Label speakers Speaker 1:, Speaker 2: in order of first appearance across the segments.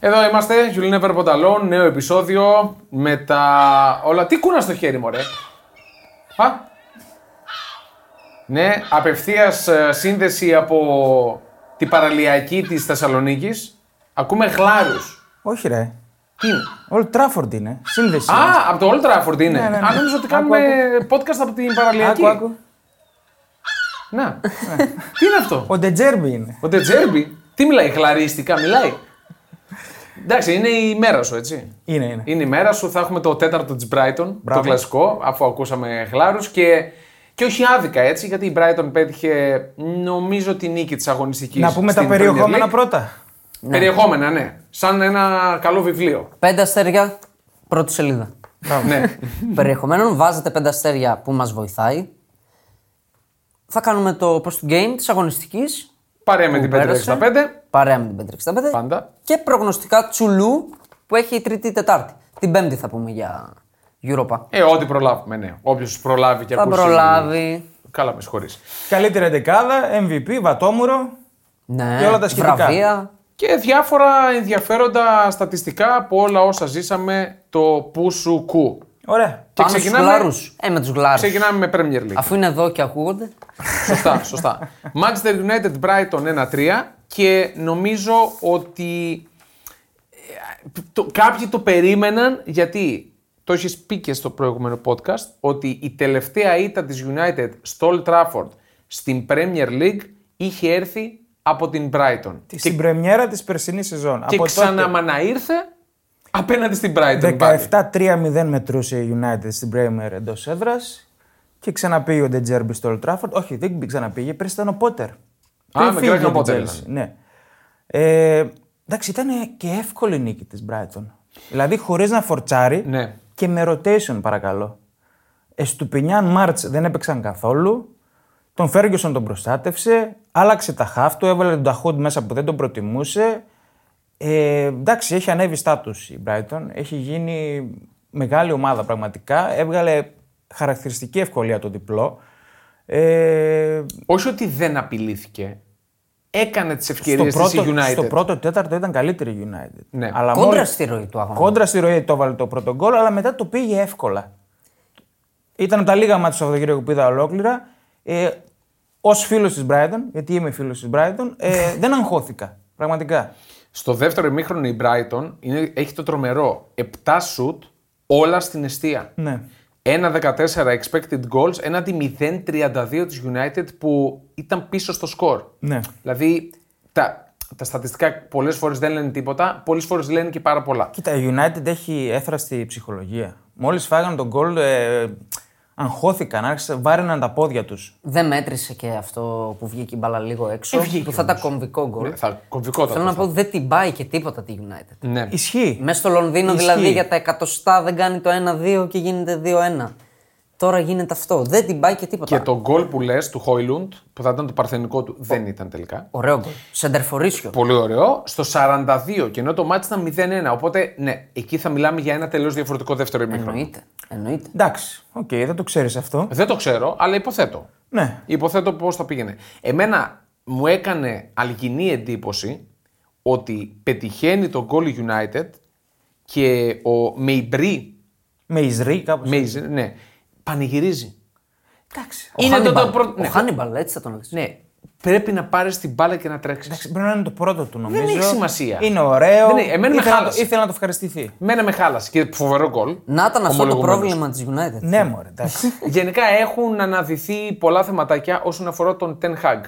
Speaker 1: Εδώ είμαστε, Γιουλίνα Περπονταλόν, νέο επεισόδιο με τα όλα. Τι κούνα στο χέρι, μωρέ. Α. Ναι, απευθείας σύνδεση από την παραλιακή της Θεσσαλονίκης. Ακούμε γλάρου.
Speaker 2: Όχι, ρε.
Speaker 1: Τι είναι.
Speaker 2: Όλο Τράφορντ είναι. Σύνδεση.
Speaker 1: Α,
Speaker 2: είναι.
Speaker 1: από το Old Trafford είναι.
Speaker 2: Ναι, ναι, ναι.
Speaker 1: Α, νόμιζα ότι
Speaker 2: Άκου,
Speaker 1: κάνουμε podcast από την παραλιακή.
Speaker 2: Άκου, άκου.
Speaker 1: Να. ναι. Τι είναι αυτό.
Speaker 2: Ο Ντετζέρμπι είναι.
Speaker 1: Ο Τετζέρμπι, τι μιλάει, χλαριστικά μιλάει. Εντάξει, είναι η μέρα σου, έτσι.
Speaker 2: Είναι, είναι.
Speaker 1: Είναι η μέρα σου, θα έχουμε το τέταρτο της Brighton, το
Speaker 2: Μπράβο.
Speaker 1: κλασικό, αφού ακούσαμε χλάρου και, και όχι άδικα έτσι, γιατί η Brighton πέτυχε νομίζω τη νίκη της αγωνιστικής.
Speaker 2: Να πούμε τα περιεχόμενα πρώτα.
Speaker 1: Περιεχόμενα, ναι. Σαν ένα καλό βιβλίο.
Speaker 3: Πέντε αστέρια, πρώτη σελίδα.
Speaker 1: ναι.
Speaker 3: Περιεχομένων, βάζετε πέντε αστέρια που μας βοηθάει. Θα κάνουμε το post game της αγωνιστικής.
Speaker 1: Παρέα με την 565.
Speaker 3: Παρέα με την 565.
Speaker 1: Πάντα.
Speaker 3: Και προγνωστικά τσουλού που έχει η Τρίτη ή Τετάρτη. Την Πέμπτη θα πούμε για Europa.
Speaker 1: Ε, ό,τι προλάβουμε, ναι. Όποιος προλάβει και
Speaker 3: Θα
Speaker 1: ακούσει.
Speaker 3: προλάβει.
Speaker 1: Καλά, με συγχωρείς.
Speaker 2: Καλύτερη εντεκάδα, MVP, βατόμουρο.
Speaker 3: Ναι,
Speaker 2: Και όλα τα σχετικά.
Speaker 3: βραβεία.
Speaker 1: Και διάφορα ενδιαφέροντα στατιστικά από όλα όσα ζήσαμε το που σου κου.
Speaker 2: Ωραία.
Speaker 1: Και
Speaker 3: Πάμε στους
Speaker 1: ξεκινάμε-
Speaker 3: γλάρους. Ε, με τους γλάρους.
Speaker 1: Ξεκινάμε με Premier League.
Speaker 3: Αφού είναι εδώ και ακούγονται.
Speaker 1: σωστά, σωστά. Manchester United Brighton 1-3 και νομίζω ότι ε, το, κάποιοι το περίμεναν γιατί το έχεις πει και στο προηγούμενο podcast ότι η τελευταία ήττα της United στο Old Trafford στην Premier League είχε έρθει από την Brighton.
Speaker 2: Τη- Στην πρεμιέρα της περσινής σεζόν.
Speaker 1: και
Speaker 2: τότε
Speaker 1: ξαναμαναήρθε απέναντι στην Brighton. πάλι.
Speaker 2: 17-3-0 μετρούσε η United στην Premier εντός έδρας. Και ξαναπήγε ο Ντετζέρμπι στο Old Trafford. Όχι, δεν ξαναπήγε, πέρσι ήταν ο Πότερ. Πριν
Speaker 1: με
Speaker 2: φύγει
Speaker 1: Graham
Speaker 2: ο
Speaker 1: Potter
Speaker 2: Chelsea, Ναι. Ε, εντάξει, ήταν και εύκολη νίκη της Brighton. Δηλαδή, χωρίς να φορτσάρει
Speaker 1: Ναι.
Speaker 2: και με rotation, παρακαλώ. Εστουπινιάν Μάρτ δεν έπαιξαν καθόλου. Τον Φέργιουσον τον προστάτευσε. Άλλαξε τα χάφ του, έβαλε τον Ταχούντ μέσα που δεν τον προτιμούσε. Ε, εντάξει, έχει ανέβει στάτους η Brighton. Έχει γίνει μεγάλη ομάδα πραγματικά. Έβγαλε χαρακτηριστική ευκολία το διπλό. Ε,
Speaker 1: Όχι ότι δεν απειλήθηκε. Έκανε τις
Speaker 2: στο
Speaker 1: ευκαιρίε τη
Speaker 2: πρώτο,
Speaker 1: United.
Speaker 2: στο πρώτο τέταρτο ήταν καλύτερη η United.
Speaker 1: Ναι.
Speaker 2: Αλλά
Speaker 3: Κόντρα
Speaker 2: μόλις-
Speaker 3: στη ροή του αγώνα.
Speaker 2: Κόντρα στη ροή το έβαλε το πρώτο γκολ, αλλά μετά το πήγε εύκολα. Ήταν από τα λίγα μάτια του Σαββατοκύριακου που είδα ολόκληρα. Ε, Ως φίλος της Brighton, γιατί είμαι φίλος της Brighton, ε, δεν αγχώθηκα. Πραγματικά.
Speaker 1: Στο δεύτερο ημίχρονο η Brighton είναι, έχει το τρομερό. 7 σουτ όλα στην αιστεία.
Speaker 2: Ναι.
Speaker 1: 1-14 expected goals έναντι 0-32 της United που ήταν πίσω στο σκορ.
Speaker 2: Ναι.
Speaker 1: Δηλαδή τα, τα στατιστικά πολλές φορές δεν λένε τίποτα, πολλές φορές λένε και πάρα πολλά.
Speaker 2: Κοίτα, η United έχει έφραστη ψυχολογία. Μόλις φάγανε τον γκολ, ε, αγχώθηκαν, άρχισαν, βάραιναν τα πόδια τους.
Speaker 3: Δεν μέτρησε και αυτό που βγήκε η μπαλά λίγο έξω.
Speaker 1: Ε, βγήκε
Speaker 3: που θα ήταν κομβικό γκολ.
Speaker 1: Ναι, θα κομβικότατα.
Speaker 3: Θέλω να πω ότι δεν την πάει και τίποτα τη United.
Speaker 1: Ναι.
Speaker 2: Ισχύει.
Speaker 3: Μέσα στο Λονδίνο
Speaker 2: Ισχύει.
Speaker 3: δηλαδή για τα εκατοστά δεν κάνει το 1-2 και γίνεται 2-1. Τώρα γίνεται αυτό. Δεν την πάει και τίποτα.
Speaker 1: Και το γκολ που λες του Χόιλουντ, που θα ήταν το παρθενικό του, δεν ήταν τελικά.
Speaker 3: Ωραίο γκολ. Σεντερφορίσιο.
Speaker 1: Πολύ ωραίο. Στο 42 και ενώ το μάτι ήταν 0-1. Οπότε ναι, εκεί θα μιλάμε για ένα τελείως διαφορετικό δεύτερο ημίχρονο.
Speaker 3: Εννοείται. Εννοείται.
Speaker 2: Εντάξει, οκ, δεν το ξέρεις αυτό.
Speaker 1: Δεν το ξέρω, αλλά υποθέτω.
Speaker 2: Ναι.
Speaker 1: Υποθέτω πώς θα πήγαινε. Εμένα μου έκανε αλγινή εντύπωση ότι πετυχαίνει το goal η United και ο Μεϊμπρί,
Speaker 2: Με Ισρή, κάπω.
Speaker 1: Μεϊζ- ναι, πανηγυρίζει.
Speaker 2: Εντάξει.
Speaker 3: Ο
Speaker 1: Είναι το- το
Speaker 3: Hannibal.
Speaker 1: πρώτο-
Speaker 3: Ο
Speaker 1: ναι.
Speaker 3: Χάνιμπαλ, έτσι θα τον λες.
Speaker 1: Ναι, πρέπει να πάρεις την μπάλα και να τρέξεις.
Speaker 2: Εντάξει, πρέπει να είναι το πρώτο του νομίζω.
Speaker 1: έχει σημασία.
Speaker 2: Είναι ωραίο.
Speaker 1: Δεν έχει- εμένα με
Speaker 2: ήθελα, να το,
Speaker 1: χάλασε.
Speaker 2: ήθελα να το ευχαριστηθεί.
Speaker 1: Μένα με χάλασε και φοβερό γκολ.
Speaker 3: Να ήταν αυτό το
Speaker 1: Ομολογουμένως.
Speaker 3: πρόβλημα της United.
Speaker 2: Ναι, μωρέ, εντάξει.
Speaker 1: Γενικά έχουν αναδυθεί πολλά θεματάκια όσον αφορά τον Ten Hag.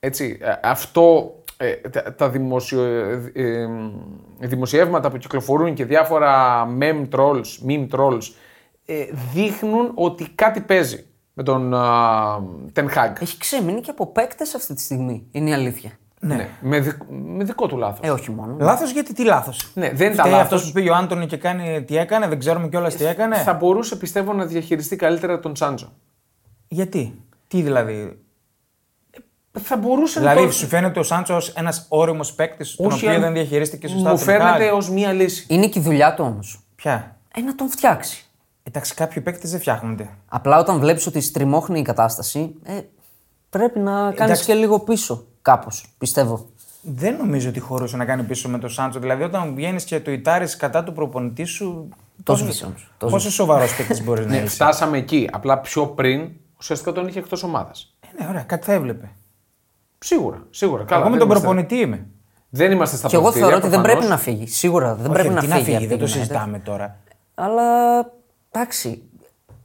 Speaker 1: Έτσι, ε, αυτό ε, τα, τα δημοσιο, ε, ε, δημοσιεύματα που κυκλοφορούν και διάφορα meme trolls, meme trolls ε, δείχνουν ότι κάτι παίζει με τον α, Ten Hag.
Speaker 3: Έχει ξεμείνει και από παίκτες αυτή τη στιγμή. Είναι η αλήθεια.
Speaker 1: Ναι, με, δικ- με δικό του λάθος.
Speaker 3: Ε, όχι μόνο.
Speaker 2: λάθος γιατί τι λάθος.
Speaker 1: Ναι, δεν ήταν
Speaker 2: Ε, Φταίει αυτό ναι.
Speaker 1: λάθος. Ε,
Speaker 2: που πήγε ο Άντωνη και κάνει τι έκανε, δεν ξέρουμε κιόλας τι έκανε.
Speaker 1: Θα μπορούσε πιστεύω να διαχειριστεί καλύτερα τον Σάντζο.
Speaker 2: Γιατί, τι δηλαδή.
Speaker 1: Θα μπορούσε λοιπόν να
Speaker 2: Δηλαδή,
Speaker 1: το...
Speaker 2: σου φαίνεται ο Σάντσο ένας όριμος παίκτης, τον
Speaker 1: Όχι,
Speaker 2: οποίο
Speaker 1: αν-
Speaker 2: δεν διαχειρίστηκε σωστά.
Speaker 1: Μου
Speaker 2: τελικά.
Speaker 1: φαίνεται ως μία λύση.
Speaker 3: Είναι και η δουλειά του όμως.
Speaker 2: Ποια.
Speaker 3: Ε, να τον φτιάξει.
Speaker 2: Εντάξει, κάποιοι παίκτες δεν φτιάχνονται.
Speaker 3: Απλά όταν βλέπεις ότι στριμώχνει η κατάσταση, ε, πρέπει να κάνεις
Speaker 2: Εντάξει.
Speaker 3: και λίγο πίσω κάπως, πιστεύω.
Speaker 2: Δεν νομίζω ότι χωρούσε να κάνει πίσω με τον Σάντσο. Δηλαδή, όταν βγαίνεις και το ιτάρεις κατά του προπονητή σου.
Speaker 3: Το
Speaker 2: πόσο-
Speaker 3: σβήσε όμως. Το
Speaker 2: Πόσο σοβαρός παίκτης μπορείς να
Speaker 1: Ναι,
Speaker 2: είσαι.
Speaker 1: φτάσαμε εκεί. Απλά πιο πριν ουσιαστικά τον είχε εκτός ομάδας.
Speaker 2: Ε, Ναι, ωραία, κάτι θα έβλεπε.
Speaker 1: Σίγουρα, σίγουρα. Καλά,
Speaker 2: Εγώ με
Speaker 1: δεν
Speaker 2: τον
Speaker 1: είμαστε-
Speaker 2: προπονητή είμαι.
Speaker 1: Δεν είμαστε στα
Speaker 3: Και εγώ
Speaker 1: ποδητήρια,
Speaker 3: θεωρώ ότι δεν
Speaker 1: προφανώς.
Speaker 3: πρέπει να φύγει. Σίγουρα δεν πρέπει
Speaker 2: Όχι, ε,
Speaker 3: να
Speaker 2: τι
Speaker 3: φύγει. από
Speaker 2: δεν
Speaker 3: την
Speaker 2: το
Speaker 3: United.
Speaker 2: συζητάμε τώρα.
Speaker 3: Αλλά εντάξει.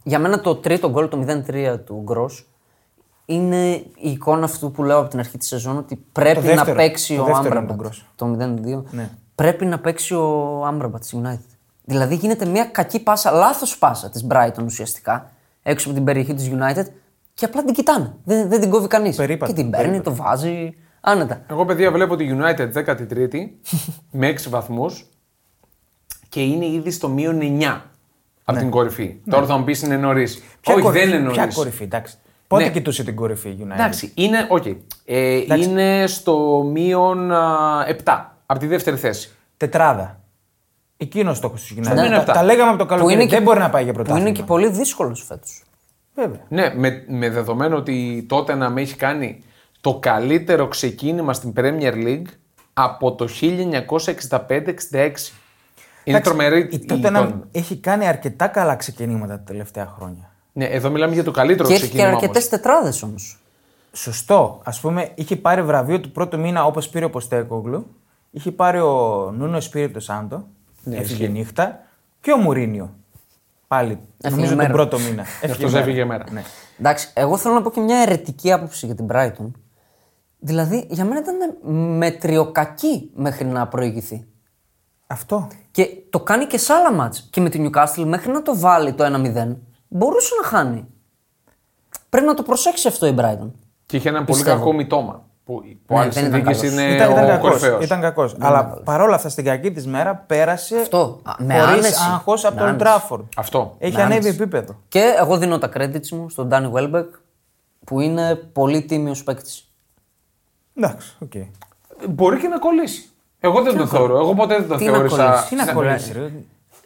Speaker 3: Για μένα το τρίτο γκολ, το 0-3 του Γκρός, είναι η εικόνα αυτού που λέω από την αρχή της σεζόν ότι πρέπει
Speaker 2: Το δεύτερο.
Speaker 3: να παίξει
Speaker 2: Το
Speaker 3: ο
Speaker 2: δεύτερο από
Speaker 3: Άμπραμπατ.
Speaker 2: τον Ναι. Γκρος.
Speaker 3: Το 0-2. Πρέπει να παίξει ο Άμπραμπατ τη United. Δηλαδή γίνεται μια κακή πάσα, λάθος πάσα της Brighton ουσιαστικά έξω από την περιοχή της United και απλά την κοιτάνε. Δεν, δεν την κόβει κανείς.
Speaker 2: Περίπατο,
Speaker 3: Και την παίρνει, το βάζει άνετα.
Speaker 1: Εγώ, παιδιά, βλέπω τη United 13η με 6 βαθμούς και είναι ήδη στο μείον 9 από
Speaker 3: Ναι.
Speaker 1: την κορυφή. Τώρα θα μου πεις είναι νωρίς. Όχι, δεν είναι νωρί.
Speaker 2: Ναι. Ποια κορυφή, εντάξει. Πότε
Speaker 1: Ναι.
Speaker 2: κοιτούσε την κορυφή η United.
Speaker 1: Εντάξει, είναι, okay. ε, είναι στο μείον 7 από τη δεύτερη θέση.
Speaker 2: Τετράδα. Εκείνος ο στόχο τη United.
Speaker 1: μείον
Speaker 2: Τα,
Speaker 1: επτά.
Speaker 2: τα λέγαμε από το
Speaker 3: Που
Speaker 2: καλοκαίρι. Δεν
Speaker 3: και-
Speaker 2: μπορεί να πάει για
Speaker 3: Που
Speaker 2: πρωτάθλημα.
Speaker 3: είναι και πολύ δύσκολος φέτος.
Speaker 2: Βέβαια.
Speaker 1: Ναι, με, με δεδομένο ότι τότε να με έχει κάνει το καλύτερο ξεκίνημα στην Premier League από το 1965-66. Είναι
Speaker 2: Εντάξει,
Speaker 1: τρομερή
Speaker 2: Η
Speaker 1: εικόνα.
Speaker 2: Tottenham έχει κάνει αρκετά καλά ξεκινήματα τα τελευταία χρόνια.
Speaker 1: Ναι, εδώ μιλάμε για το καλύτερο
Speaker 3: Και έχει και
Speaker 1: ξεκίνημα.
Speaker 3: αρκετές
Speaker 1: όμως.
Speaker 3: τετράδες όμως.
Speaker 2: Σωστό. Ας πούμε, είχε πάρει βραβείο του πρώτου μήνα όπως πήρε ο Ποστέκογλου. Είχε πάρει ο Νούνο Σπίριτο Σάντο.
Speaker 1: Ναι,
Speaker 2: έφυγε νύχτα. Και ο Μουρίνιο. Πάλι. νομίζω
Speaker 3: μέρα.
Speaker 2: τον πρώτο μήνα.
Speaker 1: Αυτός
Speaker 2: μέρα.
Speaker 1: έφυγε μέρα.
Speaker 2: Ναι.
Speaker 3: Εντάξει, εγώ θέλω να πω και μια αιρετική άποψη για την Brighton. Δηλαδή, για μένα ήταν μετριοκακή μέχρι να προηγηθεί.
Speaker 2: Αυτό.
Speaker 3: Και το κάνει και σε άλλα μάτς. Και με την Newcastle μέχρι να το βάλει το 1-0, μπορούσε να χάνει. Πρέπει να το προσέξει αυτό η Brighton.
Speaker 1: Και είχε έναν πολύ
Speaker 3: Πιστεύω.
Speaker 1: κακό μητώμα. Που, που
Speaker 3: Ναι,
Speaker 1: αν
Speaker 3: δεν ήταν
Speaker 1: συνθήκες
Speaker 3: καλός.
Speaker 1: είναι
Speaker 2: ήταν, ήταν
Speaker 1: Ε, ο Ναι,
Speaker 2: κακός,
Speaker 1: κορυφαίος.
Speaker 2: Ήταν κακός. Αλλά παρόλα αυτά στην κακή της μέρα πέρασε
Speaker 3: Αυτό. Α, με
Speaker 2: χωρίς
Speaker 3: άνεση.
Speaker 2: άγχος από
Speaker 3: Με
Speaker 2: τον
Speaker 3: άνεση.
Speaker 2: Τράφορντ.
Speaker 1: Αυτό.
Speaker 2: Έχει
Speaker 3: Με
Speaker 2: ανέβει
Speaker 3: άνεση.
Speaker 2: επίπεδο.
Speaker 3: Και εγώ δίνω τα credits μου στον Danny Welbeck, που είναι πολύ τίμιος παίκτης.
Speaker 2: Εντάξει, οκ. Okay.
Speaker 3: Ναι,
Speaker 1: Μπορεί και να κολλήσει. Εγώ δεν το θεωρώ. Εγώ ποτέ δεν το
Speaker 3: Τι να
Speaker 1: θεώρησα.
Speaker 3: κολλήσεις,
Speaker 2: Τι να
Speaker 1: Ναι.
Speaker 2: κολλήσεις, ρε.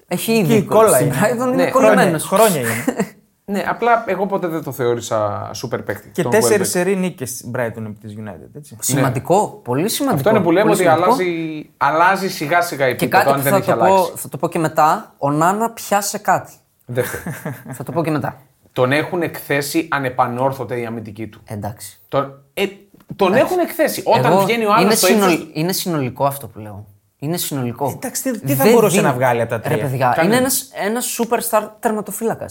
Speaker 3: Έχει ήδη.
Speaker 2: Και η κόλλα
Speaker 3: στην
Speaker 2: είναι.
Speaker 3: Brighton είναι
Speaker 1: Ναι,
Speaker 2: Χρόνια,
Speaker 3: κολλημένος.
Speaker 2: χρόνια είναι.
Speaker 1: Ναι, απλά εγώ ποτέ δεν το θεώρησα σούπερ παίκτη.
Speaker 2: και
Speaker 1: τον
Speaker 2: τέσσερις
Speaker 1: Welbeck.
Speaker 2: σερή νίκες Brighton επί τη United. Έτσι.
Speaker 3: Σημαντικό, πολύ σημαντικό.
Speaker 1: Ναι. Αυτό είναι που λέμε
Speaker 3: πολύ
Speaker 1: ότι
Speaker 3: σημαντικό.
Speaker 1: αλλάζει, αλλάζει σιγά σιγά
Speaker 3: Και
Speaker 1: επίπεδο,
Speaker 3: κάτι
Speaker 1: αν
Speaker 3: που
Speaker 1: δεν
Speaker 3: θα
Speaker 1: έχει
Speaker 3: το, πω,
Speaker 1: αλλάξει.
Speaker 3: θα το πω και μετά, ο Νάνα πιάσε κάτι.
Speaker 1: Δεύτερο.
Speaker 3: θα το πω και μετά.
Speaker 1: Τον έχουν εκθέσει ανεπανόρθωτα η αμυντική του.
Speaker 3: Εντάξει.
Speaker 1: Τον, ε, τον έχουν εκθέσει. Όταν
Speaker 3: Εγώ-
Speaker 1: βγαίνει ο άλλος
Speaker 3: είναι,
Speaker 1: στο ύψος
Speaker 3: συνολ- είναι συνολικό αυτό που λέω. Είναι συνολικό.
Speaker 2: Εντάξει, τι- τι θα μπορούσε να βγάλει από τα τρία.
Speaker 3: Ρε παιδιά,
Speaker 1: Κανένα.
Speaker 3: είναι ένα σούπερ στάρ τερματοφύλακα.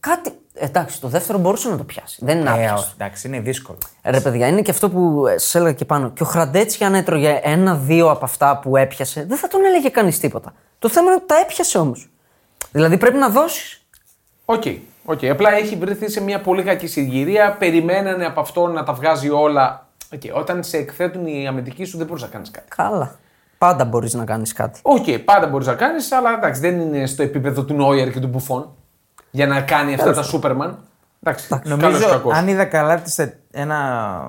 Speaker 3: Κάτι. Εντάξει, το δεύτερο μπορούσε να το πιάσει. Δεν είναι
Speaker 2: Ε,
Speaker 3: άπιαστο.
Speaker 2: όχι, εντάξει, είναι δύσκολο.
Speaker 3: Ρε παιδιά, είναι και αυτό που ε, σε έλεγα και πάνω. Και ο Χραντέτσι, αν έτρωγε ένα-δύο από αυτά που έπιασε, δεν θα τον έλεγε κανείς τίποτα. Το θέμα είναι ότι τα έπιασε όμως. Δηλαδή πρέπει να δώσεις.
Speaker 1: Οκ. οκ. Απλά έχει βρεθεί σε μια πολύ κακή συγκυρία. Περιμένανε από αυτό να τα βγάζει όλα. Οκ. Όταν σε εκθέτουν οι αμυντικοί σου, δεν μπορείς να κάνεις κάτι.
Speaker 3: Καλά. Πάντα μπορείς να κάνεις κάτι.
Speaker 1: Οκ, πάντα μπορείς να κάνεις, αλλά εντάξει, δεν είναι στο επίπεδο του Νόιερ και του Μπουφών για να κάνει αυτά τα Σούπερμαν. Εντάξει, καλός ή
Speaker 2: Νομίζω,
Speaker 1: κακός.
Speaker 2: αν είδα καλά της, ε, ένα,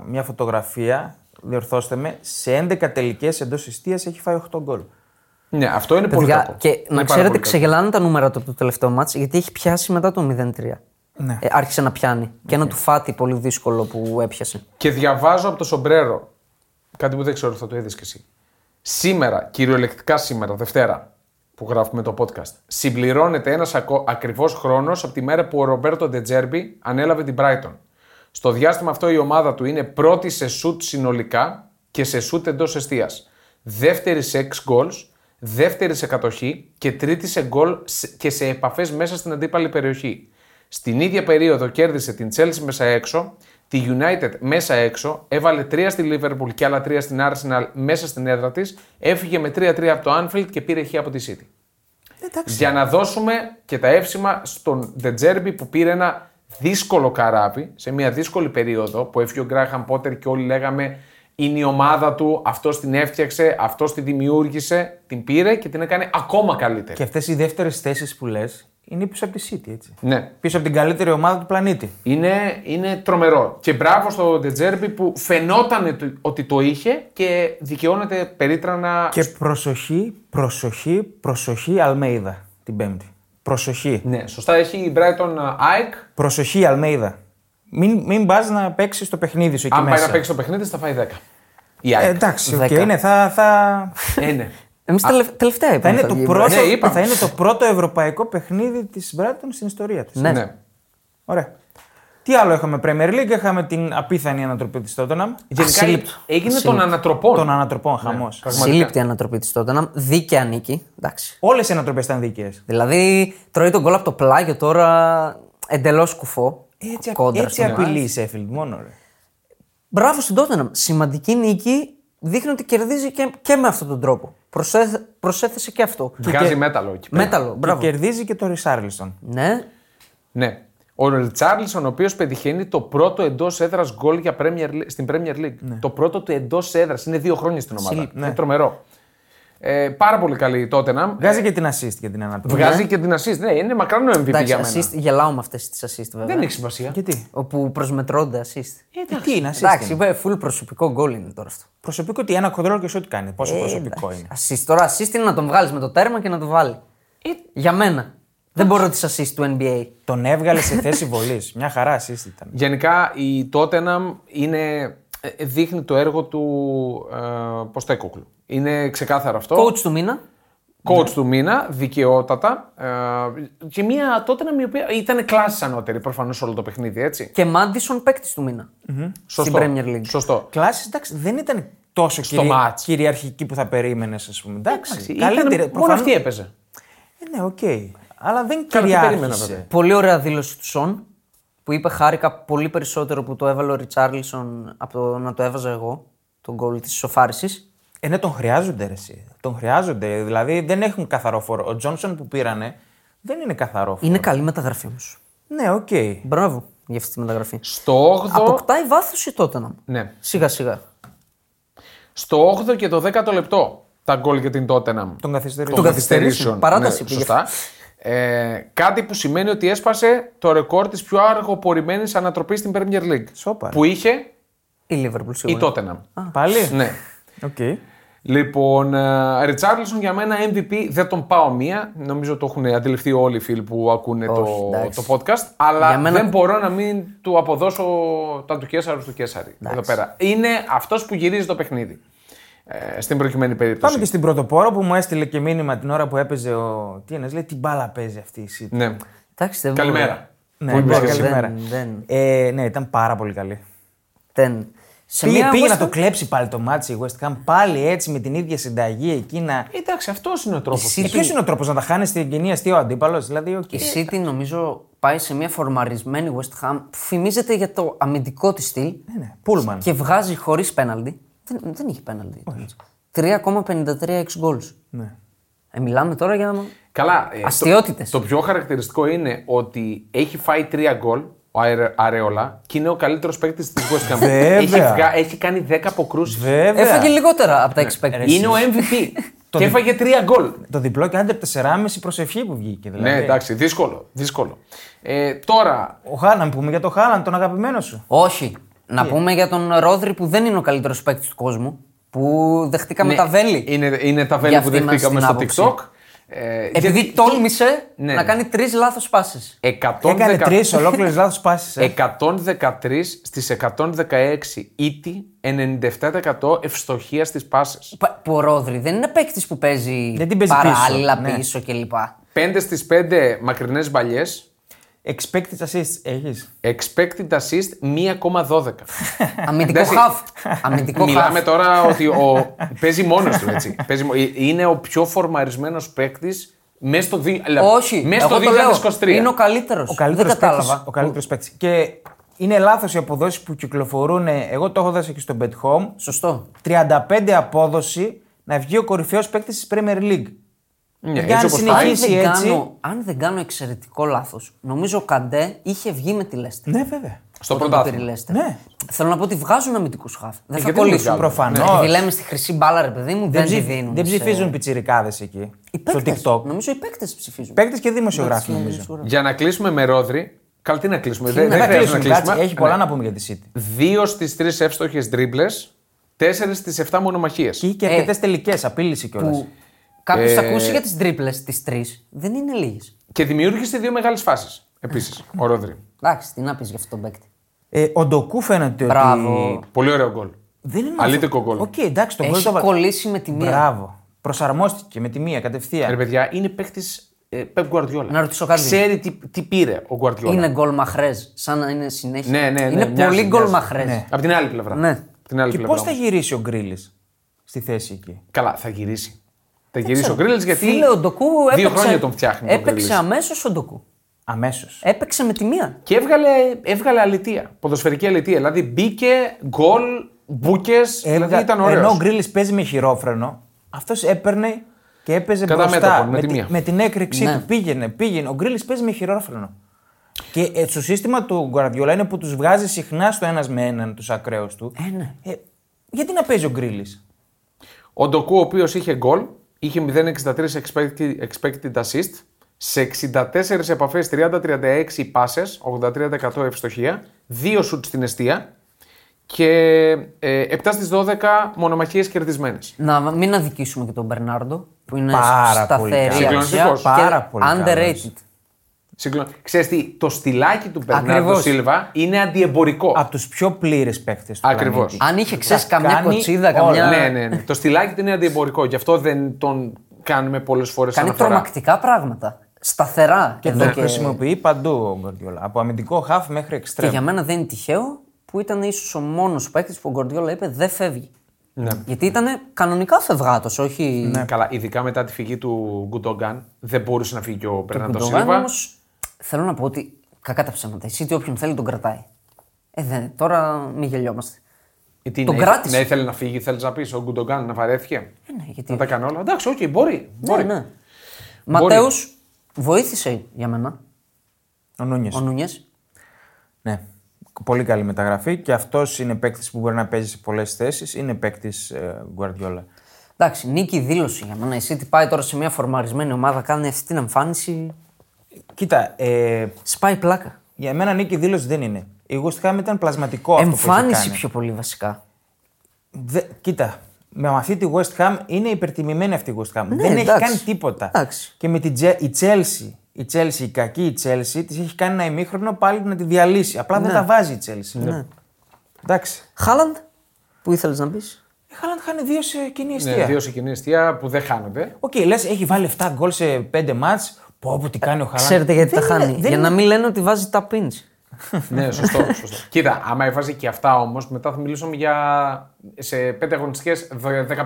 Speaker 2: μια φωτογραφία, διορθώστε με, σε 11 τελικές εντός εστίας έχει φάει 8 γκολ.
Speaker 1: Ναι, αυτό είναι πολύ
Speaker 3: Παιδιά,
Speaker 1: κακό.
Speaker 3: και
Speaker 1: Είναι
Speaker 3: να
Speaker 1: πάρα
Speaker 3: ξέρετε,
Speaker 1: πολύ κακό.
Speaker 3: ξεγελάνε τα νούμερα του από το τελευταίο μάτς γιατί έχει πιάσει μετά το 0-3.
Speaker 2: Ναι.
Speaker 3: Ε, άρχισε να πιάνει. Και ένα του φάτι πολύ δύσκολο που έπιασε.
Speaker 1: Και διαβάζω από το Σομπρέρο κάτι που δεν ξέρω, θα το είδες κι εσύ. Σήμερα, κυριολεκτικά σήμερα, Δευτέρα, που γράφουμε το podcast, συμπληρώνεται ένας ακριβώς χρόνος από τη μέρα που ο Ρομπέρτο Ντετζέρμπι ανέλαβε την Brighton. Στο διάστημα αυτό η ομάδα του είναι πρώτη σε σουτ συνολικά και σε σουτ εντός εστία. Δεύτερη σε 6 goals, δεύτερη σε κατοχή και τρίτη σε γκολ σε- και σε επαφές μέσα στην αντίπαλη περιοχή. Στην ίδια περίοδο κέρδισε την Chelsea μέσα έξω, τη United μέσα έξω, έβαλε τρία στη Liverpool και άλλα τρία στην Arsenal μέσα στην έδρα της, έφυγε με 3-3 από το Anfield και πήρε χ από τη City. Για να δώσουμε και τα εύσημα στον De Zerbi που πήρε ένα δύσκολο καράβι σε μια δύσκολη περίοδο που έφυγε ο Γκράχαμ Πότερ και όλοι λέγαμε είναι η ομάδα του, αυτός την έφτιαξε, αυτός τη δημιούργησε, την πήρε και την έκανε ακόμα καλύτερη.
Speaker 2: Και αυτές οι δεύτερες θέσεις που λες είναι πίσω από τη City, έτσι.
Speaker 1: Ναι.
Speaker 2: Πίσω από την καλύτερη ομάδα του πλανήτη.
Speaker 1: Είναι, είναι τρομερό. Και μπράβο στο Ντετζέρμπι που φαινόταν το- ότι το είχε και δικαιώνεται περίτρανα.
Speaker 2: Και προσοχή, προσοχή, προσοχή Αλμέιδα την Πέμπτη. Προσοχή.
Speaker 1: Ναι, σωστά έχει η Brighton ε, Άικ.
Speaker 2: Προσοχή Αλμέιδα. Μην, μην πα να παίξεις το παιχνίδι σου εκεί
Speaker 1: Αν πάει
Speaker 2: μέσα.
Speaker 1: να παίξει το παιχνίδι, θα φάει 10. Η
Speaker 2: Ε,
Speaker 1: ΑΕΚ.
Speaker 2: εντάξει, οκ,
Speaker 3: Δέκα.
Speaker 2: είναι, θα, θα,
Speaker 1: Ε, ναι.
Speaker 3: Εμείς τελευταία
Speaker 2: θα,
Speaker 3: είπαμε.
Speaker 2: είναι
Speaker 3: Ε, θα
Speaker 2: το
Speaker 3: βγούμε.
Speaker 2: πρώτο,
Speaker 1: Ναι, είπαμε.
Speaker 2: θα είναι το πρώτο ευρωπαϊκό παιχνίδι της Μπράττον στην ιστορία της.
Speaker 3: Ναι.
Speaker 1: Ναι.
Speaker 2: Ωραία. Τι άλλο είχαμε, Premier League, είχαμε την απίθανη ανατροπή της Tottenham.
Speaker 1: Γενικά
Speaker 3: Ασύλληπτο.
Speaker 1: έγινε των
Speaker 3: Ασύλληπτο.
Speaker 1: ανατροπών.
Speaker 2: Των
Speaker 1: Ναι.
Speaker 2: ανατροπών, χαμός. χαμός.
Speaker 1: πραγματικά.
Speaker 3: Σύλληπτη ανατροπή της Τότεναμ. Δίκαια νίκη. Εντάξει.
Speaker 2: Όλες οι ανατροπές ήταν δίκαιες.
Speaker 3: Δηλαδή τρώει τον γκολ από το πλάγιο τώρα εντελώς κουφό.
Speaker 2: Έτσι,
Speaker 3: Κόντρα
Speaker 2: έτσι
Speaker 3: στον
Speaker 2: απειλεί η Σέφιλντ μόνο. Ρε.
Speaker 3: Μπράβο στην Τότεναμ. Σημαντική νίκη δείχνει ότι κερδίζει και, και με αυτόν τον τρόπο. Προσέθε, προσέθεσε και αυτό.
Speaker 1: Βγάζει
Speaker 2: και-
Speaker 1: μέταλλο εκεί. πέρα.
Speaker 3: Μέταλλο, μπράβο.
Speaker 2: Και κερδίζει και το Ρισάρλιστον.
Speaker 3: Ναι,
Speaker 1: Ναι. Ο Ριτσάρλσον, ο οποίος πετυχαίνει το πρώτο εντός έδρας γκολ για Premier League- στην Premier League. Το πρώτο του εντός έδρας. Είναι δύο χρόνια στην ομάδα.
Speaker 2: Συλλήπ, ναι.
Speaker 1: Είναι τρομερό. Ε, πάρα πολύ καλή η Tottenham.
Speaker 2: Βγάζει και την assist για την ανατροπή.
Speaker 1: Βγάζει και την assist. Ναι, είναι μακράν ο MVP
Speaker 3: εντάξει,
Speaker 1: για μένα.
Speaker 3: assist, γελάω με αυτές τις assist βέβαια.
Speaker 1: Δεν έχει σημασία.
Speaker 2: Γιατί.
Speaker 3: Όπου προσμετρώνται assist.
Speaker 2: Ε, τι είναι, assist.
Speaker 3: Εντάξει,
Speaker 2: είναι.
Speaker 3: είπε full προσωπικό γκολ είναι τώρα αυτό.
Speaker 2: Προσωπικό ότι ένα κοντρόλ και σου τι κάνει.
Speaker 1: Ε,
Speaker 2: Πόσο προσωπικό είναι.
Speaker 3: Ε, Assist. Τώρα assist είναι να τον βγάλεις με το τέρμα και να τον βάλει. Για μένα. Δεν μπορώ τις assist του NBA.
Speaker 2: Τον έβγαλε σε θέση βολής. Μια χαρά assist ήταν.
Speaker 1: Γενικά η Tottenham είναι, ε, δείχνει το έργο του ε, Ποστέκοκλου. Είναι ξεκάθαρο αυτό.
Speaker 3: Coach του μήνα.
Speaker 1: Coach του μήνα, δικαιότατα. Ε, και μια Tottenham η οποία ήταν κλάση ανώτερη προφανώς όλο το παιχνίδι, έτσι.
Speaker 3: Και Μάντισον παίκτης του μηνα Στην
Speaker 1: Σωστό.
Speaker 3: Premier League.
Speaker 1: Σωστό.
Speaker 2: Κλάσει εντάξει δεν ήταν τόσο κυρι...
Speaker 1: μάτς.
Speaker 2: κυριαρχική που θα περίμενες, ας πούμε. Εντάξει.
Speaker 1: Ήταν-
Speaker 2: καλύτερη.
Speaker 1: Μόνο
Speaker 2: προφανώς-
Speaker 1: αυτή έπαιζε.
Speaker 2: Ε, ναι, οκ. Αλλά δεν
Speaker 1: Καλά, τι περίμενα,
Speaker 2: κυριάρχησε.
Speaker 1: βέβαια.
Speaker 3: Πολύ ωραία δήλωση του Σον που είπε χάρηκα πολύ περισσότερο που το έβαλε ο Ριτσάρλισον από το να το έβαζα εγώ τον γκολ της σοφάρισης.
Speaker 2: Ε, ναι, τον χρειάζονται ρε, εσύ. Τον χρειάζονται. Δηλαδή δεν έχουν καθαρό φόρο. Ο Τζόνσον που πήρανε δεν είναι καθαρό φόρο.
Speaker 3: Είναι καλή μεταγραφή όμως.
Speaker 2: Ναι, οκ.
Speaker 3: Μπράβο για αυτή τη μεταγραφή.
Speaker 1: Στο 8ο.
Speaker 3: Αποκτάει βάθος η Τότεναμ.
Speaker 1: Ναι.
Speaker 3: Σιγά σιγά.
Speaker 1: Στο 8ο και το 10ο λεπτό τα γκολ για την Tottenham.
Speaker 2: Τον καθυστερεί.
Speaker 1: Των
Speaker 3: Τον καθυστερήσεων. Παράταση πήγε.
Speaker 1: σωστά. Ε, κάτι που σημαίνει ότι έσπασε το ρεκόρ της πιο αργοπορημένης ανατροπής στην Premier League.
Speaker 2: Σόπα, ρε.
Speaker 1: Που είχε
Speaker 3: Η Liverpool σίγουρα.
Speaker 1: η Tottenham.
Speaker 2: Πάλι.
Speaker 1: Ναι.
Speaker 2: Οκ.
Speaker 1: Λοιπόν, Ριτσάρλσον για μένα MVP δεν τον πάω μία. Νομίζω το έχουν αντιληφθεί όλοι οι φίλοι που ακούνε
Speaker 3: Όχι, εντάξει.
Speaker 1: το, το podcast. Αλλά
Speaker 3: Για μένα-
Speaker 1: δεν μπορώ να μην του αποδώσω τα του Κέσσαρου του Κέσσαρη. Εδώ πέρα. Είναι αυτός που γυρίζει το παιχνίδι. Ε, στην προκειμένη περίπτωση.
Speaker 2: Πάμε και στην πρωτοπόρο που μου έστειλε και μήνυμα την ώρα που έπαιζε ο. Τι είναι, λέει, τι μπάλα παίζει αυτή η City.
Speaker 1: Ναι.
Speaker 3: Εντάξει, δεν
Speaker 1: Καλημέρα.
Speaker 2: Ναι,
Speaker 1: Πολύ
Speaker 2: ναι,
Speaker 1: καλή
Speaker 3: δεν-
Speaker 2: καλημέρα.
Speaker 3: δεν-
Speaker 2: Ε, ναι, ήταν πάρα πολύ καλή.
Speaker 3: Δεν. Σε
Speaker 2: Πήγε,
Speaker 3: μια
Speaker 2: πήγε να
Speaker 3: West
Speaker 2: το
Speaker 3: Ham-
Speaker 2: κλέψει πάλι το μάτσι η West Ham, πάλι έτσι με την ίδια συνταγή εκεί να.
Speaker 1: Εντάξει, αυτός είναι ο τρόπος.
Speaker 3: Εσύ-
Speaker 2: Ε, Ποιος είναι ο τρόπος να τα χάνεις στην κοινή αστεία ο αντίπαλος, δηλαδή. οκ.
Speaker 3: Η City νομίζω πάει σε μια φορμαρισμένη West Ham που φημίζεται για το αμυντικό της στυλ
Speaker 2: Ναι, ναι, Πούλμαν.
Speaker 3: και βγάζει χωρίς πέναλτι. Δεν, δεν είχε πέναλτι. 3,53 ex goals.
Speaker 2: Ναι.
Speaker 3: Ε, μιλάμε τώρα για.
Speaker 1: Καλά. ε, το-
Speaker 3: Αστείωτητες.
Speaker 1: Το, πιο χαρακτηριστικό είναι ότι έχει φάει τρία γκολ ο Αερε- Αρεόλα και είναι ο καλύτερος παίκτης της West Ham.
Speaker 2: Βέβαια.
Speaker 1: έχει, βγα- έχει κάνει 10 αποκρούσει.
Speaker 2: Ε, Βέβαια. Ναι. Ε,
Speaker 3: Έφαγε λιγότερα από τα expected.
Speaker 1: Είναι ο MVP. και έφαγε τρία γκολ.
Speaker 2: Το διπλό και άντε από 4,5 προσευχή που βγήκε. Δηλαδή.
Speaker 1: Ναι, εντάξει, δύσκολο. δύσκολο. Ε, τώρα,
Speaker 2: Ο Χάλαν, πούμε για το Χάλαν, τον αγαπημένο σου.
Speaker 3: Όχι. Να πούμε για τον Ρόδρυ που δεν είναι ο καλύτερος παίκτης του κόσμου. Που δεχτήκαμε
Speaker 2: Ναι.
Speaker 3: τα
Speaker 2: Ε,
Speaker 3: βέλη.
Speaker 1: είναι, είναι τα βέλη
Speaker 3: Για
Speaker 1: που
Speaker 3: αυτή μας
Speaker 1: δεχτήκαμε
Speaker 3: την
Speaker 1: στο
Speaker 3: άποψη.
Speaker 1: TikTok. Ε,
Speaker 3: Επειδή
Speaker 1: γιατί-
Speaker 3: τόλμησε
Speaker 1: Ναι,
Speaker 3: να
Speaker 1: ναι.
Speaker 3: κάνει τρεις λάθος πάσει.
Speaker 1: 110
Speaker 2: Έκανε τρεις ολόκληρες λάθος
Speaker 3: Ε-
Speaker 2: πάσει.
Speaker 1: 113 στις E 116 ήτη, 97% ευστοχία στις πάσες.
Speaker 3: Που ο Ρόδρυ δεν είναι παίκτης που παίζει,
Speaker 2: Δεν την παίζει
Speaker 3: παράλληλα
Speaker 2: πίσω, ναι.
Speaker 3: πίσω κλπ.
Speaker 1: 5 στις 5 μακρινές μπαλιές,
Speaker 2: Expected assists έχεις.
Speaker 1: expected assist 1,12.
Speaker 3: Αμυντικό
Speaker 1: Εντάξει.
Speaker 3: χαφ. Αμυντικό
Speaker 1: Μιλάμε
Speaker 3: χαφ.
Speaker 1: τώρα ότι ο... παίζει μόνος του, έτσι. Παίζει μο- ε, Είναι ο πιο φορμαρισμένος παίκτης μέσα στο, δι...
Speaker 3: Όχι,
Speaker 1: μέσα
Speaker 3: εγώ
Speaker 1: στο
Speaker 3: το
Speaker 1: 2023.
Speaker 3: λέω. Είναι ο καλύτερος.
Speaker 2: Ο καλύτερος
Speaker 3: δεν κατάλαβα.
Speaker 2: Ο καλύτερος παίκτης. Και είναι λάθος οι αποδόσεις που κυκλοφορούν. ε, Εγώ το έχω δώσει και στο Bet Home.
Speaker 3: Σωστό.
Speaker 2: 35 απόδοση να βγει ο κορυφαίος παίκτης της Premier League.
Speaker 1: Ναι,
Speaker 2: Για
Speaker 1: έτσι
Speaker 2: να
Speaker 1: όπως πάει.
Speaker 3: Αν
Speaker 2: συνεχίσει.
Speaker 3: δεν,
Speaker 2: Εσύ έτσι.
Speaker 3: κάνω, αν δεν κάνω εξαιρετικό λάθος, νομίζω ο Καντέ είχε βγει με τη Λέστερ.
Speaker 2: Ναι, βέβαια.
Speaker 1: Στο
Speaker 3: Όταν το πήρε η
Speaker 1: πρωτάθλημα.
Speaker 3: Leicester.
Speaker 2: Ναι. Ε,
Speaker 3: Θέλω να πω ότι βγάζουν αμυντικούς χαφ. Δεν
Speaker 1: γιατί
Speaker 3: θα
Speaker 1: δεν
Speaker 3: κολλήσουν.
Speaker 1: βγάζουν.
Speaker 2: Προφανώς.
Speaker 3: Δηλαδή λέμε στη χρυσή μπάλα, ρε παιδί μου, δεν,
Speaker 2: ψηφ-
Speaker 3: τη
Speaker 2: Ναι.
Speaker 3: δίνουν.
Speaker 2: δεν
Speaker 3: σε-
Speaker 2: ψηφίζουν πιτσιρικάδες εκεί.
Speaker 3: Οι
Speaker 2: Στο
Speaker 3: παίκτες. Ναι.
Speaker 2: TikTok.
Speaker 3: Νομίζω οι παίκτες ψηφίζουν.
Speaker 2: Παίκτες και δημοσιογράφοι
Speaker 3: Ναι,
Speaker 2: νομίζω. Ναι,
Speaker 3: σίγουρα.
Speaker 1: Για να κλείσουμε με Ρόδρυ, καλά τι να κλείσουμε, δεν,
Speaker 2: Δεν
Speaker 1: δεν
Speaker 2: θα
Speaker 1: χρειάζεται
Speaker 2: κλείσουν.
Speaker 1: Ναι, να
Speaker 2: κάτσε,
Speaker 1: κλείσουμε. Ναι.
Speaker 2: Έχει πολλά να πούμε για τη City.
Speaker 1: 2 στις 3 εύστοχες dribbles, 4 στις 7 μονομαχίες.
Speaker 2: Και έχει και
Speaker 3: Ε.
Speaker 2: αρκετές τελικές. Απείλησε κιόλας.
Speaker 3: Που κάποιος
Speaker 2: Ε,
Speaker 3: θα ακούσει για τις τρίπλες τις τρεις. Δεν είναι λίγες.
Speaker 1: Και δημιούργησε δύο μεγάλες φάσεις. Επίσης, ο Ρόδρυ.
Speaker 3: Εντάξει, τι να πεις για αυτόν τον παίκτη.
Speaker 2: Ε, ο Ντοκού φαίνεται
Speaker 3: Μπράβο.
Speaker 2: ότι.
Speaker 1: Πολύ ωραίο γκολ.
Speaker 2: Δεν είναι
Speaker 1: Αλήτικο
Speaker 2: αυτό.
Speaker 1: γκολ.
Speaker 2: Οκ, εντάξει, το γκολ
Speaker 3: Έχει
Speaker 2: το βα-
Speaker 3: κολλήσει με τη μία.
Speaker 2: Μπράβο. Προσαρμόστηκε με τη μία κατευθείαν.
Speaker 1: Ρε παιδιά, είναι παίκτης ε, Pep Guardiola.
Speaker 3: Να ρωτήσω κάτι.
Speaker 1: Ξέρει τι, τι πήρε ο Guardiola.
Speaker 3: Είναι γκολ μαχρέ. Σαν να είναι συνέχεια.
Speaker 1: Ναι, ναι, ναι,
Speaker 3: είναι
Speaker 1: μοιάζει,
Speaker 3: πολύ γκολ
Speaker 1: μοιάζει.
Speaker 3: μαχρέ.
Speaker 2: Ναι.
Speaker 1: Απ' την άλλη πλευρά.
Speaker 3: Ναι.
Speaker 1: Απ' την άλλη
Speaker 2: Και
Speaker 1: πλευρά.
Speaker 2: πώς θα
Speaker 1: όμως.
Speaker 2: γυρίσει ο Γκρίλης στη θέση εκεί.
Speaker 1: Καλά, θα γυρίσει. Θα γυρίσει ο Γκρίλες γιατί.
Speaker 3: Φίλε, ο Ντοκού έπαιξε.
Speaker 1: Δύο χρόνια τον φτιάχνει. τον
Speaker 3: Έπαιξε
Speaker 1: Grealish.
Speaker 3: αμέσως ο Ντοκού.
Speaker 2: Αμέσως.
Speaker 3: Έπαιξε με τη μία.
Speaker 1: Και έβγαλε, έβγαλε αλητεία. Ποδοσφαιρική αλητεία. Δηλαδή μπήκε γκολ, μπουκέ. Δηλαδή ήταν ωραίος.
Speaker 2: Ενώ ο Γκρίλη παίζει με χειρόφρενο, αυτός έπαιρνε και έπαιζε
Speaker 1: Κατά
Speaker 2: μπροστά.
Speaker 1: μέτωπον, με τη
Speaker 2: τη-
Speaker 1: μία.
Speaker 2: με την έκρηξή
Speaker 3: Ναι.
Speaker 2: του. Πήγαινε, πήγαινε. Ο Γκρίλη παίζει με χειρόφρενο. Και ε, στο σύστημα του Γκουαρδιόλα είναι που τους βγάζει συχνά στο ένας με έναν τους ακραίους του.
Speaker 3: Ε, ναι.
Speaker 2: Ε, γιατί να παίζει ο Γκρίλη.
Speaker 1: Ο Ντοκού, ο οποίος είχε γκολ, είχε 0,63 expected, expected assist, σε 64 επαφέ 30-36 πάσε, 83% ευστοχία, 2 σουτ στην αιστεία και ε, 7 στι 12 μονομαχίες κερδισμένες.
Speaker 3: Να μην αδικήσουμε και τον Μπερνάρντο που είναι
Speaker 2: Πάρα πολύ
Speaker 3: σταθερή
Speaker 2: καλός.
Speaker 3: αξία.
Speaker 1: Συγκλονιστικός.
Speaker 3: και
Speaker 2: Πάρα πολύ
Speaker 3: Underrated.
Speaker 1: Συγκλω... Ξέρεις τι, το στυλάκι του Μπερνάρντο
Speaker 3: Ακριβώς.
Speaker 1: Σίλβα είναι αντιεμπορικό.
Speaker 2: Από τους πιο πλήρες παίχτε του.
Speaker 1: Ακριβώς.
Speaker 2: πλανήτη.
Speaker 3: Αν είχε ξέρει
Speaker 2: Τα
Speaker 3: καμιά
Speaker 2: κάνει
Speaker 3: κοτσίδα,
Speaker 2: όλα.
Speaker 3: καμιά.
Speaker 1: Ναι, ναι, ναι. το στυλάκι του είναι αντιεμπορικό. Γι' αυτό δεν τον κάνουμε πολλές φορές
Speaker 3: Κάνει τρομακτικά πράγματα. Σταθερά.
Speaker 2: Και
Speaker 3: εδώ
Speaker 2: το χρησιμοποιεί παντού ο Γκουαρδιόλα. Από αμυντικό χαφ μέχρι
Speaker 3: Ναι. Και
Speaker 2: εξτρέμ.
Speaker 3: για μένα δεν είναι τυχαίο που ήταν ίσως ο μόνος παίκτης που ο Γκορδιόλα είπε δεν φεύγει.
Speaker 1: Ναι.
Speaker 3: Γιατί ήταν κανονικά φευγάτος, όχι.
Speaker 1: Ναι. Καλά, ειδικά μετά τη φυγή του Γκουντογκάν δεν μπορούσε να φύγει και ο Μπερνάρντο
Speaker 3: Κουντογάν
Speaker 1: Σίλβα.
Speaker 3: όμως θέλω να πω ότι κακά τα ψέματα. Η City όποιον θέλει τον κρατάει. Ε, δεν, τώρα μην γελιόμαστε.
Speaker 1: Ε, τι,
Speaker 3: Τον
Speaker 1: ναι,
Speaker 3: κράτησε.
Speaker 1: Ναι, ήθελε να φύγει, θέλεις να πεις ο Γκουντογκάν να βαρέθηκε.
Speaker 3: Ε, ναι, γιατί.
Speaker 1: Να τα κάνω όλα. Εντάξει, οκ, μπορεί. μπορεί.
Speaker 3: Ναι, ναι. Ματέους βοήθησε για μένα
Speaker 2: Ο Νούνιες.
Speaker 3: ο Νούνιες.
Speaker 2: Ναι. Πολύ καλή μεταγραφή και αυτός είναι παίκτης που μπορεί να παίζει σε πολλές θέσεις. Είναι παίκτης ε, Γκουαρδιόλα.
Speaker 3: Εντάξει, νίκη δήλωση για μένα. Η City πάει τώρα σε μια φορμαρισμένη ομάδα, κάνει αυτή την εμφάνιση.
Speaker 2: Κοίτα, ε,
Speaker 3: Σπάει πλάκα.
Speaker 2: για μένα νίκη δήλωση δεν είναι. Η Γουστχάμ ήταν πλασματικό αυτό που είχε
Speaker 3: Εμφάνιση
Speaker 2: κάνει.
Speaker 3: πιο πολύ βασικά.
Speaker 2: Δε, κοίτα, με αυτή τη West Ham είναι υπερτιμημένη αυτή η West Ham. δεν έχει
Speaker 3: Ναι, εντάξει.
Speaker 2: κάνει τίποτα.
Speaker 3: Εντάξει.
Speaker 2: Και με την Τζε- η Chelsea, η Chelsea, η κακή η Chelsea, της έχει κάνει ένα ημίχρονο πάλι να τη διαλύσει. Απλά
Speaker 3: Ναι.
Speaker 2: δεν τα βάζει η Chelsea. Εντάξει.
Speaker 3: Χάλαντ, που ήθελες να πεις.
Speaker 2: Η Χάλαντ χάνει δύο σε κοινή
Speaker 1: Ναι,
Speaker 2: αιστεία.
Speaker 1: δύο σε κοινή αιστεία που δεν χάνονται.
Speaker 2: Οκ, λες, έχει βάλει 7 γκολ σε 5 μάτ. Πω, πω, τι κάνει ο Χαλάν.
Speaker 3: Ξέρετε γιατί
Speaker 2: δεν
Speaker 3: τα
Speaker 2: είναι-
Speaker 3: χάνει.
Speaker 2: δεν
Speaker 3: Για
Speaker 2: είναι-
Speaker 3: να μην λένε ότι βάζει τα πίντ.
Speaker 1: ναι, σωστό. σωστό. Κοίτα, άμα έβαζε και αυτά όμως, μετά θα μιλούσαμε για σε πέντε αγωνιστικές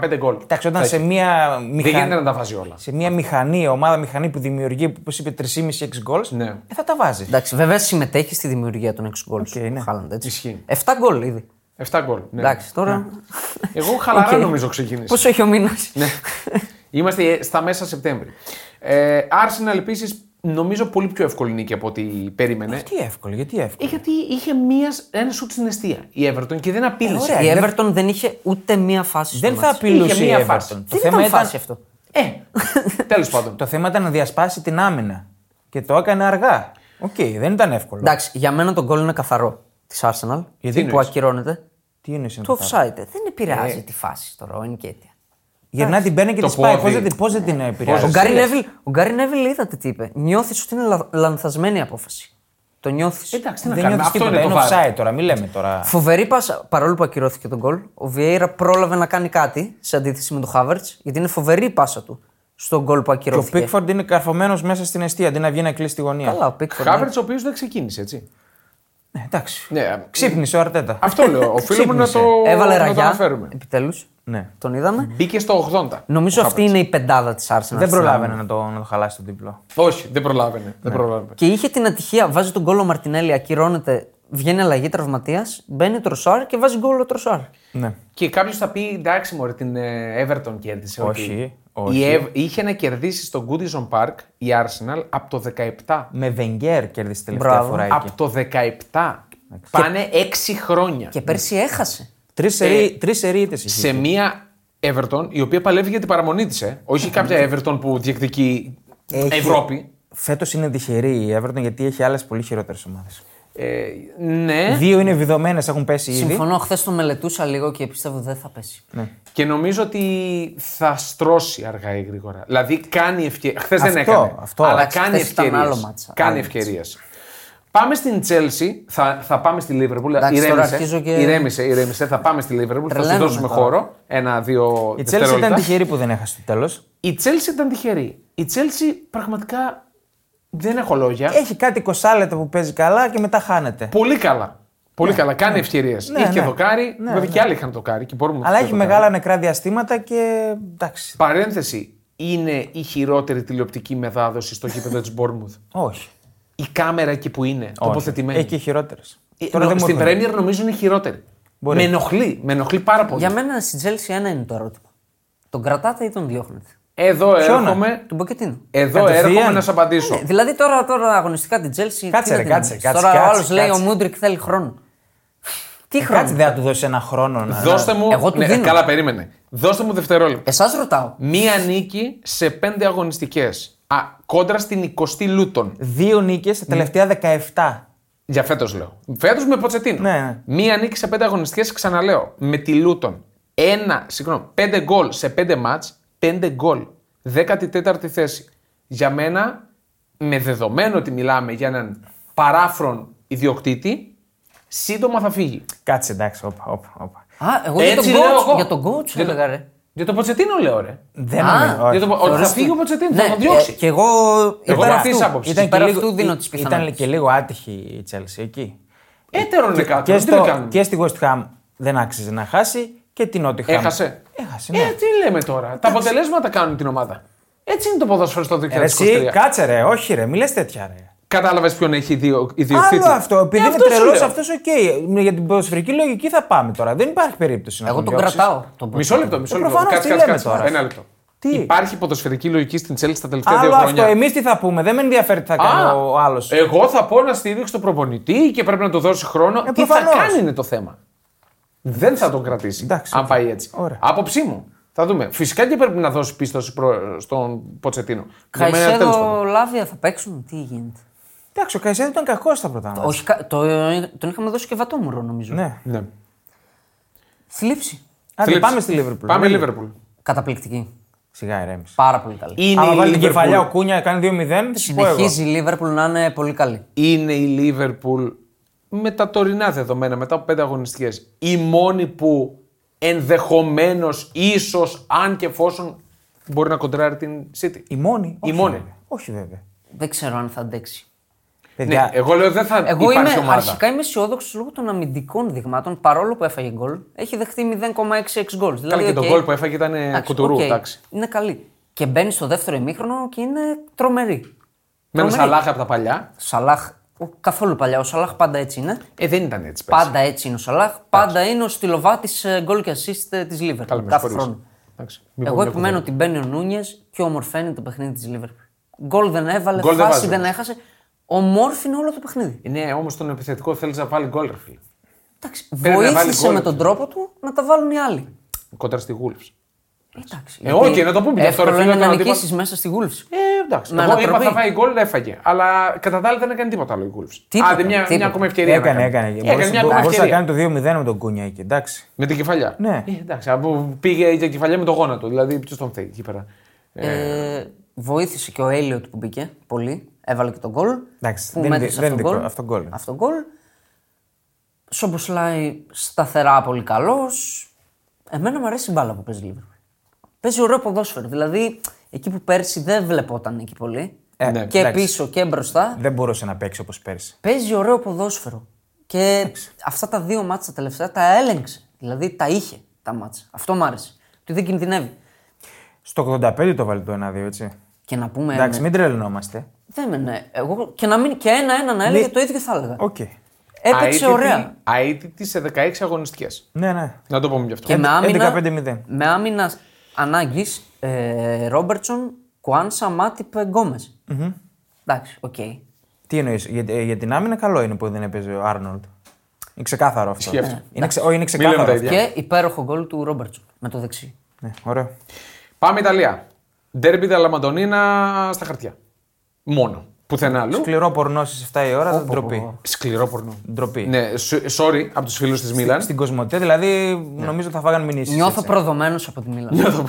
Speaker 1: 15 γκολ.
Speaker 2: Εντάξει, όταν
Speaker 1: Θα
Speaker 2: σε
Speaker 1: έχει.
Speaker 2: μία,
Speaker 1: Δεν γίνεται
Speaker 2: μηχανή,
Speaker 1: να τα βάζει όλα.
Speaker 2: σε μία μηχανή, ομάδα μηχανή που δημιουργεί, όπως είπε, 3,5-6 γκολ,
Speaker 1: Ναι.
Speaker 2: ε, θα τα βάζει.
Speaker 3: Εντάξει, βέβαια συμμετέχει στη δημιουργία των 6 γκολ.
Speaker 2: ναι.
Speaker 3: Χάλαντ, έτσι.
Speaker 1: Ισχύει.
Speaker 3: 7 γκολ ήδη.
Speaker 1: 7 γκολ. Ναι.
Speaker 3: Εντάξει, τώρα.
Speaker 1: Εγώ χαλαρά
Speaker 3: Οκ.
Speaker 1: νομίζω ξεκίνησα.
Speaker 3: Πόσο έχει ο μήνας.
Speaker 1: Ναι. Είμαστε στα μέσα Σεπτέμβρη. Ε, Arsenal επίσης νομίζω πολύ πιο εύκολη νίκη από ό,τι περίμενε.
Speaker 2: Ε, Τι εύκολο, γιατί εύκολο.
Speaker 1: Ε, γιατί είχε μία, ένα σουτ στην αιστεία η Everton και δεν απείλησε.
Speaker 2: Ε, ωραία.
Speaker 3: Η Everton δεν είχε ούτε μία φάση. στο
Speaker 2: δεν θα
Speaker 3: μάτς.
Speaker 2: απειλούσε η
Speaker 1: μία
Speaker 2: Everton.
Speaker 1: φάση.
Speaker 2: Το,
Speaker 3: Δεν ήταν
Speaker 2: θέμα ήταν,
Speaker 3: φάση αυτό.
Speaker 1: Ε, τέλος πάντων.
Speaker 2: το θέμα ήταν να διασπάσει την άμυνα. Και το έκανε αργά. Οκ, δεν ήταν εύκολο.
Speaker 3: Εντάξει, για μένα το γκολ είναι καθαρό της Arsenal.
Speaker 2: Γιατί
Speaker 3: που
Speaker 1: εννοείς?
Speaker 3: ακυρώνεται. Ε.
Speaker 2: Τι είναι εσύ
Speaker 3: Το offside. Δεν επηρεάζει τη φάση τώρα, ο Ενικέτια.
Speaker 2: Γυρνά την παίρνει και
Speaker 1: Το
Speaker 2: τη σπάει.
Speaker 1: πόδι.
Speaker 2: Πώς δεν, την- πώς δεν την ε, επηρεάζει.
Speaker 3: Ο
Speaker 1: Πώς.
Speaker 3: Γκάρι Νέβιλ, ο Γκάρι Νέβιλ είδατε τι είπε. Νιώθεις ότι είναι λα- λανθασμένη η απόφαση. Το νιώθεις.
Speaker 1: Εντάξει, τι να
Speaker 2: Δεν
Speaker 1: κάνουμε.
Speaker 2: νιώθεις
Speaker 1: Αυτό
Speaker 2: τίποτα.
Speaker 1: είναι το
Speaker 2: Είναι
Speaker 1: βάρο.
Speaker 2: offside τώρα, μην λέμε τώρα.
Speaker 3: Φοβερή πάσα. Παρόλο που ακυρώθηκε τον γκολ, ο Βιέιρα πρόλαβε να κάνει κάτι σε αντίθεση με τον Χάβερτ, γιατί είναι φοβερή η πάσα του στον γκολ που
Speaker 2: Και ο
Speaker 3: ακυρώθηκε.
Speaker 2: Πίκφορντ είναι καρφωμένος μέσα στην αιστεία αντί να βγει να κλείσει τη γωνία.
Speaker 3: Καλά, ο ναι. Πίκφορντ.
Speaker 1: Χάβερτ, ο οποίος δεν ξεκίνησε, έτσι.
Speaker 2: Ναι, εντάξει.
Speaker 1: Ναι,
Speaker 2: Ξύπνησε ο Αρτέτα.
Speaker 1: αυτό λέω. Οφείλουμε να το,
Speaker 3: Έβαλε
Speaker 1: να το
Speaker 3: ραγιά.
Speaker 1: αναφέρουμε.
Speaker 3: Επιτέλους.
Speaker 2: Ναι.
Speaker 3: Τον είδαμε.
Speaker 1: Μπήκε στο 80.
Speaker 3: Νομίζω αυτή είναι η πεντάδα της Arsenal.
Speaker 2: Δεν
Speaker 3: στην
Speaker 2: προλάβαινε να το, να το χαλάσει το διπλό.
Speaker 1: Όχι, δεν προλάβαινε. Δεν προλάβαινε.
Speaker 3: Και είχε την ατυχία, βάζει τον γκολ ο Μαρτινέλli, ακυρώνεται, βγαίνει αλλαγή τραυματίας, μπαίνει ο Τροσάρ και βάζει γκολ ο Τροσάρ.
Speaker 2: Ναι.
Speaker 1: Και κάποιος θα πει εντάξει, Μωρή, την ε, Everton κέρδισε.
Speaker 2: Όχι,
Speaker 1: ότι
Speaker 2: όχι.
Speaker 1: Η Ev- είχε να κερδίσει στο Goodison Park η Arsenal από το 17.
Speaker 2: Με Βενγκέρ κέρδισε τελευταία
Speaker 3: Μπράβο.
Speaker 2: φορά εκεί.
Speaker 1: Από το 17. Πάνε 6 χρόνια.
Speaker 3: Και πέρσι έχασε.
Speaker 2: Τρεις σερί- Τρει ερείτε είχε.
Speaker 1: ε, σε μία Everton η οποία παλεύει για την παραμονή της. Ε. Όχι κάποια Everton που διεκδικεί Ευρώπη.
Speaker 2: Φέτος είναι τυχερή η Everton γιατί έχει άλλες πολύ χειρότερες ομάδες.
Speaker 1: Ε, ναι.
Speaker 2: Δύο είναι βιδωμένες, έχουν πέσει ήδη.
Speaker 3: Συμφωνώ, χθες το μελετούσα λίγο και πιστεύω δεν θα πέσει.
Speaker 1: Και νομίζω ότι θα στρώσει αργά ή γρήγορα. Δηλαδή κάνει ευκαιρίε. Χθες δεν
Speaker 2: Αυτό,
Speaker 1: έκανε.
Speaker 2: αυτό.
Speaker 1: Αλλά
Speaker 3: Εντάξει,
Speaker 1: κάνει
Speaker 3: χθες ήταν
Speaker 1: ευκαιρίε.
Speaker 3: άλλο μάτσα.
Speaker 1: Κάνει
Speaker 3: Άλλο
Speaker 1: ευκαιρίες. Πάμε στην Τσέλσι, θα, θα πάμε στη Λίβερπουλ.
Speaker 3: Εντάξει, τώρα
Speaker 1: Ηρέμησε,
Speaker 3: αρχίζω και-
Speaker 1: ηρέμησε, ηρέμησε, θα πάμε στη Λίβερπουλ, θα σου
Speaker 3: Τρελαίνομαι
Speaker 1: δώσουμε
Speaker 3: τώρα.
Speaker 1: χώρο. Ένα-δύο
Speaker 2: Η Chelsea
Speaker 1: δευτερόλεπτα.
Speaker 2: ήταν τυχερή που δεν έχασε το τέλος.
Speaker 1: Η Τσέλσι ήταν τυχερή. Η Τσέλσι πραγματικά δεν έχω λόγια.
Speaker 2: Έχει κάτι 20 λεπτά που παίζει καλά και μετά χάνεται.
Speaker 1: Πολύ καλά. Πολύ καλά. Κάνει ευκαιρίες.
Speaker 2: Ναι,
Speaker 1: είχε και
Speaker 2: ναι.
Speaker 1: δοκάρι.
Speaker 2: Ναι,
Speaker 1: βέβαια
Speaker 2: ναι.
Speaker 1: και άλλοι είχαν δοκάρι. Και μπορούμε να
Speaker 2: Αλλά
Speaker 1: τους
Speaker 2: έχει
Speaker 1: πούμε δοκάρι.
Speaker 2: μεγάλα νεκρά διαστήματα και εντάξει.
Speaker 1: Παρένθεση. Είναι η χειρότερη τηλεοπτική μετάδοση στο γήπεδο της Μπόρμουθ.
Speaker 2: Όχι.
Speaker 1: Η κάμερα εκεί που είναι,
Speaker 2: Όχι.
Speaker 1: τοποθετημένη.
Speaker 2: Έχει και χειρότερε.
Speaker 1: Ε, νο- στην Πρέμιερ νομίζω είναι η χειρότερη.
Speaker 2: Μπορεί.
Speaker 1: Με ενοχλεί, με ενοχλεί πάρα πολύ.
Speaker 3: Για μένα στη Τζέλση ένα είναι το ερώτημα. Τον κρατάτε ή τον διώχνετε.
Speaker 1: Εδώ
Speaker 2: Ποιον,
Speaker 1: έρχομαι,
Speaker 3: Τον Ποκετίνο.
Speaker 1: εδώ
Speaker 2: Κατευθείαν. Ε,
Speaker 1: έρχομαι να σε απαντήσω.
Speaker 3: Ναι, δηλαδή τώρα, τώρα αγωνιστικά την Τζέλση.
Speaker 2: Κάτσε, ρε, κάτσε, κάτσε,
Speaker 3: Τώρα
Speaker 2: κάτσε,
Speaker 3: ο άλλος λέει ο
Speaker 2: κάτσε. Ε,
Speaker 3: Μούντρικ θέλει χρόνο. Τι χρόνο.
Speaker 2: Κάτσε δεν θα του δώσει ένα χρόνο να.
Speaker 1: Δώστε μου.
Speaker 3: Εγώ του
Speaker 1: ναι,
Speaker 3: δίνω.
Speaker 1: καλά, περίμενε. Δώστε μου δευτερόλεπτα.
Speaker 3: Εσάς ρωτάω.
Speaker 1: Μία νίκη σε πέντε αγωνιστικές. Κόντρα στην 20η Λούτων.
Speaker 2: Δύο νίκες
Speaker 1: Ναι.
Speaker 2: τα τελευταία 17.
Speaker 1: Για φέτος λέω. Φέτος με Ποτσετίνο.
Speaker 2: Ναι, ναι.
Speaker 1: Μία νίκη σε πέντε αγωνιστικές, ξαναλέω. Με τη Λούτον. Ένα, συγγνώμη, πέντε γκολ σε πέντε μάτ. Πέντε γκολ. 14η θέση. Για μένα, με δεδομένο ότι μιλάμε για έναν παράφρον ιδιοκτήτη, σύντομα θα φύγει.
Speaker 2: Κάτσε εντάξει, όπα, όπα. όπα.
Speaker 3: Α, εγώ για τον
Speaker 1: Έτσι λέω εγώ.
Speaker 3: coach. Για τον coach
Speaker 1: Για το-
Speaker 3: έλεγα ρε.
Speaker 1: Για το Ποτσετίνο λέω, ρε.
Speaker 2: Δεν
Speaker 3: Α,
Speaker 2: νομίζω, όχι.
Speaker 1: Για το- ότι θα
Speaker 3: Θεωρείς
Speaker 1: φύγει
Speaker 3: ότι-
Speaker 1: ο Ποτσετίνο,
Speaker 3: Ναι,
Speaker 1: θα τον διώξει.
Speaker 3: ε, Και εγώ.
Speaker 1: Εγώ
Speaker 3: υπέρ
Speaker 1: είμαι αυτής
Speaker 3: αυτού.
Speaker 1: άποψης.
Speaker 3: Ήταν
Speaker 2: και
Speaker 3: και
Speaker 2: λίγο-
Speaker 3: αυτού δίνω τι
Speaker 2: ή- ήταν και
Speaker 3: πιθανότητε.
Speaker 2: λίγο άτυχη η Chelsea εκεί.
Speaker 1: Έτερο Ε, είναι κάτω.
Speaker 2: ε, Και,
Speaker 1: τι να
Speaker 2: στο,
Speaker 1: κάνουμε.
Speaker 2: και στη West Ham δεν άξιζε να χάσει και την Νότια Ham.
Speaker 1: Έχασε.
Speaker 2: Έχασε, ναι.
Speaker 1: Ε, τι λέμε τώρα. Τα αποτελέσματα κάνουν την ομάδα. Έτσι είναι το ποδόσφαιρο στο 2023.
Speaker 2: Ε, Ρε, εσύ, κάτσε ρε, όχι ρε, μιλέ τέτοια ρε.
Speaker 1: Κατάλαβες ποιον έχει διο... ιδιοκτήτη.
Speaker 2: Άλλο αυτό, επειδή
Speaker 1: Ε,
Speaker 2: είναι
Speaker 1: αυτό σου
Speaker 2: τρελός
Speaker 1: λέω.
Speaker 2: αυτός, οκ. Για την ποδοσφαιρική λογική θα πάμε τώρα. Δεν υπάρχει περίπτωση να
Speaker 3: Εγώ τον
Speaker 2: διώξεις.
Speaker 3: κρατάω. τον
Speaker 1: Μισό λεπτό,
Speaker 3: Pochettino.
Speaker 1: μισό
Speaker 2: Ε,
Speaker 1: λεπτό.
Speaker 2: προφανώς,
Speaker 1: Κάτσε,
Speaker 2: τι
Speaker 1: κάτσε,
Speaker 2: λέμε
Speaker 1: κάτσε.
Speaker 2: τώρα.
Speaker 1: Ένα λεπτό.
Speaker 2: Τι?
Speaker 1: Υπάρχει ποδοσφαιρική λογική στην Τσέλση τα τελευταία
Speaker 2: Άλλο
Speaker 1: δύο
Speaker 2: αυτό,
Speaker 1: χρόνια.
Speaker 2: εμείς τι θα πούμε. Δεν με ενδιαφέρει τι θα κάνει
Speaker 1: Α, ε,
Speaker 2: ο άλλος.
Speaker 1: Εγώ θα πω να στηρίξει τον προπονητή και πρέπει να του δώσει χρόνο. τι θα
Speaker 2: Ε, προφανώς.
Speaker 1: κάνει είναι το θέμα. Δεν θα τον κρατήσει.
Speaker 2: Εντάξει,
Speaker 1: αν
Speaker 2: οκ.
Speaker 1: πάει έτσι.
Speaker 2: Ωραία.
Speaker 1: Άποψή μου. Θα δούμε. Φυσικά και πρέπει να δώσει πίστοση προ- στον Ποτσετίνο. Για μένα, τέλος πάντων.
Speaker 3: Καϊσέδο, Λάβια θα παίξουν, τι γίνεται.
Speaker 2: Εντάξει, ο Καϊσέδο ήταν κακός στα πρώτα μάτς.
Speaker 3: Όχι, κα- το- τον είχαμε δώσει και βατόμουρο νομίζω.
Speaker 2: Ναι.
Speaker 1: Ναι.
Speaker 3: Θλίψη.
Speaker 2: Άντε,
Speaker 1: Θλίψη.
Speaker 2: πάμε στη Λίβερπουλ.
Speaker 1: Πάμε Λίβερπουλ.
Speaker 3: Καταπληκτική.
Speaker 2: Σιγά ηρέμησε.
Speaker 3: Πάρα πολύ καλή.
Speaker 1: Είναι
Speaker 2: Άμα
Speaker 1: η
Speaker 2: βάλει την
Speaker 1: Liverpool.
Speaker 2: κεφαλιά ο Κούνια, κάνει 2-0. θα σου πω εγώ.
Speaker 3: Συνεχίζει η Λίβερπουλ να είναι πολύ καλή.
Speaker 1: είναι η Λίβερπουλ με τα τωρινά δεδομένα, μετά από πέντε αγωνιστικές, η μόνη που ενδεχομένως, ίσως, αν και εφόσον μπορεί να κοντράρει την City.
Speaker 2: Η μόνη. όχι
Speaker 1: μόνη.
Speaker 2: βέβαια. Όχι βέβαια.
Speaker 3: Δεν ξέρω αν θα αντέξει.
Speaker 1: Ναι,
Speaker 2: Παιδιά,
Speaker 1: εγώ λέω δεν θα
Speaker 3: Ε, Εγώ είμαι,
Speaker 1: υπάρχει ομάδα.
Speaker 3: αρχικά είμαι αισιόδοξος λόγω των αμυντικών δειγμάτων. Παρόλο που έφαγε γκολ, έχει δεχτεί 0,66 γκολ.
Speaker 1: Καλά
Speaker 3: Δηλαδή,
Speaker 1: και τον
Speaker 3: οκ,
Speaker 1: γκολ που έφαγε ήταν ε,
Speaker 3: εντάξει,
Speaker 1: κουτουρού,
Speaker 3: οκ,
Speaker 1: εντάξει.
Speaker 3: Είναι καλή. Και μπαίνει στο δεύτερο ημίχρονο και είναι τρομερή.
Speaker 1: Με έναν
Speaker 3: Τρομερή.
Speaker 1: Σαλάχ από τα παλιά.
Speaker 3: Σαλάχ, ο- καθόλου παλιά. Ο Σαλάχ πάντα έτσι είναι.
Speaker 1: Ε, δεν ήταν έτσι. πέρσι.
Speaker 3: Πάντα έτσι είναι ο Σαλάχ. Πάντα είναι ο στυλοβάτης γκολ και assist της
Speaker 1: Καλά,
Speaker 3: Λίβερπουλ.
Speaker 1: με
Speaker 3: Κάθε
Speaker 1: συγχωρείς.
Speaker 3: χρόνο.
Speaker 1: Εντάξει, μην
Speaker 3: Εγώ
Speaker 1: πούμε
Speaker 3: επιμένω
Speaker 1: κουτουρού.
Speaker 3: ότι μπαίνει ο Νούνιες και ομορφαίνει το παιχνίδι της Λίβερπουλ. Γκολ δεν έβαλε,
Speaker 1: Γκολ δεν
Speaker 3: φάση
Speaker 1: βάζει,
Speaker 3: δεν
Speaker 1: όμως.
Speaker 3: έχασε. Ομόρφινε όλο το παιχνίδι.
Speaker 1: Ναι, όμω τον επιθετικό θέλεις να βάλει γκολ, ρε φίλε.
Speaker 3: Εντάξει,
Speaker 1: Πρέπει να βάλει
Speaker 3: βοήθησε
Speaker 1: γκολ.
Speaker 3: με τον τρόπο του να τα βάλουν οι άλλοι.
Speaker 1: Κοντρά στη Wolves.
Speaker 3: Εντάξει.
Speaker 1: Ε, όχι, να το πούμε και αυτό, ρε
Speaker 3: Εύκολο
Speaker 1: φίλε,
Speaker 3: είναι
Speaker 1: όταν
Speaker 3: να
Speaker 1: αντίπα-
Speaker 3: νικήσει μέσα στη Wolves.
Speaker 1: Ε, εντάξει.
Speaker 3: Με
Speaker 1: εγώ είπα
Speaker 3: ανατροπή.
Speaker 1: θα φάει γκολ, έφαγε. Αλλά κατά τα άλλα δεν έκανε τίποτα άλλο η Wolves.
Speaker 3: Τίποτα,
Speaker 1: Άντε, μια, μια
Speaker 3: τίποτα.
Speaker 1: ακόμα ευκαιρία. να
Speaker 2: έκανε,
Speaker 1: κάνει.
Speaker 2: έκανε.
Speaker 1: Έκανε
Speaker 2: Μπορούσε
Speaker 1: μια ακόμα
Speaker 2: μπορούσε να
Speaker 1: ευκαιρία.
Speaker 2: κάνει το 2-0 με τον Κούνια εκεί. Εντάξει.
Speaker 1: Με την κεφαλιά.
Speaker 2: Ναι.
Speaker 1: Ε, εντάξει, από, πήγε για κεφαλιά με το γόνατο. Δηλαδή, ποιος τον θέλει εκεί πέρα. Ε,
Speaker 3: Ε, βοήθησε και ο Έλιοτ που μπήκε πολύ. Έβαλε και τον γκολ.
Speaker 2: Εντάξει,
Speaker 3: που
Speaker 2: δεν
Speaker 3: μέτρησε
Speaker 2: είναι- δεν
Speaker 3: αυτόν
Speaker 2: είναι
Speaker 3: γκολ.
Speaker 2: δικό- αυτόν γκολ είναι.
Speaker 3: Αυτόν γκολ. Σομποσλάι σταθερά πολύ καλός. Εμένα μου αρέσει η μπάλα που παίζει λίγο. Παίζει ωραίο ποδόσφαιρο. Δηλαδή εκεί που πέρσι δεν βλεπόταν εκεί πολύ.
Speaker 2: Ε,
Speaker 1: ναι,
Speaker 3: και
Speaker 2: εντάξει.
Speaker 3: πίσω και μπροστά.
Speaker 2: Δεν μπορούσε να παίξει όπως πέρσι.
Speaker 3: Παίζει ωραίο ποδόσφαιρο. Και αυτά τα δύο μάτσα τα τελευταία τα έλεγξε. Δηλαδή τα είχε τα μάτσα. Αυτό μ' άρεσε. Ότι δεν κινδυνεύει.
Speaker 2: Στο 85 το βάλει το 1-2, έτσι.
Speaker 3: Και να πούμε.
Speaker 2: Εντάξει,
Speaker 3: ναι,
Speaker 2: μην τρελνόμαστε.
Speaker 3: Δεν με ναι. Εγώ, και, να μην, και ένα-ένα να έλεγε
Speaker 2: Μη-
Speaker 3: το ίδιο θα έλεγα.
Speaker 2: Οκ.
Speaker 3: Έπαιξε
Speaker 1: αίτητη-
Speaker 3: ωραία.
Speaker 1: αίτητη σε 16 αγωνιστικές.
Speaker 2: Ναι, ναι.
Speaker 1: Να το πούμε γι' αυτό.
Speaker 3: Και με άμυνα,
Speaker 2: 11-5-0.
Speaker 3: με άμυνα ανάγκης ε, Ρόμπερτσον, Κουάνσα, Μάτιπ, γκομες Εντάξει, οκ.
Speaker 2: Τι εννοείς, για, ε, για την άμυνα καλό είναι που δεν έπαιζε ο Άρνολτ. Είναι ξεκάθαρο αυτό.
Speaker 1: Ισχύει αυτό.
Speaker 2: Είναι, ξε, ό, είναι
Speaker 1: λέμε τα
Speaker 2: ξεκάθαρο.
Speaker 1: ίδια.
Speaker 2: αυτό.
Speaker 3: Και υπέροχο γκολ του Ρόμπερτσον με το δεξί.
Speaker 2: Ναι, ωραίο.
Speaker 1: Πάμε Ιταλία. Ντέρμπι Δαλαμαντονίνα στα χαρτιά. Μόνο. Πουθενά αλλού.
Speaker 2: Σκληρό πορνό στις 7 η ώρα, ντροπή.
Speaker 1: Σκληρό πορνό.
Speaker 2: Ντροπή.
Speaker 1: Ναι, σ- sorry από τους φίλους της Μίλαν.
Speaker 2: Στην Κοσμοτέ, δηλαδή
Speaker 1: Ναι.
Speaker 2: νομίζω θα φάγανε μηνύσεις.
Speaker 3: Νιώθω προδομένος από τη Μίλαν.
Speaker 1: Νιώθω-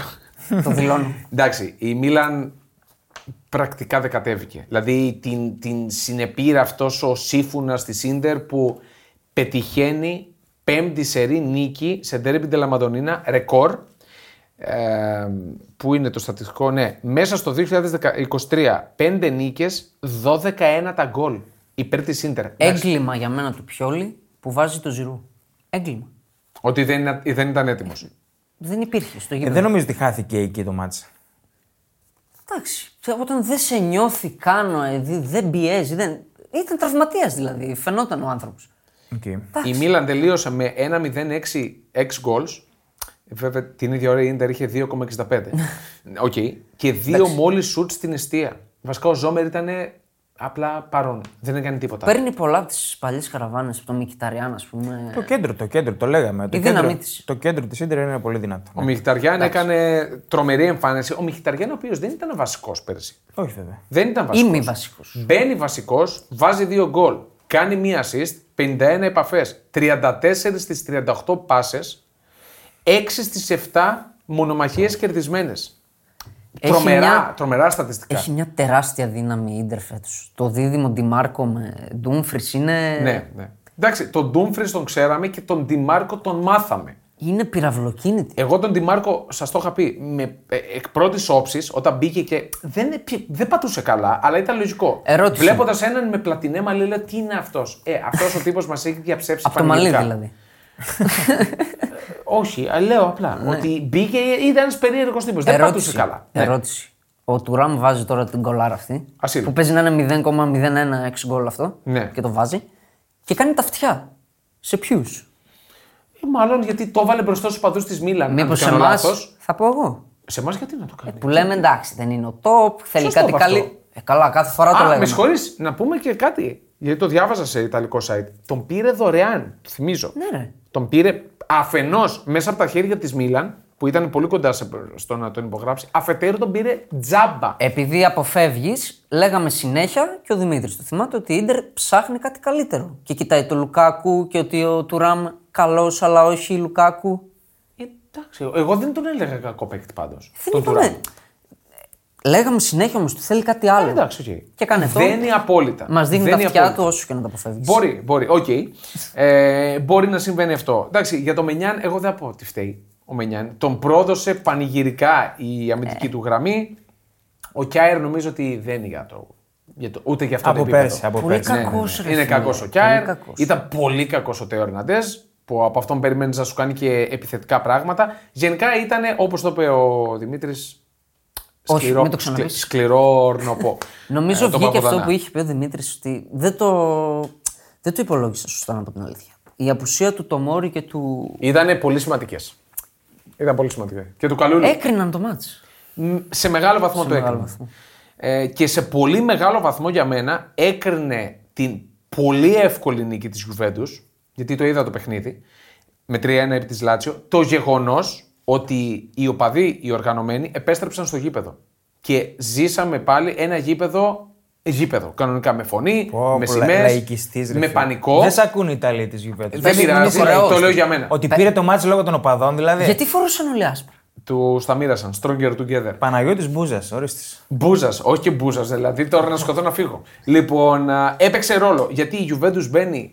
Speaker 3: το δηλώνω.
Speaker 1: Εντάξει, η Μίλαν πρακτικά δεκατεύηκε. Δηλαδή την, την συνεπήρε αυτός ο σύμφωνας της Ίντερ που πετυχαίνει πέμπτη σερή νίκη σε ντέρμπι Ντελαμαδονίνα, ρεκόρ. Ε, που είναι το στατιστικό, ναι. Μέσα στο 2023, 5 νίκε, 12-1 τα γκολ υπέρ της Ίντερ.
Speaker 3: Έγκλημα για μένα του Πιόλη που βάζει το Ζηρού. Έγκλημα.
Speaker 1: Ότι δεν, είναι- δεν ήταν έτοιμος.
Speaker 3: Δεν υπήρχε στο
Speaker 2: Ε,
Speaker 3: γήπεδο.
Speaker 2: δεν νομίζω ότι χάθηκε εκεί το μάτσα.
Speaker 3: Εντάξει, όταν δεν σε νιώθει καν, ε, δι- δεν πιέζει. Δεν... Ήταν τραυματίας δηλαδή, φαινόταν ο άνθρωπος.
Speaker 2: Okay.
Speaker 1: Η Μίλαν τελείωσε με 1-0-6 6 goals. Βέβαια την ίδια ώρα η Ίντερ είχε 2,65. Οκ. Και δύο μόλις σουτ στην αιστεία. Βασικά ο Ζόμερ ήταν απλά παρόν. Δεν έκανε τίποτα.
Speaker 3: Παίρνει πολλά από τις παλιές καραβάνες, από το Μικηταριάν, ας πούμε.
Speaker 2: Το κέντρο, το κέντρο, το λέγαμε. Το
Speaker 3: δύναμη
Speaker 2: κέντρο,
Speaker 3: της.
Speaker 2: το κέντρο της Ίντερ είναι πολύ δυνατό.
Speaker 1: Ο Μιχταριάν έκανε τρομερή εμφάνιση. Ο Μιχταριάν ο οποίος δεν ήταν βασικός πέρσι.
Speaker 2: Όχι βέβαια.
Speaker 1: Δεν ήταν βασικός.
Speaker 3: Είμαι βασικός.
Speaker 1: Μπαίνει βασικός, βάζει δύο γκολ. Κάνει μία assist, 51 επαφέ, 34 στι 38 πάσε, 6 στι 7 μονομαχίες κερδισμένες.
Speaker 3: Έχει
Speaker 1: Τρομερά,
Speaker 3: μια-
Speaker 1: τρομερά στατιστικά.
Speaker 3: Έχει μια τεράστια δύναμη η Ίντερ φέτος. Το δίδυμο Ντιμάρκο με Ντούμφρις είναι...
Speaker 1: Ναι, ναι. Εντάξει, τον Ντούμφρι τον ξέραμε και τον Ντιμάρκο τον μάθαμε.
Speaker 3: είναι πυραυλοκίνητη.
Speaker 1: Εγώ τον Ντιμάρκο, σας το είχα πει, με, ε, εκ πρώτης όψης, όταν μπήκε και. Δεν, επι- δεν πατούσε καλά, αλλά ήταν λογικό.
Speaker 3: Ερώτηση.
Speaker 1: Βλέποντας έναν με πλατινέ μαλλί, λέω τι είναι αυτός. Ε, αυτός ο τύπος μας έχει διαψεύσει
Speaker 3: Από το μαλλί
Speaker 1: πανηγυρικά.
Speaker 3: δηλαδή.
Speaker 1: Όχι, α, λέω απλά.
Speaker 3: Ναι.
Speaker 1: Ότι μπήκε, ήταν ένας περίεργος τύπος. Δεν πατούσε καλά. Ναι.
Speaker 3: Ερώτηση. Ο Τουράμ βάζει τώρα την κολάρα αυτή.
Speaker 1: Ας είναι.
Speaker 3: Που παίζει να είναι 0,01 έξι γκολ αυτό.
Speaker 1: Ναι.
Speaker 3: Και το βάζει. Και κάνει τα αυτιά. Σε ποιους.
Speaker 1: Ε, Μάλλον γιατί το έβαλε μπροστά στους παδούς της Μίλαν.
Speaker 3: Μήπω
Speaker 1: αν
Speaker 3: σε Ε,
Speaker 1: δεν κάνω
Speaker 3: εμάς.
Speaker 1: λάθος.
Speaker 3: Θα πω εγώ.
Speaker 1: Σε εμάς γιατί να το κάνει.
Speaker 3: Που λέμε εντάξει δεν είναι ο top. Θέλει
Speaker 1: Σωστό
Speaker 3: κάτι
Speaker 1: από αυτό.
Speaker 3: καλό. Ε, καλά, κάθε φορά το
Speaker 1: Α, με
Speaker 3: λέμε.
Speaker 1: συγχωρείς, να πούμε και κάτι. Γιατί το διάβαζα σε ιταλικό site. Τον πήρε δωρεάν, το θυμίζω.
Speaker 3: Ναι, ρε.
Speaker 1: Τον πήρε αφενός μέσα από τα χέρια της Μίλαν, που ήταν πολύ κοντά σε- στο να τον υπογράψει. Αφετέρου τον πήρε τζάμπα.
Speaker 3: Επειδή αποφεύγεις, λέγαμε συνέχεια και ο Δημήτρης το θυμάται ότι η Ιντερ ψάχνει κάτι καλύτερο. Και κοιτάει το Λουκάκου και ότι ο Τουράμ καλός, αλλά όχι Λουκάκου.
Speaker 1: Εντάξει, εγώ δεν τον έλεγα κακό παίκτη πάντως.
Speaker 3: Ε. Δεν είπαμε. Λέγαμε συνέχεια όμως ότι θέλει κάτι άλλο.
Speaker 1: Ε, Εντάξει, οκ.
Speaker 3: Και κάνει αυτό.
Speaker 1: Δένει απόλυτα.
Speaker 3: Μας δείχνει
Speaker 1: Δένει
Speaker 3: τα αυτιά
Speaker 1: απόλυτα.
Speaker 3: του όσο και να τα αποφεύγεις.
Speaker 1: Μπορεί, μπορεί, οκ. Ε, μπορεί να συμβαίνει αυτό. Εντάξει, για τον Μενιάν, εγώ δεν θα πω ότι φταίει ο Μενιάν. Τον πρόδωσε πανηγυρικά η
Speaker 3: Ε.
Speaker 1: αμυντική του γραμμή. Ο Κιάερ νομίζω ότι δεν είναι για το. Για το ούτε για αυτό
Speaker 2: Από
Speaker 1: το επίπεδο. Ναι,
Speaker 2: πέρσι, από
Speaker 3: Πολύ
Speaker 2: πέρσι.
Speaker 3: κακό. Κακός, ρε,
Speaker 1: Είναι
Speaker 3: φίλε.
Speaker 1: κακός ο
Speaker 3: Πολύ
Speaker 1: Κιάερ.
Speaker 3: κακός.
Speaker 1: Ήταν πολύ κακός ο Τεό Ερναντές, που από αυτόν περιμένεις να σου κάνει και επιθετικά πράγματα. Γενικά ήταν, όπως το είπε ο Δημήτρης,
Speaker 3: Όχι,
Speaker 1: σκληρό,
Speaker 3: μην το ξαναπείς.
Speaker 1: σκλη- σκληρό ορνοπό.
Speaker 3: Νομίζω
Speaker 1: Ε, τον
Speaker 3: βγήκε αυτό
Speaker 1: Παπαδανά.
Speaker 3: που είχε πει ο Δημήτρης ότι δεν το, δεν το υπολόγισα σωστά να πω την αλήθεια. Η απουσία του Τομόρι και του.
Speaker 1: Ήταν πολύ σημαντικές. Ήταν πολύ σημαντικές. Και του Καλούλη.
Speaker 2: Ε,
Speaker 3: Έκριναν το μάτς.
Speaker 1: μ, σε μεγάλο βαθμό το
Speaker 3: μεγάλο
Speaker 1: έκρινε.
Speaker 3: βαθμό.
Speaker 1: Ε, και σε πολύ μεγάλο βαθμό για μένα έκρινε την πολύ εύκολη νίκη της Juventus, γιατί το είδα το παιχνίδι, με 3-1 επί της Λάτσιο, το γεγονός ότι οι οπαδοί, οι οργανωμένοι, επέστρεψαν στο γήπεδο. Και ζήσαμε πάλι ένα γήπεδο, γήπεδο, κανονικά με φωνή,
Speaker 2: Πω,
Speaker 1: με
Speaker 2: πω, λα-
Speaker 1: σημαίες,
Speaker 2: λαϊκιστής, ρε
Speaker 1: με
Speaker 2: φίλε.
Speaker 1: πανικό.
Speaker 2: Δεν σ' ακούνε οι Ιταλοί της Γιουβέντους.
Speaker 1: Δεν
Speaker 3: Δεν
Speaker 1: πειράζει,
Speaker 3: είναι ωραίο.
Speaker 1: το λέω για μένα.
Speaker 2: Ότι πήρε το μάτσο λόγω των οπαδών, δηλαδή.
Speaker 3: Γιατί φορούσαν όλοι άσπρα.
Speaker 1: Του τα μοίρασαν, stronger together.
Speaker 2: Παναγιώτης Μπούζας, ορίστε.
Speaker 1: Μπούζας, όχι και μπούζας, δηλαδή τώρα να σκοτώ να φύγω. Λοιπόν, α, έπαιξε ρόλο γιατί η Juventus μπαίνει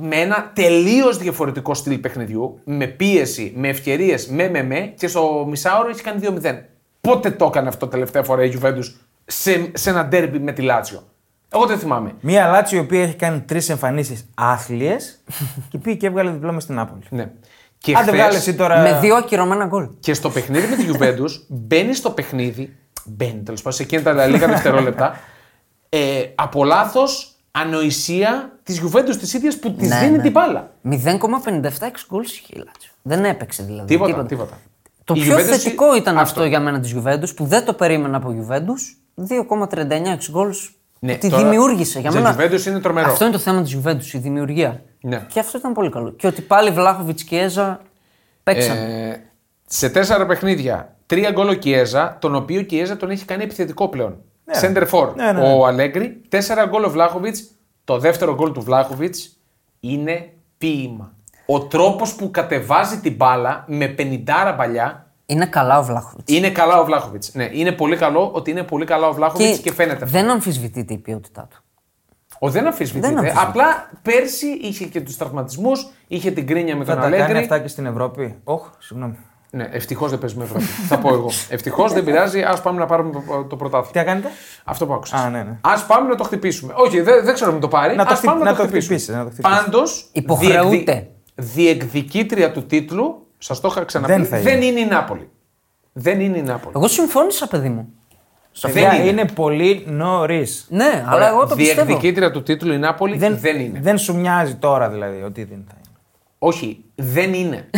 Speaker 1: με ένα τελείως διαφορετικό στυλ παιχνιδιού, με πίεση, με ευκαιρίες, με με με και στο μισάωρο έχει κάνει 2-0. Πότε το έκανε αυτό τελευταία φορά η Juventus σε, σε ένα ντέρμπι με τη Λάτσιο. Εγώ δεν θυμάμαι.
Speaker 2: Μία Λάτσιο η οποία έχει κάνει τρεις εμφανίσεις άθλιες και πήγε και έβγαλε διπλό με στην Νάπολη.
Speaker 1: Ναι. Και
Speaker 2: Άντε
Speaker 1: χθες-
Speaker 2: βγάλε εσύ τώρα.
Speaker 3: Με δύο ακυρωμένα γκολ.
Speaker 1: Και στο παιχνίδι με τη Juventus μπαίνει στο παιχνίδι. Μπαίνει τέλος πάντων σε εκείνα τα λίγα δευτερόλεπτα. Ε, από λάθος ανοησία της Juventus της ίδιας που της
Speaker 3: Ναι,
Speaker 1: δίνει
Speaker 3: ναι.
Speaker 1: την μπάλα.
Speaker 3: 0,57 γκολ είχε η Λάτσιο. Δεν έπαιξε δηλαδή.
Speaker 1: Τίποτα, τίποτα.
Speaker 3: Το
Speaker 1: Η
Speaker 3: πιο
Speaker 1: Juventus-
Speaker 3: θετικό ήταν αυτό.
Speaker 1: αυτό
Speaker 3: για μένα της Juventus που δεν το περίμενα από Juventus. 2,39 γκολ.
Speaker 1: Ναι,
Speaker 3: τη
Speaker 1: τώρα,
Speaker 3: δημιούργησε για
Speaker 1: για
Speaker 3: μένα.
Speaker 1: Juventus είναι τρομερό.
Speaker 3: Αυτό είναι το θέμα της Juventus, η δημιουργία.
Speaker 1: Ναι.
Speaker 3: Και αυτό ήταν πολύ καλό. Και ότι πάλι Βλάχοβιτ και Έζα παίξαν.
Speaker 1: Ε, σε τέσσερα παιχνίδια, τρία γκολ ο Κιέζα, τον οποίο ο Κιέζα τον έχει κάνει επιθετικό πλέον.
Speaker 2: Ναι.
Speaker 1: Center for.
Speaker 2: Ναι, ναι, ναι.
Speaker 1: Ο Αλέγκρι, τέσσερα γκολ ο Βλάχοβιτ. Το δεύτερο γκολ του Βλάχοβιτ είναι ποίημα. Ο τρόπος που κατεβάζει την μπάλα με πενιντάρα παλιά
Speaker 3: Είναι καλά ο Βλάχοβιτ.
Speaker 1: Είναι καλά ο Βλάχοβιτ. Ναι, είναι πολύ καλό ότι είναι πολύ καλά ο Βλάχοβιτ και, φαίνεται. αυτό.
Speaker 3: Δεν αμφισβητείται η ποιότητά του.
Speaker 1: Ο, δεν αμφισβητείται.
Speaker 3: Δεν αμφισβητείται.
Speaker 1: Απλά πέρσι είχε και τους τραυματισμούς, είχε την κρίνια με
Speaker 2: Θα
Speaker 1: τον
Speaker 2: τα κάνει
Speaker 1: Αλέγκρι.
Speaker 2: αυτά και στην Ευρώπη. Όχι, συγγνώμη.
Speaker 1: Ναι, ευτυχώς δεν παίζουμε Ευρώπη. θα πω εγώ. Ευτυχώς δεν πειράζει, ας πάμε να πάρουμε το- το πρωτάθλημα.
Speaker 2: Τι θα κάνετε,
Speaker 1: Αυτό που άκουσα.
Speaker 2: Α, ναι, ναι.
Speaker 1: Ας πάμε να το χτυπήσουμε. Όχι, δεν, δεν ξέρω αν το πάρει.
Speaker 2: Να το
Speaker 1: Ας
Speaker 2: χτυ-
Speaker 1: πάμε
Speaker 2: να το
Speaker 1: χτυπήσουμε.
Speaker 2: χτυπήσεις, να το χτυπήσεις.
Speaker 1: Πάντως,
Speaker 3: Υποχρεούται.
Speaker 1: διεκδικ- διεκδικήτρια του τίτλου, σας το είχα ξαναπεί,
Speaker 2: Δεν θα είναι.
Speaker 1: δεν είναι η Νάπολη. Δεν είναι η Νάπολη.
Speaker 3: Εγώ συμφώνησα, παιδί μου.
Speaker 1: Δεν είναι.
Speaker 2: είναι. είναι πολύ νωρίς.
Speaker 3: Ναι, αλλά εγώ το πιστεύω.
Speaker 1: διεκδικήτρια του τίτλου η Νάπολη δεν, είναι.
Speaker 2: Δεν σου μοιάζει τώρα δηλαδή ότι δεν θα είναι.
Speaker 1: Όχι, δεν είναι.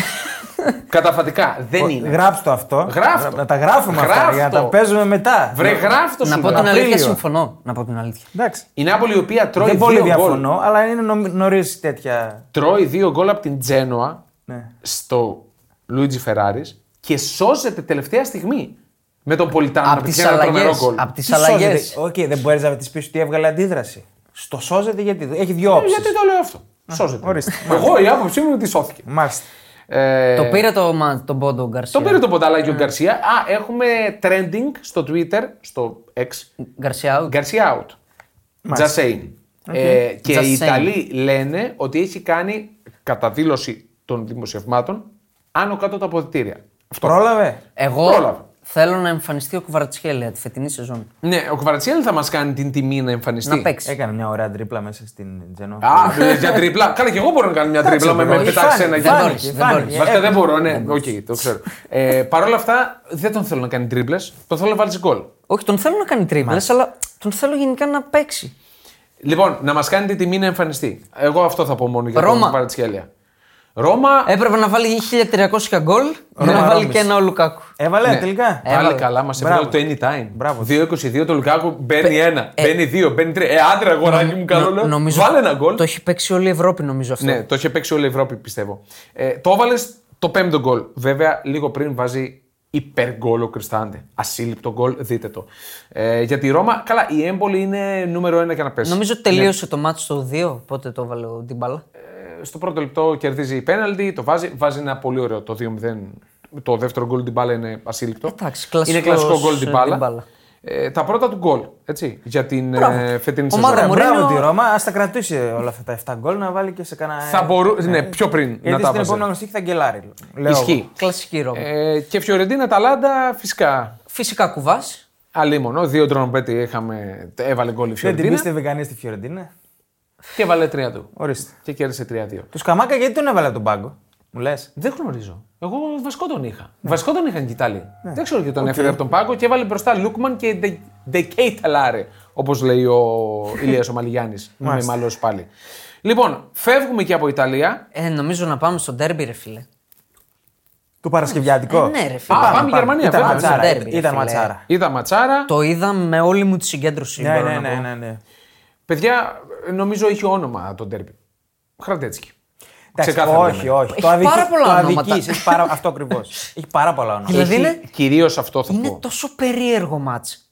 Speaker 1: Καταφατικά, δεν είναι.
Speaker 2: Γράψ' το αυτό.
Speaker 1: Γράφ' το.
Speaker 2: Να τα γράφουμε
Speaker 1: Γράφ'
Speaker 2: αυτά για να
Speaker 1: το.
Speaker 2: τα παίζουμε μετά.
Speaker 1: Βρε, γράφ' το
Speaker 3: Να
Speaker 1: σου
Speaker 3: πω
Speaker 1: λέω.
Speaker 3: την αλήθεια,
Speaker 2: Απρίλιο.
Speaker 3: συμφωνώ. Να πω την αλήθεια.
Speaker 2: Εντάξει.
Speaker 1: Η Νάπολη η οποία τρώει
Speaker 2: Δεν πολύ
Speaker 1: δύο γκολ.
Speaker 2: διαφωνώ, αλλά είναι νωρίς τέτοια.
Speaker 1: Τρώει δύο γκολ από την Τζένοα
Speaker 2: Ναι.
Speaker 1: στο Λουίτζι Φεράρις και σώζεται τελευταία στιγμή με τον Πολιτάνο να
Speaker 3: Απ'
Speaker 1: πετυχαίνει
Speaker 3: τι
Speaker 1: ένα τρομερό
Speaker 3: αλλαγές.
Speaker 1: γκολ.
Speaker 3: Απ' τις
Speaker 2: Τι
Speaker 3: αλλαγέ.
Speaker 2: σώζεται? Οκ, δεν μπορείς να τη πεις ότι έβγαλε αντίδραση. Στο σώζεται γιατί. Έχει δύο
Speaker 1: Ε,
Speaker 2: όψεις.
Speaker 1: Γιατί το λέω αυτό. Σώζεται.
Speaker 2: ορίστε.
Speaker 1: Εγώ η άποψή μου είναι ότι σώθηκε.
Speaker 2: Μάλιστα.
Speaker 1: Ε,
Speaker 3: Το Ναι. πήρε το, μα- τον πόντο ο Γκαρσία.
Speaker 1: το πήρε το ποταλάκι ο Γκαρσία. Α, έχουμε trending στο Twitter, στο X.
Speaker 3: Γκαρσία out.
Speaker 1: Γκαρσία out. Just
Speaker 2: Μάλιστα.
Speaker 1: saying. Ε, και
Speaker 3: Just
Speaker 1: οι
Speaker 3: saying.
Speaker 1: Ιταλοί λένε ότι έχει κάνει κατά δήλωση των δημοσιευμάτων άνω κάτω τα αποδητήρια. Αυτό.
Speaker 2: Πρόλαβε.
Speaker 3: Εγώ
Speaker 1: Πρόλαβε.
Speaker 3: θέλω να εμφανιστεί ο Κουβαρατσχέλια τη φετινή σεζόν.
Speaker 1: Ναι, ο Κβαρατσιέλ θα μας κάνει την τιμή να εμφανιστεί.
Speaker 3: Να παίξει.
Speaker 2: Έκανε μια ωραία τρίπλα μέσα στην Τζενό.
Speaker 1: Α, δηλαδή για τρίπλα. Καλά, και εγώ μπορώ να κάνω μια τρίπλα με, με
Speaker 2: όχι,
Speaker 1: πετάξεις
Speaker 2: φάνηκε, Ε,
Speaker 1: ένα
Speaker 3: δεν
Speaker 1: γυαλί.
Speaker 3: μπορείς, δεν μπορείς.
Speaker 1: Βασικά δεν μπορώ, ναι, οκ, το ξέρω. Ε, Παρ' όλα αυτά, δεν τον θέλω να κάνει τρίπλες, τον θέλω να βάλει γκολ.
Speaker 3: Όχι, τον θέλω να κάνει τρίπλες, αλλά τον θέλω γενικά να παίξει.
Speaker 1: Λοιπόν, να μας κάνει την τιμή να εμφανιστεί. Εγώ αυτό θα πω μόνο για
Speaker 3: Ρώμα.
Speaker 1: τον Παρατσχέλια. Ρώμα.
Speaker 3: Έπρεπε να βάλει 1300 γκολ και να
Speaker 2: Ρώμα,
Speaker 3: βάλει
Speaker 2: Ρώμης.
Speaker 3: και ένα ο Λουκάκου.
Speaker 2: Έβαλε
Speaker 1: ναι.
Speaker 2: τελικά.
Speaker 1: Πάλι
Speaker 3: Έβαλε.
Speaker 1: καλά, μας έβαλε
Speaker 2: Ε, Μπράβο.
Speaker 1: το anytime.
Speaker 2: Μπράβο.
Speaker 1: 2-22 το Λουκάκου μπαίνει ένα, μπαίνει δύο, μπαίνει τρία. Ε, άντρα, αγοράκι μου, καλό
Speaker 3: Νο-
Speaker 1: λέω. Βάλε ένα γκολ.
Speaker 3: Το έχει παίξει όλη η Ευρώπη νομίζω αυτό.
Speaker 1: Ναι, το είχε παίξει όλη η Ευρώπη, πιστεύω. Ε, το έβαλες το πέμπτο γκολ. Βέβαια, λίγο πριν βάζει υπεργκολ ο Κριστάντε. Ασύλληπτο γκολ, δείτε το. Ε, για τη Ρώμα, καλά, η έμπολη είναι νούμερο ένα για να πέσει.
Speaker 3: Νομίζω τελείωσε το μάτι στο 2, πότε το έβαλε ο Ντιμπαλά.
Speaker 1: Στο πρώτο λεπτό κερδίζει η πέναλτι, το βάζει, βάζει ένα πολύ ωραίο το 2-0. Το δεύτερο γκολ την μπάλα είναι ασύλληπτο.
Speaker 3: Εντάξει, κλασικός,
Speaker 1: είναι κλασικός γκολ την
Speaker 3: ε, Dybala.
Speaker 1: μπάλα. Ε, τα πρώτα του γκολ έτσι, για την ε, φετινή
Speaker 3: Ομάδα
Speaker 1: σεζόν.
Speaker 3: μου.
Speaker 2: Μπράβο
Speaker 3: Μουρίνιο-
Speaker 2: τη Ρώμα, ας τα κρατήσει όλα αυτά τα 7 γκολ να βάλει και σε κανένα.
Speaker 1: Θα μπορού... ναι, πιο πριν να
Speaker 2: Γιατί
Speaker 1: τα
Speaker 2: στην
Speaker 1: βάζει.
Speaker 2: επόμενη αγωνιστική θα γκελάρει. λέω εγώ.
Speaker 1: Ισχύει.
Speaker 3: Κλασική Ρώμη.
Speaker 1: Ε, και Φιωρεντίνα Ταλάντα φυσικά
Speaker 3: Φυσικά κουβάς.
Speaker 1: Αλίμονο, δύο τρομπέτη είχαμε, έβαλε γκολ η
Speaker 2: Δεν την
Speaker 1: Φιωρεντίνα
Speaker 2: πίστευε κανείς στη Φιωρεντίνα.
Speaker 1: και έβαλε τρία του.
Speaker 2: Ορίστε.
Speaker 1: Και κέρδισε 3-2.
Speaker 2: Του Καμάκα γιατί τον έβαλε από τον πάγκο. Μου λες.
Speaker 1: Δεν γνωρίζω. Εγώ βασικό τον είχα.
Speaker 3: Ναι.
Speaker 1: Βασικό τον είχαν και οι Ιταλοί. Δεν ξέρω γιατί τον έφερε από τον πάγκο και έβαλε μπροστά Λούκμαν και Ντε- Ντεκέιταλάρε, όπως λέει ο Ηλίας ο Μαλιγιάννη. με
Speaker 2: Μάλιστα.
Speaker 1: μαλό πάλι. Λοιπόν, φεύγουμε και από Ιταλία.
Speaker 3: Ε, νομίζω να πάμε στο ντέρμπι, ρε φίλε.
Speaker 2: Το Παρασκευιάτικο.
Speaker 3: Ε, ναι, ρε φίλε.
Speaker 1: Α, πάμε Γερμανία,
Speaker 2: Ήταν
Speaker 1: βέβαια.
Speaker 2: ματσάρα.
Speaker 3: Ντέρμπι, ρε,
Speaker 2: Ήταν
Speaker 3: φίλε.
Speaker 2: ματσάρα.
Speaker 1: Είδα ματσάρα.
Speaker 3: Το είδα με όλη μου τη συγκέντρωση.
Speaker 2: Ναι,
Speaker 3: μπορώ
Speaker 2: ναι,
Speaker 3: να
Speaker 2: ναι,
Speaker 3: πω.
Speaker 2: ναι, ναι.
Speaker 1: Παιδιά, νομίζω είχε όνομα το τέρπι. Χρατέτσκι.
Speaker 2: Εντάξει,
Speaker 1: Ξεκάθαρα ναι.
Speaker 2: όχι,
Speaker 1: λέμε.
Speaker 2: όχι.
Speaker 3: Έχει πάρα πολλά
Speaker 2: το
Speaker 3: ονόματα.
Speaker 2: αδικείς, έχει πάρα- Αυτό ακριβώς. Έχει πάρα πολλά ονόματα.
Speaker 3: Δηλαδή είναι,
Speaker 1: Κυρίως αυτό θα
Speaker 3: είναι
Speaker 1: πω. Ναι.
Speaker 3: τόσο περίεργο μάτς.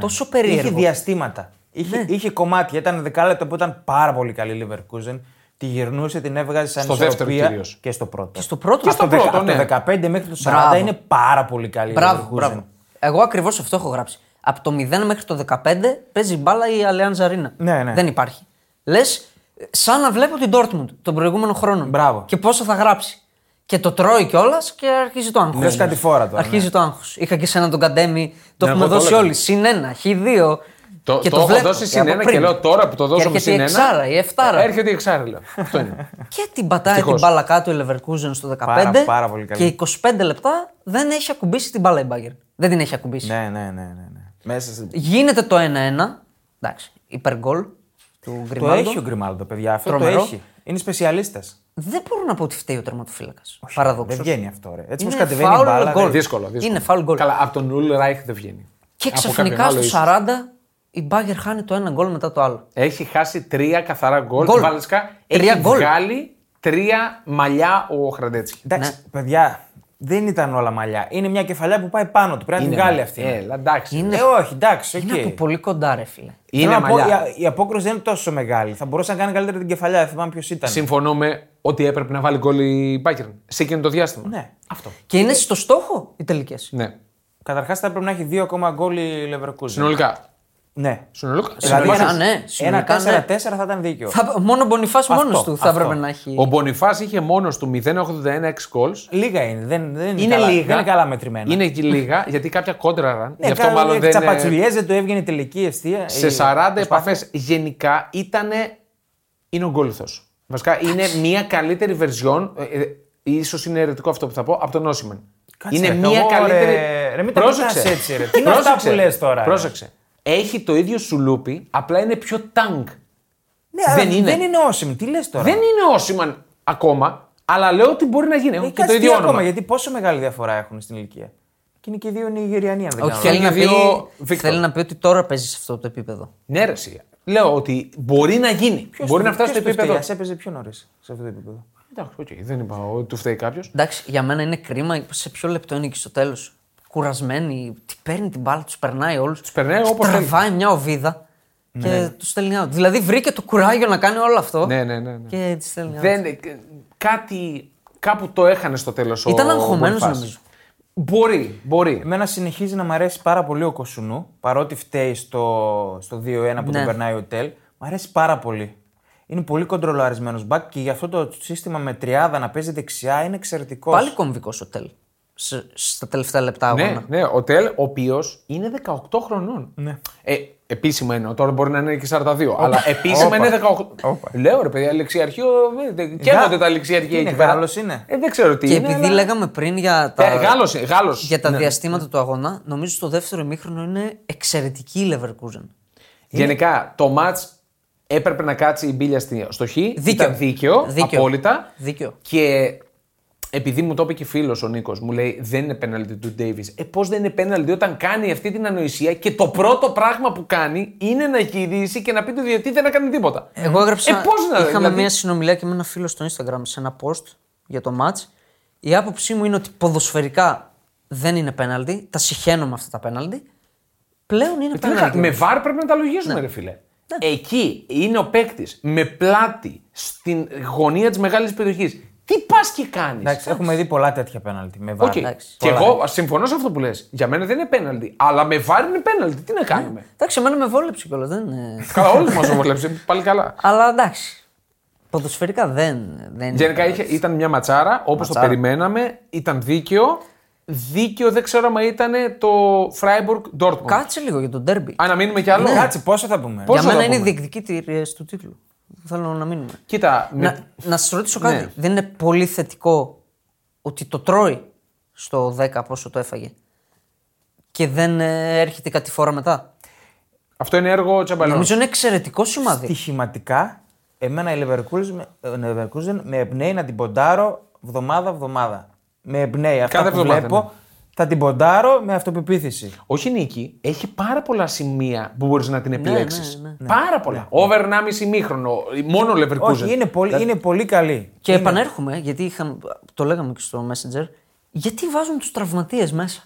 Speaker 3: Τόσο
Speaker 2: Είχε
Speaker 3: περίεργο. Ναι.
Speaker 2: διαστήματα. Είχε, είχε κομμάτια. Ήταν δεκάλεπτο που ήταν πάρα πολύ καλή η Leverkusen. Τη γυρνούσε, την έβγαζε σαν
Speaker 1: Στο δεύτερο
Speaker 2: ισορροπία
Speaker 1: κυρίως.
Speaker 2: Και στο πρώτο.
Speaker 3: Και στο πρώτο
Speaker 1: Και
Speaker 3: αυτό.
Speaker 1: στο
Speaker 2: Από το δεκα-
Speaker 1: πρώτο, ναι.
Speaker 2: Από το 15 μέχρι το 40
Speaker 3: Μπράβο.
Speaker 2: είναι πάρα πολύ καλή η
Speaker 3: Μπράβο,
Speaker 2: Leverkusen.
Speaker 3: μπράβο. Εγώ ακριβώς αυτό έχω γράψει. Από το 0 μέχρι το 15 παίζει μπάλα η Αλεάν Ζαρίνα.
Speaker 2: Ναι, ναι.
Speaker 3: Δεν υπάρχει. Λες σαν να βλέπω την Dortmund τον προηγούμενο χρόνο.
Speaker 2: Μπράβο.
Speaker 3: Και πόσο θα γράψει. Και το τρώει κιόλας και αρχίζει το άγχος.
Speaker 2: Λες κάτι φορά τώρα, ναι.
Speaker 3: Αρχίζει το άγχος. Είχα και σένα τον Καντέμι, το
Speaker 1: Ναι,
Speaker 3: έχουμε
Speaker 1: εγώ το
Speaker 3: δώσει
Speaker 1: έλεγα.
Speaker 3: όλοι. Συν ένα, χ δύο.
Speaker 1: Το,
Speaker 3: και
Speaker 1: το, έχω
Speaker 3: βλέπω
Speaker 1: δώσει
Speaker 3: και
Speaker 1: συν
Speaker 3: από
Speaker 1: ένα και
Speaker 3: πριν.
Speaker 1: λέω τώρα που το δώσαμε
Speaker 3: έρχεται
Speaker 1: συν
Speaker 3: η
Speaker 1: ένα.
Speaker 3: εξάρα, η εφτάρα.
Speaker 1: Έρχεται η εξάρα, λέω. Αυτό είναι.
Speaker 3: Και την πατάει
Speaker 1: Ευτυχώς.
Speaker 3: την μπάλα κάτω η Leverkusen στο 15.
Speaker 2: Πάρα- πάρα πολύ καλή.
Speaker 3: Και 25 λεπτά δεν έχει ακουμπήσει την μπάλα η Bayern. Δεν την έχει ακουμπήσει.
Speaker 2: Ναι, ναι, ναι, ναι, ναι. Μέσα σε...
Speaker 3: Γίνεται το 1-1. Εντάξει, υπεργόλ του
Speaker 2: Το
Speaker 3: Γκριμάλντο.
Speaker 2: έχει ο Γκριμάλντο, παιδιά. Αυτό
Speaker 3: Τρομερό.
Speaker 2: το έχει. Είναι σπεσιαλίστας.
Speaker 3: Δεν μπορώ να πω ότι φταίει ο τερματοφύλακας.
Speaker 2: Δεν
Speaker 3: Παραδόξω.
Speaker 2: βγαίνει αυτό, ρε. Έτσι
Speaker 3: Είναι
Speaker 2: όπω κατεβαίνει η
Speaker 3: φάουλ,
Speaker 2: μπάλα. δηλαδή-
Speaker 3: γκολ.
Speaker 2: δεν-
Speaker 1: Ε, δύσκολο, δύσκολο.
Speaker 3: Είναι foul goal.
Speaker 1: Καλά, από τον Ουλ Ράιχ δεν βγαίνει.
Speaker 3: Και
Speaker 1: Από κάποιον
Speaker 3: ξαφνικά
Speaker 1: άλλο
Speaker 3: στο
Speaker 1: ίσως.
Speaker 3: 40 η Μπάγκερ χάνει το ένα γκολ μετά το άλλο.
Speaker 1: Έχει χάσει τρία καθαρά γκολ.
Speaker 3: Γκολ.
Speaker 1: Βάλεσκα
Speaker 3: Τρία
Speaker 1: έχει
Speaker 3: γκολ.
Speaker 1: βγάλει τρία μαλλιά ο Χραντέτσικη.
Speaker 3: Ναι.
Speaker 2: Εντάξει, παιδιά, δεν ήταν όλα μαλλιά. Είναι μια κεφαλιά που πάει πάνω του. Πρέπει να την βγάλει αυτή.
Speaker 1: Έλα, εντάξει.
Speaker 2: Ε, όχι, εντάξει, οκ.
Speaker 3: ναι. Είναι από πολύ κοντά, ρε φίλε.
Speaker 2: Θέλω
Speaker 1: Είναι
Speaker 2: να πω,
Speaker 1: μαλλιά.
Speaker 2: η, η απόκρουση δεν είναι τόσο μεγάλη. Θα μπορούσε να κάνει καλύτερα την κεφαλιά. Δεν θυμάμαι ποιος ήταν.
Speaker 1: Συμφωνούμε ότι έπρεπε να βάλει γκολ η Bayern σε εκείνο το διάστημα.
Speaker 2: Ναι.
Speaker 1: Αυτό.
Speaker 3: Και είναι στο στόχο οι τελικές.
Speaker 1: Ναι.
Speaker 2: Καταρχάς θα έπρεπε να έχει δύο ακόμα γκολ η Leverkusen.
Speaker 1: Συνολικά.
Speaker 2: Ναι.
Speaker 1: Συνολικά.
Speaker 2: Δηλαδή
Speaker 1: Συνολικά.
Speaker 3: Συνολικά,
Speaker 2: ένας,
Speaker 3: ναι,
Speaker 2: ένα
Speaker 3: συνολικά,
Speaker 2: 4-4
Speaker 3: ναι.
Speaker 2: θα ήταν δίκιο.
Speaker 3: Θα, μόνο ο Μπονιφάς
Speaker 2: Αυτό,
Speaker 3: μόνος του
Speaker 2: αυτό.
Speaker 3: θα έπρεπε να έχει.
Speaker 1: Ο Μπονιφάς είχε μόνος του 0,81 goals.
Speaker 2: Λίγα είναι. Δεν, δεν είναι,
Speaker 1: Είναι
Speaker 2: καλά,
Speaker 1: λίγα.
Speaker 2: δεν είναι καλά μετρημένα.
Speaker 1: Είναι και λίγα γιατί κάποια κόντραραν.
Speaker 2: Ναι,
Speaker 1: γι' αυτό
Speaker 2: κα-
Speaker 1: μάλλον δεν. είναι-
Speaker 2: τσαπατσουλιές, δεν του έβγαινε η τελική ευθεία.
Speaker 1: Σε
Speaker 2: η
Speaker 1: 40
Speaker 2: προσπάθεια.
Speaker 1: επαφές γενικά ήταν. είναι ο γκόλυθο. Βασικά είναι μια καλύτερη βερζιόν. Ε, ε, ίσως είναι αιρετικό αυτό που θα πω από τον Όσιμεν.
Speaker 2: Κάτσε,
Speaker 1: Είναι
Speaker 2: ρε,
Speaker 1: μια
Speaker 2: εγώ,
Speaker 1: καλύτερη.
Speaker 2: ρε, ρε, μην τα κοιτάς έτσι, ρε. Τι είναι αυτά που λες τώρα, ρε.
Speaker 1: Πρόσεξε. Έχει το ίδιο σουλούπι, απλά είναι πιο τάγκ.
Speaker 2: Ναι, αλλά
Speaker 1: Δεν είναι.
Speaker 2: Δεν είναι όσιμη. Τι λες τώρα.
Speaker 1: Δεν είναι Όσιμαν ακόμα, αλλά λέω ότι μπορεί να γίνει. Έχουν
Speaker 2: Ε,
Speaker 1: και το
Speaker 2: κάτσε, τι
Speaker 1: ίδιο όνομα.
Speaker 2: Ακόμα, γιατί πόσο μεγάλη διαφορά έχουν στην ηλικία. Και είναι και οι δύο Νιγηριανοί, αν δεν κάνω
Speaker 3: Όχι, θέλει,
Speaker 1: Είναι
Speaker 3: να πει,
Speaker 1: δύο Βίκτορ.
Speaker 3: θέλει να πει ότι τώρα παίζεις σε αυτό το επίπεδο.
Speaker 1: Ναι, ρε, εσύ. Λέω ότι μπορεί να γίνει. μπορεί να φτάσει στο επίπεδο.
Speaker 2: Σε έπαιζε πιο νωρίς σε αυτό το επίπεδο.
Speaker 1: Εντάξει, οκ, δεν είπα ότι του φταίει κάποιος.
Speaker 3: Εντάξει, για μένα είναι κρίμα σε ποιο λεπτό είναι και στο τέλος. Κουρασμένοι, τι παίρνει την μπάλα, τους περνάει όλους. Τους
Speaker 1: περνάει όπως θέλει.
Speaker 3: Τραβάει μια οβίδα και τους στέλνει out. Δηλαδή βρήκε το κουράγιο να κάνει όλο αυτό.
Speaker 1: Ναι, ναι, ναι. ναι.
Speaker 3: Και τη στέλνει out.
Speaker 1: Δεν, ε, κάτι, κάπου το έχανε στο τέλος ο
Speaker 3: Ήταν αγχωμένος,
Speaker 1: Μπονιφάς.
Speaker 3: νομίζω.
Speaker 1: Μπορεί, μπορεί.
Speaker 2: Εμένα συνεχίζει να μ' αρέσει πάρα πολύ ο Κοσουνού, παρότι φταίει στο, στο 2-1 που
Speaker 3: Ναι.
Speaker 2: τον περνάει ο Τελ. Μ' αρέσει πάρα πολύ. Είναι πολύ κοντρολαρισμένος μπακ και γι' αυτό το σύστημα με τριάδα να παίζει δεξιά είναι εξαιρετικός.
Speaker 3: Πάλι κομβικός ο Τέλ. σε- Στα τελευταία λεπτά αγώνα.
Speaker 1: Ναι, ναι, ο Τελ, ο οποίος είναι 18 χρονών.
Speaker 2: Ναι.
Speaker 1: Ε, επίσημα εννοώ, τώρα μπορεί να είναι και 42, αλλά επίσημα
Speaker 2: Όπα.
Speaker 1: είναι 18.
Speaker 2: Όπα.
Speaker 1: Λέω ρε παιδιά, λεξιαρχείο. ε, δεν- Καίγονται τα λεξιαρχεία
Speaker 2: Είναι,
Speaker 1: εκεί πέρα.
Speaker 2: Γάλλος είναι.
Speaker 1: Ε, δεν ξέρω τι
Speaker 3: Και
Speaker 1: είναι.
Speaker 3: επειδή
Speaker 1: αλλά-
Speaker 3: λέγαμε πριν για τα,
Speaker 1: Ε, Γάλλος, ε, Γάλλος.
Speaker 3: για τα
Speaker 1: Ναι.
Speaker 3: διαστήματα του αγώνα, νομίζω στο δεύτερο ημίχρονο είναι εξαιρετική η Leverkusen.
Speaker 1: Γενικά, το match έπρεπε να κάτσει η μπίλια στη- στο χ. Δίκαιο. Ήταν δίκαιο,
Speaker 3: Δίκαιο.
Speaker 1: απόλυτα.
Speaker 3: Δίκαιο.
Speaker 1: Και επειδή μου το είπε και φίλος ο Νίκος, μου λέει δεν είναι πέναλτι του Ντέιβις. Ε, πώς δεν είναι πέναλτι όταν κάνει αυτή την ανοησία και το πρώτο πράγμα που κάνει είναι να γυρίσει και να πει του διαιτή δεν έκανε τίποτα.
Speaker 3: Εγώ έγραψα.
Speaker 1: Ε, πώς να-
Speaker 3: είχαμε
Speaker 1: δηλαδή-
Speaker 3: μια συνομιλία και με ένα φίλο στο Instagram σε ένα post για το match. Η άποψή μου είναι ότι ποδοσφαιρικά δεν είναι πέναλτι. Τα συχαίνω με αυτά τα πέναλτι. Πλέον είναι
Speaker 1: Τι να κάνουμε,
Speaker 3: πέναλτι.
Speaker 1: Με βάρ πρέπει να τα λογίζουμε,
Speaker 3: Ναι.
Speaker 1: ρε φίλε. Εκεί είναι ο παίκτης με πλάτη στην γωνία της μεγάλης περιοχής. Τι πας και κάνεις.
Speaker 2: Εντάξει, έχουμε δει πολλά τέτοια πέναλτι. Με
Speaker 1: Οκ.
Speaker 2: βάρη.
Speaker 3: Εντάξει.
Speaker 1: Και
Speaker 2: Πολλά.
Speaker 1: εγώ συμφωνώ σε αυτό που λες. Για μένα δεν είναι πέναλτι. Αλλά με βάρη είναι πέναλτι. Τι να κάνουμε.
Speaker 3: Εντάξει, εμένα με βόλεψε κιόλας. Δεν... είναι-
Speaker 1: καλά, όλους μας όμω Πάλι καλά.
Speaker 3: Αλλά εντάξει. Ποδοσφαιρικά δεν, δεν είναι.
Speaker 1: Γενικά είχε, ήταν μια ματσάρα όπως το
Speaker 3: Ματσάρα.
Speaker 1: περιμέναμε. Ήταν δίκαιο. Δίκαιο δεν ξέρω αν ήταν το Freiburg Dortmund.
Speaker 3: Κάτσε λίγο για τον ντέρμπι.
Speaker 1: Α, να μείνουμε κι άλλο.
Speaker 3: Ναι.
Speaker 2: Κάτσε, πόσο θα πούμε.
Speaker 1: Ναι. Πώς-
Speaker 3: Για
Speaker 1: πόσο
Speaker 3: μένα
Speaker 1: θα
Speaker 3: είναι
Speaker 1: πούμε.
Speaker 3: διεκδικήτριε του τίτλου. Θέλω να μείνουμε.
Speaker 1: Κοίτα, με-
Speaker 3: Να, να σας ρωτήσω κάτι.
Speaker 1: Ναι.
Speaker 3: Δεν είναι πολύ θετικό ότι το τρώει στο 10 πόσο το έφαγε και δεν ε, έρχεται η κατηφόρα μετά.
Speaker 1: αυτό είναι έργο τσαμπαλιών.
Speaker 3: Νομίζω είναι εξαιρετικό σημάδι.
Speaker 2: Στοιχηματικά, εμένα η Leverkusen, ε, Leverkusen με εμπνέει να την ποντάρω εβδομάδα-εβδομάδα. Με εμπνέει. Αυτά
Speaker 1: Κάθε
Speaker 2: που
Speaker 1: εβδομάδα,
Speaker 2: βλέπω
Speaker 1: ναι.
Speaker 2: θα την ποντάρω με αυτοπεποίθηση.
Speaker 1: Όχι νίκη, έχει πάρα πολλά σημεία που μπορείς να την επιλέξεις.
Speaker 3: ναι,
Speaker 1: Πάρα πολλά. Over 1,5 μήχρονο. Μόνο Leverkusen.
Speaker 2: Όχι, είναι πολύ, είναι πολύ καλή.
Speaker 3: Και επανέρχομαι, γιατί είχα, το λέγαμε και στο Messenger, γιατί βάζουν τους τραυματίες μέσα.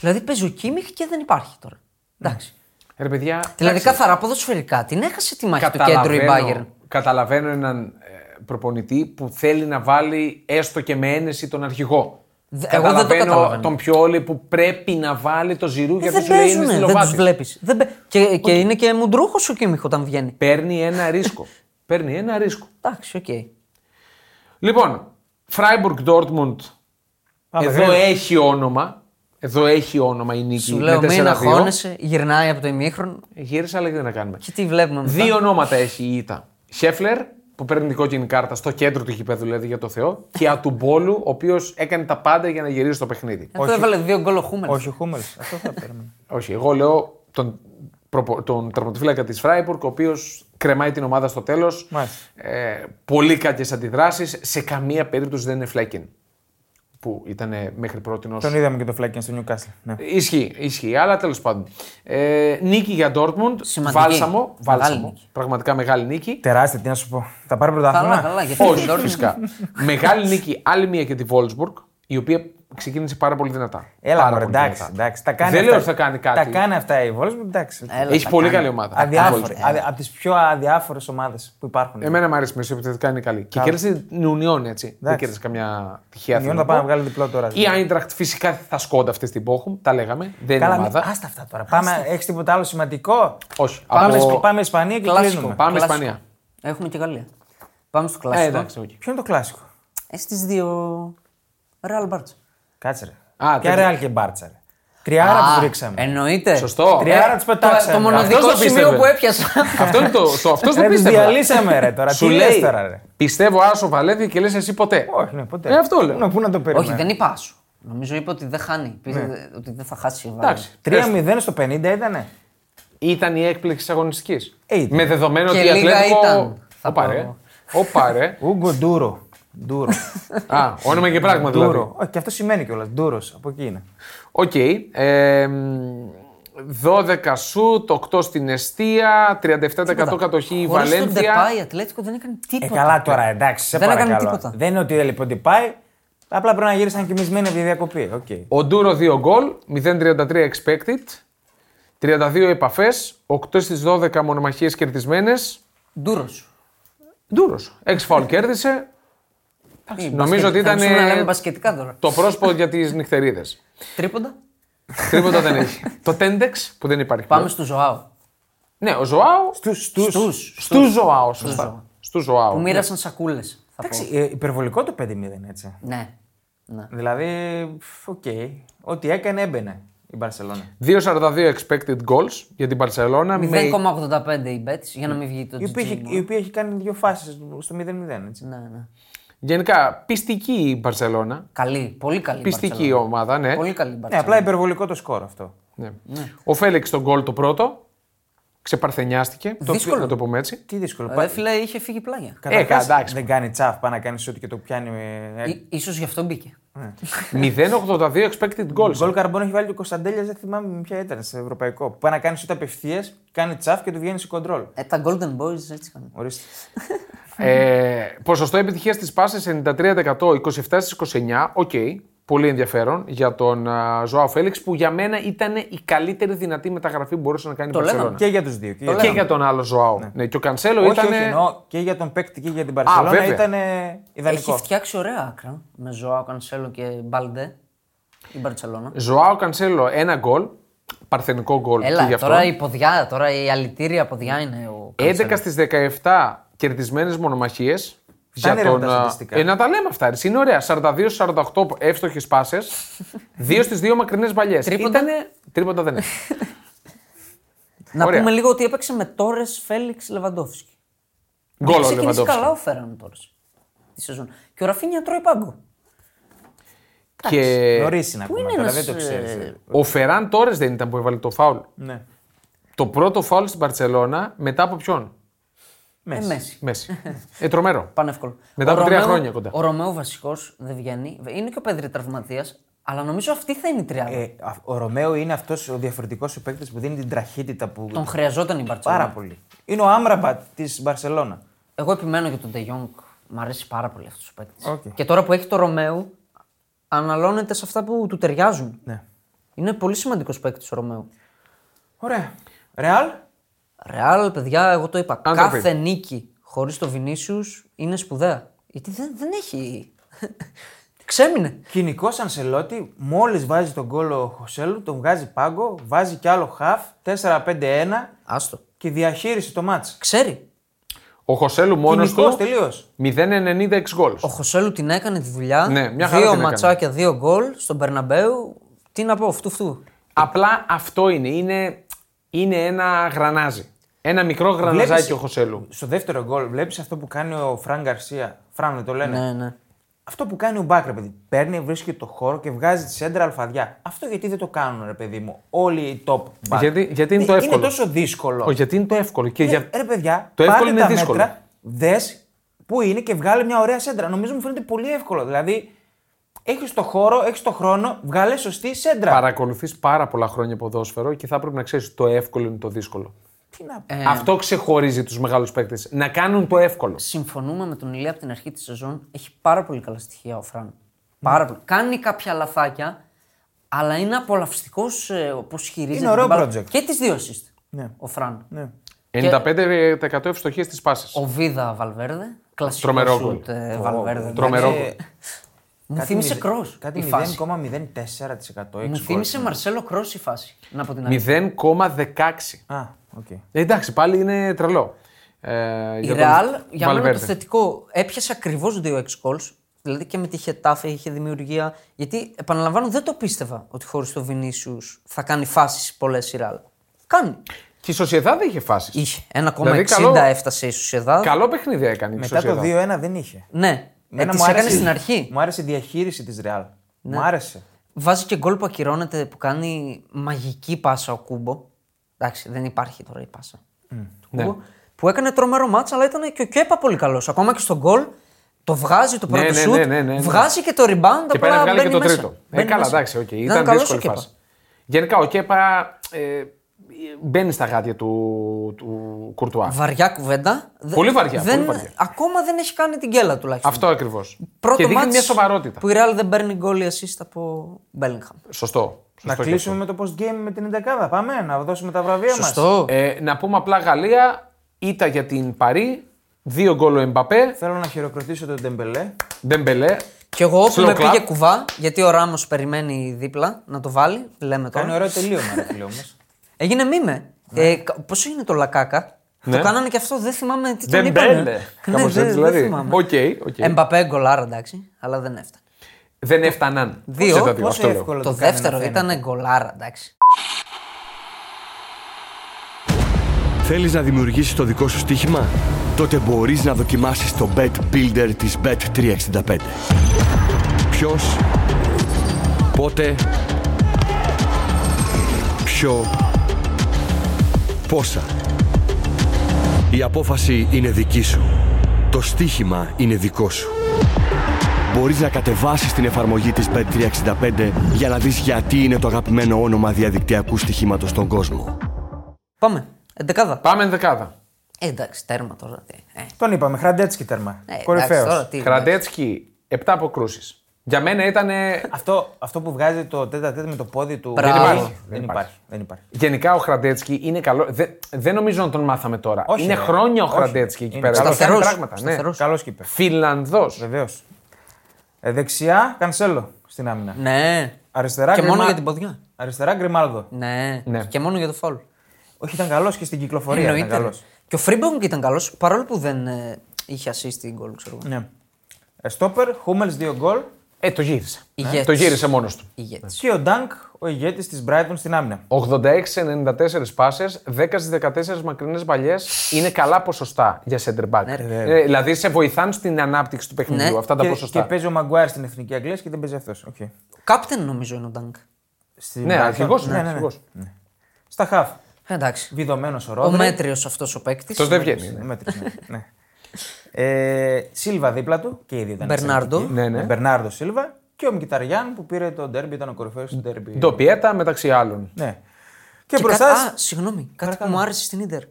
Speaker 3: Δηλαδή παίζει ο Κίμιχ και δεν υπάρχει τώρα. Εντάξει.
Speaker 1: Ρε παιδιά,
Speaker 3: Δηλαδή
Speaker 1: Ναι. εντάξει.
Speaker 3: καθαρά ποδοσφαιρικά την έχασε τη μάχη του κέντρου η Bayern.
Speaker 1: Καταλαβαίνω έναν ε, προπονητή που θέλει να βάλει έστω και με ένεση τον αρχηγό.
Speaker 3: Δε- εγώ δεν το καταλαβαίνω.
Speaker 1: τον Πιόλη που πρέπει να βάλει το Ζηρού
Speaker 3: Ε,
Speaker 1: γιατί
Speaker 3: δεν
Speaker 1: σου λέει είναι στη
Speaker 3: παίζουν, δεν του
Speaker 1: Σλοβάκη.
Speaker 3: βλέπει. Και, και είναι και μουντρούχος ο Κίμιχ όταν βγαίνει.
Speaker 1: Παίρνει ένα ρίσκο. Παίρνει ένα ρίσκο.
Speaker 3: Εντάξει, οκ.
Speaker 1: Λοιπόν, Freiburg Dortmund.
Speaker 2: Πάμε,
Speaker 1: εδώ
Speaker 2: γρήγορα.
Speaker 1: έχει όνομα. Εδώ έχει όνομα η νίκη.
Speaker 3: Σου
Speaker 1: με
Speaker 3: λέω, μην
Speaker 1: 4-2.
Speaker 3: αγχώνεσαι, γυρνάει από το ημίχρονο
Speaker 1: Γύρισα, αλλά δεν να κάνουμε.
Speaker 3: και τι βλέπουμε μετά.
Speaker 1: Δύο ονόματα έχει η ήττα. Χέφλερ, που παίρνει την κόκκινη κάρτα στο κέντρο του γηπέδου, δηλαδή για το Θεό, και Ατουμπόλου, ο οποίος έκανε τα πάντα για να γυρίσει το παιχνίδι.
Speaker 3: Εδώ Ε, έβαλε δύο γκολ ο Χούμελ.
Speaker 2: Όχι, ο Χούμελ. Αυτό θα παίρνουμε.
Speaker 1: Όχι, εγώ λέω τον, προπο- τον τερματοφύλακα της Φράιμπουργκ, ο οποίος κρεμάει την ομάδα στο τέλος.
Speaker 2: Μάλιστα.
Speaker 1: Ε, πολύ κακές αντιδράσεις. Σε καμία περίπτωση δεν είναι Φλέκιν. Που ήταν μέχρι πρώτη ως...
Speaker 2: Τον είδαμε και το φλάκι στο Newcastle. Ναι.
Speaker 1: Ισχύει, ισχύει, αλλά τέλος πάντων. Ε, νίκη για Ντόρτμουντ.
Speaker 3: Σημαντική.
Speaker 1: Βάλσαμο.
Speaker 3: Μεγάλη
Speaker 1: βάλσαμο
Speaker 3: νίκη.
Speaker 1: πραγματικά μεγάλη νίκη.
Speaker 2: Τεράστια, τι να σου πω. Θα πάρει
Speaker 3: Καλά,
Speaker 2: πρωτάθλημα.
Speaker 3: καλά. Γιατί
Speaker 1: Όχι,
Speaker 3: δεν το
Speaker 1: φυσικά. Μεγάλη νίκη, άλλη μία και τη Βόλσμπουργκ. η οποία ξεκίνησε πάρα πολύ δυνατά.
Speaker 2: Έλα,
Speaker 1: πάρα
Speaker 2: μωρέ,
Speaker 1: πολύ
Speaker 2: εντάξει,
Speaker 1: δυνατά.
Speaker 2: εντάξει, τα κάνει
Speaker 1: Δεν
Speaker 2: αυτά-
Speaker 1: λέω ότι θα κάνει κάτι.
Speaker 2: Τα κάνει αυτά η Wolfsburg, εντάξει.
Speaker 3: Έλα,
Speaker 1: Έχει
Speaker 3: τα
Speaker 1: πολύ
Speaker 3: κάνει.
Speaker 1: καλή ομάδα.
Speaker 2: Αδιάφορη.
Speaker 3: Wolfsburg.
Speaker 2: Από τις πιο αδιάφορες ομάδες που υπάρχουν.
Speaker 1: Εμένα μου αρέσει μεσοεπιθετικά είναι καλή. Και κέρδισε την Ουνιόν έτσι. Δεν
Speaker 2: Εντάξει.
Speaker 1: κέρδισε καμία τυχαία
Speaker 2: Η Union
Speaker 1: θέλω
Speaker 2: θα
Speaker 1: να
Speaker 2: πάει να
Speaker 1: πω.
Speaker 2: βγάλει διπλό τώρα.
Speaker 1: Η Άιντρακτ φυσικά θα σκόντα αυτή στην Πόχουμ. Τα λέγαμε. Δεν είναι
Speaker 2: μην-
Speaker 1: ομάδα.
Speaker 2: άστα αυτά τώρα. Πάμε, έχεις τίποτα άλλο σημαντικό.
Speaker 1: Όχι.
Speaker 2: Πάμε,
Speaker 1: Από-
Speaker 2: στο- πάμε Ισπανία και
Speaker 3: Κλασικό.
Speaker 2: κλείνουμε.
Speaker 1: Πάμε
Speaker 3: Κλασικό.
Speaker 1: Ισπανία.
Speaker 3: Έχουμε και Γαλλία. Πάμε στο
Speaker 1: Ε,
Speaker 3: κλασικό.
Speaker 1: εντάξει, οκ.
Speaker 2: Ποιο είναι το κλασικό.
Speaker 3: Ε, στις δύο. Ρεάλ Μπάρτσα.
Speaker 2: Κάτσε ρε.
Speaker 1: Α,
Speaker 2: Ποια
Speaker 1: τέτοιο.
Speaker 2: Ρεάλ και Μπάρτσα. ρε. Τριάρα
Speaker 3: Α,
Speaker 2: τους ρίξαμε.
Speaker 3: Εννοείται. Ε,
Speaker 1: Σωστό.
Speaker 2: Τριάρα του
Speaker 3: Το,
Speaker 2: πετάξαμε.
Speaker 3: το
Speaker 1: Αυτός
Speaker 3: μοναδικό
Speaker 1: το
Speaker 3: σημείο
Speaker 1: πίστευε.
Speaker 3: που έπιασα.
Speaker 1: Αυτό είναι το. το αυτός το
Speaker 2: Ρε, τους
Speaker 1: πίστευα.
Speaker 2: διαλύσαμε ρε τώρα.
Speaker 1: Σου
Speaker 2: Τι λες
Speaker 1: λέει.
Speaker 2: τώρα ρε.
Speaker 1: Πιστεύω Άσο Βαλένθια και λες εσύ ποτέ.
Speaker 2: Όχι, ναι, ποτέ.
Speaker 1: Ε, αυτό λέω.
Speaker 2: Να, πού να το
Speaker 3: Όχι,
Speaker 2: περιμένουμε.
Speaker 3: δεν είπα άσο. Νομίζω είπε ότι δεν χάνει.
Speaker 2: Ναι.
Speaker 3: Είπε ότι δεν θα χάσει. η Βάρη.
Speaker 1: Εντάξει.
Speaker 2: 3-0 στο 50 ήτανε.
Speaker 1: Ήταν η έκπληξη της αγωνιστικής.
Speaker 2: Ε, ήταν.
Speaker 1: Με δεδομένο
Speaker 3: Και
Speaker 1: ότι η
Speaker 3: λίγα
Speaker 1: Ατλέτικο.
Speaker 3: ήταν, θα
Speaker 1: Όπα
Speaker 3: πω
Speaker 1: ρε.
Speaker 3: εγώ.
Speaker 1: Όπα ρε.
Speaker 2: Ούγκο Ντούρο. Ντούρο.
Speaker 1: Α, όνομα και πράγμα δηλαδή.
Speaker 2: Ντούρο. Όχι, και αυτό σημαίνει κιόλας. Ντούρος. Από εκεί είναι.
Speaker 1: Οκ. ε, μ, 12 σουτ, 8 στην αιστεία, 37% κατοχή η
Speaker 3: Χωρίς τον
Speaker 1: Βαλένθια.
Speaker 3: Ντεπάι, η Ατλέτικο δεν έκανε τίποτα.
Speaker 2: Ε, καλά τώρα, εντάξει, σε
Speaker 3: Δεν έκανε
Speaker 2: παρακαλώ.
Speaker 3: τίποτα.
Speaker 2: Δεν είναι ότι δεν λοιπόν ότι πάει. Απλά πρέπει να γύρισαν κι εμεί μήνα από τη διακοπή. Οκ.
Speaker 1: Ο Ντούρο 2 γκολ, 0-33 expected, 32 επαφέ, 8 στι 12 μονομαχίες κερδισμένες.
Speaker 3: Ντούρος.
Speaker 1: Ντούρος. 6 φάουλ κέρδισε. νομίζω ότι ήταν,
Speaker 3: Να
Speaker 1: ε,
Speaker 3: λέμε μπασκετικά τώρα.
Speaker 1: Το πρόσωπο για τις νυχτερίδες.
Speaker 3: Τρίποντα.
Speaker 1: Τίποτα δεν έχει. Το Τέντεξ που δεν υπάρχει.
Speaker 3: Πάμε στο Ζωάο.
Speaker 1: Ναι, ο Ζωάο.
Speaker 2: Στους,
Speaker 3: Στους.
Speaker 1: Στους Ζωάο, Ναι.
Speaker 3: Ζωάο.
Speaker 1: σωστά. Στου Ζωάο.
Speaker 3: Που μοίρασαν σακούλες.
Speaker 2: Εντάξει, ε, υπερβολικό το 5-0 έτσι.
Speaker 3: Ναι. ναι.
Speaker 2: Δηλαδή, φ, οκ. Ό,τι έκανε έμπαινε η Μπαρσελόνα.
Speaker 1: 2,42 expected goals για την Παρσελώνα.
Speaker 3: 0,85 η Betis για να μην βγει το
Speaker 2: Η οποία,
Speaker 3: GG.
Speaker 2: έχει, η οποία έχει κάνει δύο φάσεις στο 0-0. Έτσι.
Speaker 3: Ναι, ναι.
Speaker 1: Γενικά, πιστική η Μπαρσελόνα.
Speaker 3: Καλή, πολύ καλή. η
Speaker 1: Πιστική η
Speaker 3: Barcelona.
Speaker 1: ομάδα, ναι.
Speaker 3: Πολύ καλή η
Speaker 2: Ναι,
Speaker 3: Barcelona.
Speaker 2: απλά υπερβολικό το σκορ αυτό.
Speaker 1: ναι. Ο Φέλεξ τον γκολ το πρώτο. Ξεπαρθενιάστηκε.
Speaker 3: Δύσκολο.
Speaker 1: Να το πούμε έτσι.
Speaker 2: Τι δύσκολο.
Speaker 3: Ρε φίλε, είχε φύγει πλάγια.
Speaker 2: Καταρχάς,
Speaker 1: εντάξει.
Speaker 2: δεν κάνει τσαφ, πάει να κάνει σούτ και το πιάνει.
Speaker 1: Ναι.
Speaker 2: ε,
Speaker 3: Ή- Ίσως γι' αυτό μπήκε.
Speaker 1: 0,82 expected goals.
Speaker 2: Γκολ καρμπόν έχει βάλει και ο Κωνσταντέλια, δεν θυμάμαι ποια ήταν σε ευρωπαϊκό. Που πάει να κάνει σούτ απευθείας, κάνει τσαφ και του βγαίνει σε κοντρόλ.
Speaker 3: Ε, τα Golden Boys έτσι κάνουν.
Speaker 2: Ορίστε.
Speaker 1: Ε, ποσοστό επιτυχίας της πάσης 93%, 27 στι 29. Οκ. Πολύ ενδιαφέρον για τον α, Ζωάο Φέλεξ που για μένα ήταν η καλύτερη δυνατή μεταγραφή που μπορούσε να κάνει η
Speaker 3: Το λέγαμε.
Speaker 1: Μπαρσελόνα.
Speaker 2: και για τους δύο. Και,
Speaker 1: Και για τον άλλο Ζωάο. Ναι. και ο Κανσέλο
Speaker 2: όχι,
Speaker 1: ήταν.
Speaker 2: όχι, εννοώ και για τον παίκτη και για την Παρσελόνα
Speaker 1: βέβαια.
Speaker 2: ήταν ιδανικό.
Speaker 3: Έχει φτιάξει ωραία άκρα με Ζωάο, Κανσέλο και Μπαλντέ η Μπαρσελόνα.
Speaker 1: Ζωάο Κανσέλο ένα γκολ. Παρθενικό γκολ Ε, και γι'
Speaker 3: Έλα,
Speaker 1: αυτό. Ε,
Speaker 3: τώρα η ποδιά, τώρα η αλητήρια ποδιά είναι ο.
Speaker 1: 11 στι 17 κερδισμένες μονομαχίες.
Speaker 2: Φτάνει, ρε, με τα
Speaker 1: α,
Speaker 2: στατιστικά.
Speaker 1: Ε, να τα λέμε αυτά. ρε. Είναι ωραία. 42-48 εύστοχες πάσες. 2 στι 2 μακρινέ μπαλιέ.
Speaker 3: Τρίποντα.
Speaker 1: Τρίποτα δεν έχει.
Speaker 3: Να
Speaker 1: Ωραία.
Speaker 3: πούμε λίγο ότι έπαιξε με Τόρες Φέληξ Λεβαντόφσκι.
Speaker 1: Γκολ ο
Speaker 3: Ξεκίνησε
Speaker 1: Λεβαντόφσκι.
Speaker 3: καλά ο Φέραν Τόρες τη σεζόν. Και ο Ραφίνια τρώει πάγκο.
Speaker 1: Και
Speaker 2: Νωρί Ε, είναι ακόμα,
Speaker 3: είναι
Speaker 2: τώρα
Speaker 3: ένας,
Speaker 2: δεν το ξέρεις.
Speaker 3: ε,
Speaker 1: ο Φεράν Τόρες δεν ήταν που έβαλε το φάουλ.
Speaker 2: Ναι.
Speaker 1: Το πρώτο φάουλ στην Παρσελώνα μετά από ποιον.
Speaker 3: Ε, Μέση.
Speaker 1: Μέση. ε, τρομερό.
Speaker 3: Πανεύκολο.
Speaker 1: Μετά
Speaker 3: Ο
Speaker 1: από τρία
Speaker 3: Ρωμαίου-
Speaker 1: χρόνια κοντά.
Speaker 3: Ο Ρωμαίο βασικός δεν βγαίνει. Είναι και ο Πέδρη τραυματίας, αλλά νομίζω αυτή θα είναι η τριάδα.
Speaker 2: Ε, α- ο Ρωμαίο είναι αυτός ο διαφορετικός ο παίκτης που δίνει την τραχύτητα που.
Speaker 3: Τον χρειαζόταν η Μπαρτσέλα.
Speaker 2: Πάρα πολύ. Είναι ο Άμραμπα της Μπαρσελόνα.
Speaker 3: Εγώ επιμένω για τον De Jong. Μ' αρέσει πάρα πολύ αυτός ο παίκτης.
Speaker 2: Οκ.
Speaker 3: Και τώρα που έχει το Ρωμαίου, αναλώνεται σε αυτά που του ταιριάζουν.
Speaker 2: Ναι.
Speaker 3: Είναι πολύ σημαντικός παίκτης ο Ρωμαίου.
Speaker 2: Ωραία. Ρεάλ.
Speaker 3: Ρεάλ, παιδιά, εγώ το είπα.
Speaker 1: Αν το
Speaker 3: κάθε νίκη χωρίς το Βινίσιους είναι σπουδαία. Γιατί δεν, δεν έχει. Ξέμεινε.
Speaker 2: Κοινικός Ανσελότη, μόλις βάζει τον γκολ ο Χωσέλου, τον βγάζει πάγκο, βάζει κι άλλο χαφ, 4-5-1
Speaker 3: Άστο.
Speaker 2: και διαχείρισε το μάτς.
Speaker 3: Ξέρει.
Speaker 1: Ο Χωσέλου μόνος
Speaker 2: Κοινικός
Speaker 1: του
Speaker 2: τελείως.
Speaker 1: 0,96 γκολ.
Speaker 3: Ο Χωσέλου την έκανε τη δουλειά.
Speaker 1: Ναι, μια χαρά
Speaker 3: δύο
Speaker 1: την έκανε.
Speaker 3: ματσάκια, δύο γκολ στον Περναμπέου. Τι να πω, φτού φτού.
Speaker 1: Απλά αυτό είναι. Είναι, είναι ένα γρανάζι. Ένα μικρό γραναζάκι
Speaker 2: Βλέπεις-
Speaker 1: ο Χωσέλου.
Speaker 2: Στο δεύτερο γκολ, βλέπεις αυτό που κάνει ο Φραν Γκαρσία. Φραν δεν το λένε.
Speaker 3: Ναι, ναι.
Speaker 2: Αυτό που κάνει ο Μπάκ, ρε παιδί. Παίρνει, βρίσκει το χώρο και βγάζει τη σέντρα αλφαδιά. Αυτό γιατί δεν το κάνουν, ρε παιδί μου, όλοι οι top back.
Speaker 1: Γιατί- γιατί είναι
Speaker 2: Ε,
Speaker 1: το εύκολο.
Speaker 2: Είναι τόσο δύσκολο.
Speaker 1: Όχι, γιατί είναι το εύκολο. Και
Speaker 2: Ε,
Speaker 1: για...
Speaker 2: Ρε παιδιά,
Speaker 1: το εύκολο
Speaker 2: πάρε
Speaker 1: είναι
Speaker 2: τα
Speaker 1: δύσκολο.
Speaker 2: μέτρα, δες που είναι και βγάλε μια ωραία σέντρα. Νομίζω μου φαίνεται πολύ εύκολο. Δηλαδή, έχεις το χώρο, έχεις το χρόνο, βγάλε σωστή σέντρα.
Speaker 1: Παρακολουθείς πάρα πολλά χρόνια ποδόσφαιρο και θα πρέπει να ξέρεις το εύκολο είναι το δύσκολο.
Speaker 2: Τι να πω.
Speaker 3: Ε,
Speaker 1: Αυτό ξεχωρίζει τους μεγάλους παίκτες. Να κάνουν το εύκολο.
Speaker 3: Συμφωνούμε με τον Ηλία από την αρχή της σεζόν. Έχει πάρα πολύ καλά στοιχεία ο Φραν. Πάρα πολύ. Κάνει κάποια λαθάκια, αλλά είναι απολαυστικός όπως χειρίζεται.
Speaker 2: Είναι ωραίο
Speaker 3: την μπάλα.
Speaker 2: project.
Speaker 3: Και τις δύο assist.
Speaker 2: Ναι.
Speaker 3: Ο Φραν.
Speaker 2: Ναι.
Speaker 1: 95% ευστοχία τη πάση.
Speaker 3: Ο Βίδα Βαλβέρδε. Κλασικό
Speaker 1: Τρομερό
Speaker 3: σουτ,
Speaker 1: γκολ.
Speaker 3: ε, Βαλβέρδε.
Speaker 1: Τρομερό.
Speaker 3: Εντάξει,
Speaker 1: γκολ.
Speaker 2: δηλαδή,
Speaker 3: Μου
Speaker 2: ε, Κάτι
Speaker 3: θύμισε
Speaker 2: μηδε-
Speaker 3: κρό.
Speaker 2: Κάτι
Speaker 3: η φάση.
Speaker 2: 0,04%
Speaker 3: Μου
Speaker 2: έξω.
Speaker 3: θύμισε Μαρσέλο Κρό η φάση. Να πω την
Speaker 1: ναι.
Speaker 3: αλήθεια.
Speaker 1: 0,16.
Speaker 2: Α, οκ.
Speaker 1: Ε, Εντάξει, πάλι είναι τρελό. Ε,
Speaker 3: Η
Speaker 1: τον
Speaker 3: Ρεάλ, για μένα με το
Speaker 1: Valverde.
Speaker 3: θετικό, έπιασε ακριβώς δύο εξ goals. Δηλαδή και με τη Χετάφε είχε δημιουργία. Γιατί επαναλαμβάνω, δεν το πίστευα ότι χωρίς το Βινίσιου θα κάνει φάσεις πολλές η Ρεάλ. Κάνει.
Speaker 1: Και η Σοσιαδά δεν είχε φάσει.
Speaker 3: Είχε. 1,60
Speaker 1: Δηλαδή, καλό-
Speaker 3: έφτασε η Σοσιαδάδ.
Speaker 1: Καλό παιχνίδι έκανε η
Speaker 2: Μετά το
Speaker 1: Σοσιαδά.
Speaker 2: 2-1 δεν είχε.
Speaker 3: Ναι. Ε,
Speaker 2: Εμένα
Speaker 3: τις έκανε στην αρχή. Ναι.
Speaker 2: Μου άρεσε η διαχείριση της Ρεάλ. Μου άρεσε.
Speaker 3: Βάζει και γκολ που ακυρώνεται που κάνει μαγική πάσα ο Κούμπο. Εντάξει, δεν υπάρχει τώρα η πάσα. του
Speaker 1: ναι.
Speaker 3: Κούμπο, Που έκανε τρομερό μάτσα, αλλά ήταν και ο Κέπα πολύ καλός. Ακόμα και στον γκολ το βγάζει το πρώτο
Speaker 1: Ναι, ναι,
Speaker 3: σουτ,
Speaker 1: ναι, ναι, ναι, ναι.
Speaker 3: βγάζει και το
Speaker 1: Και
Speaker 3: rebound. απλά
Speaker 1: πέρα βγάλει και
Speaker 3: μπαίνει
Speaker 1: το
Speaker 3: μέσα.
Speaker 1: τρίτο. Ε,
Speaker 3: Μπαίνει
Speaker 1: καλά,
Speaker 3: μέσα.
Speaker 1: εντάξει, οκ.
Speaker 3: Ήταν
Speaker 1: Ήταν
Speaker 3: καλός
Speaker 1: δύσκολη
Speaker 3: ο Κέπα.
Speaker 1: φάση. Γενικά ο Κέπα ε, μπαίνει στα γάτια του, του Κουρτουά.
Speaker 3: Βαριά κουβέντα. Δε-
Speaker 1: Πολύ βαριά,
Speaker 3: Δεν,
Speaker 1: πολύ βαριά.
Speaker 3: Ακόμα δεν έχει κάνει την κέλα τουλάχιστον.
Speaker 1: Αυτό ακριβώς.
Speaker 3: Πρώτο
Speaker 1: Και δείχνει
Speaker 3: μάτς
Speaker 1: μια σοβαρότητα.
Speaker 3: Που η Real δεν παίρνει γκολ ή assist από Bellingham.
Speaker 1: Σωστό.
Speaker 2: Να
Speaker 1: Σωστό και
Speaker 2: κλείσουμε με το post-game με την 11 Πάμε να δώσουμε τα βραβεία μας.
Speaker 3: Σωστό.
Speaker 1: Ε, να πούμε απλά Γαλλία, ήττα για την Παρή, δύο γκολ ο Εμπαπέ,
Speaker 2: Θέλω να χειροκροτήσω τον Ντεμπελέ.
Speaker 1: Ντεμπελέ.
Speaker 3: Κι εγώ όπου
Speaker 1: Slow
Speaker 3: με
Speaker 1: clap.
Speaker 3: πήγε κουβά, γιατί ο Ράμος περιμένει δίπλα να το βάλει, λέμε τώρα.
Speaker 2: Κάνει ωραίο τελείωμα, ρε φίλε όμως.
Speaker 3: Έγινε μήμε. Ε, Πώ έγινε το λακάκα.
Speaker 1: Ναι.
Speaker 3: Το κάνανε και αυτό, δεν θυμάμαι τι τον είπανε.
Speaker 1: Ντεμπέλε.
Speaker 3: Ναι,
Speaker 1: Κάπως
Speaker 3: δεν,
Speaker 1: έτσι
Speaker 3: δεν
Speaker 1: δηλαδή.
Speaker 3: θυμάμαι.
Speaker 1: Οκ, οκ.
Speaker 3: Εμπαπέ γκολάρα, εντάξει, αλλά δεν έφτανε.
Speaker 1: Δεν έφταναν.
Speaker 3: Δύο,
Speaker 1: Όχι τα δύο,
Speaker 2: πόσο
Speaker 1: αυτό λέω.
Speaker 2: εύκολο. Όλο
Speaker 3: Το,
Speaker 2: το κάνει
Speaker 3: δεύτερο
Speaker 2: να
Speaker 3: ήταν γκολάρα, εντάξει.
Speaker 4: Θέλεις να δημιουργήσεις το δικό σου στοίχημα? Τότε μπορείς να δοκιμάσεις το Bet Builder της Bet365. Ποιος, πότε, ποιο, πόσα. Η απόφαση είναι δική σου. Το στοίχημα είναι δικό σου. Μπορείς να κατεβάσεις την εφαρμογή της Bet365 για να δεις γιατί είναι το αγαπημένο όνομα διαδικτυακού στοιχήματος στον κόσμο.
Speaker 3: Πάμε. Εντεκάδα.
Speaker 1: Πάμε ενδεκάδα.
Speaker 3: Ε, εντάξει, τέρμα τώρα. τι. Ε,
Speaker 2: Τον είπαμε, Χραντέτσκι τέρμα.
Speaker 3: ε, εντάξει, τώρα
Speaker 2: Κορυφαίο.
Speaker 3: τι, εντάξει.
Speaker 1: Κραντέτσκι, 7 αποκρούσεις. Για μένα ήταν.
Speaker 2: Αυτό, αυτό που βγάζει το τέτα τέτα με το πόδι του. Δεν
Speaker 3: Μπράβο.
Speaker 1: Δεν
Speaker 2: υπάρχει.
Speaker 1: υπάρχει.
Speaker 2: Δεν υπάρχει. Δεν υπάρχει.
Speaker 1: Γενικά ο Χραντέτσκι είναι καλό. Δεν, δεν νομίζω να τον μάθαμε τώρα.
Speaker 2: Όχι,
Speaker 1: είναι
Speaker 2: ρε.
Speaker 1: χρόνια ο
Speaker 2: Όχι.
Speaker 1: Χραντέτσκι εκεί
Speaker 2: Είναι
Speaker 1: πέρα.
Speaker 2: καλός.
Speaker 1: Κάνει
Speaker 3: Σταθερός.
Speaker 1: πράγματα. Ναι.
Speaker 3: Σταθερός.
Speaker 2: Καλός κύπερ.
Speaker 1: Φιλανδός.
Speaker 2: Βεβαίως. Ε, δεξιά, Κανσέλο στην άμυνα.
Speaker 3: Ναι.
Speaker 2: Αριστερά,
Speaker 3: και μόνο
Speaker 2: Γκριμα-
Speaker 3: για την ποδιά.
Speaker 2: Αριστερά, Γκριμάλδο.
Speaker 3: Ναι.
Speaker 1: Ναι.
Speaker 3: Και μόνο για το φάουλ.
Speaker 2: Όχι, ήταν καλός και στην κυκλοφορία. Ήταν
Speaker 3: Εννοείται.
Speaker 2: καλός.
Speaker 3: Και ο Φρίμπονγκ ήταν καλός, παρόλο που δεν ε, είχε assist την γκολ, ξέρω εγώ.
Speaker 2: Ναι. Ε, Στόπερ, Χούμελ, δύο γκολ.
Speaker 1: Ε, το γύρισε.
Speaker 3: Ηγέτης.
Speaker 1: Το γύρισε μόνος του.
Speaker 3: Ηγέτης.
Speaker 2: Και ο Ντάνκ, ο ηγέτης της Brighton στην άμυνα.
Speaker 1: 86-94 πάσε, 10 στι 14 μακρινές παλιές είναι καλά ποσοστά για center back.
Speaker 3: Ναι, ρε.
Speaker 1: ε, δηλαδή σε βοηθάνε στην ανάπτυξη του παιχνιδιού
Speaker 3: Ναι.
Speaker 1: αυτά τα
Speaker 2: και,
Speaker 1: ποσοστά.
Speaker 2: και παίζει ο Μαγκουάρ στην εθνική Αγγλίας και δεν παίζει αυτός. Okay.
Speaker 3: Κάπτεν νομίζω είναι ο Ντάνκ.
Speaker 2: Στην
Speaker 1: Ναι,
Speaker 2: Brighton-
Speaker 1: αρχηγός.
Speaker 2: ναι, ναι, ναι. Στα χαφ.
Speaker 3: Εντάξει.
Speaker 2: Βιδωμένος ο
Speaker 3: Ο
Speaker 2: Ρόδρυ.
Speaker 3: μέτριος αυτός ο παίκτης.
Speaker 1: Τόσο δεν βγαίνει.
Speaker 2: Ο
Speaker 1: ναι.
Speaker 2: Μέτρης, ναι. ναι. Ε, Σίλβα δίπλα του και οι δύο ήταν.
Speaker 3: Μπερνάρντο.
Speaker 2: εξαιρετικοί.
Speaker 1: Ναι, ναι.
Speaker 2: Μπερνάρντο Σίλβα και ο Μικηταριάν που πήρε το ντέρμπι, ήταν ο κορυφαίος του ντέρμπι.
Speaker 1: Το πιέτα μεταξύ άλλων.
Speaker 2: Ναι. Και,
Speaker 3: Και
Speaker 2: μπροστά.
Speaker 3: κάτι- α, συγγνώμη, κάτι που μου άρεσε στην ντερ.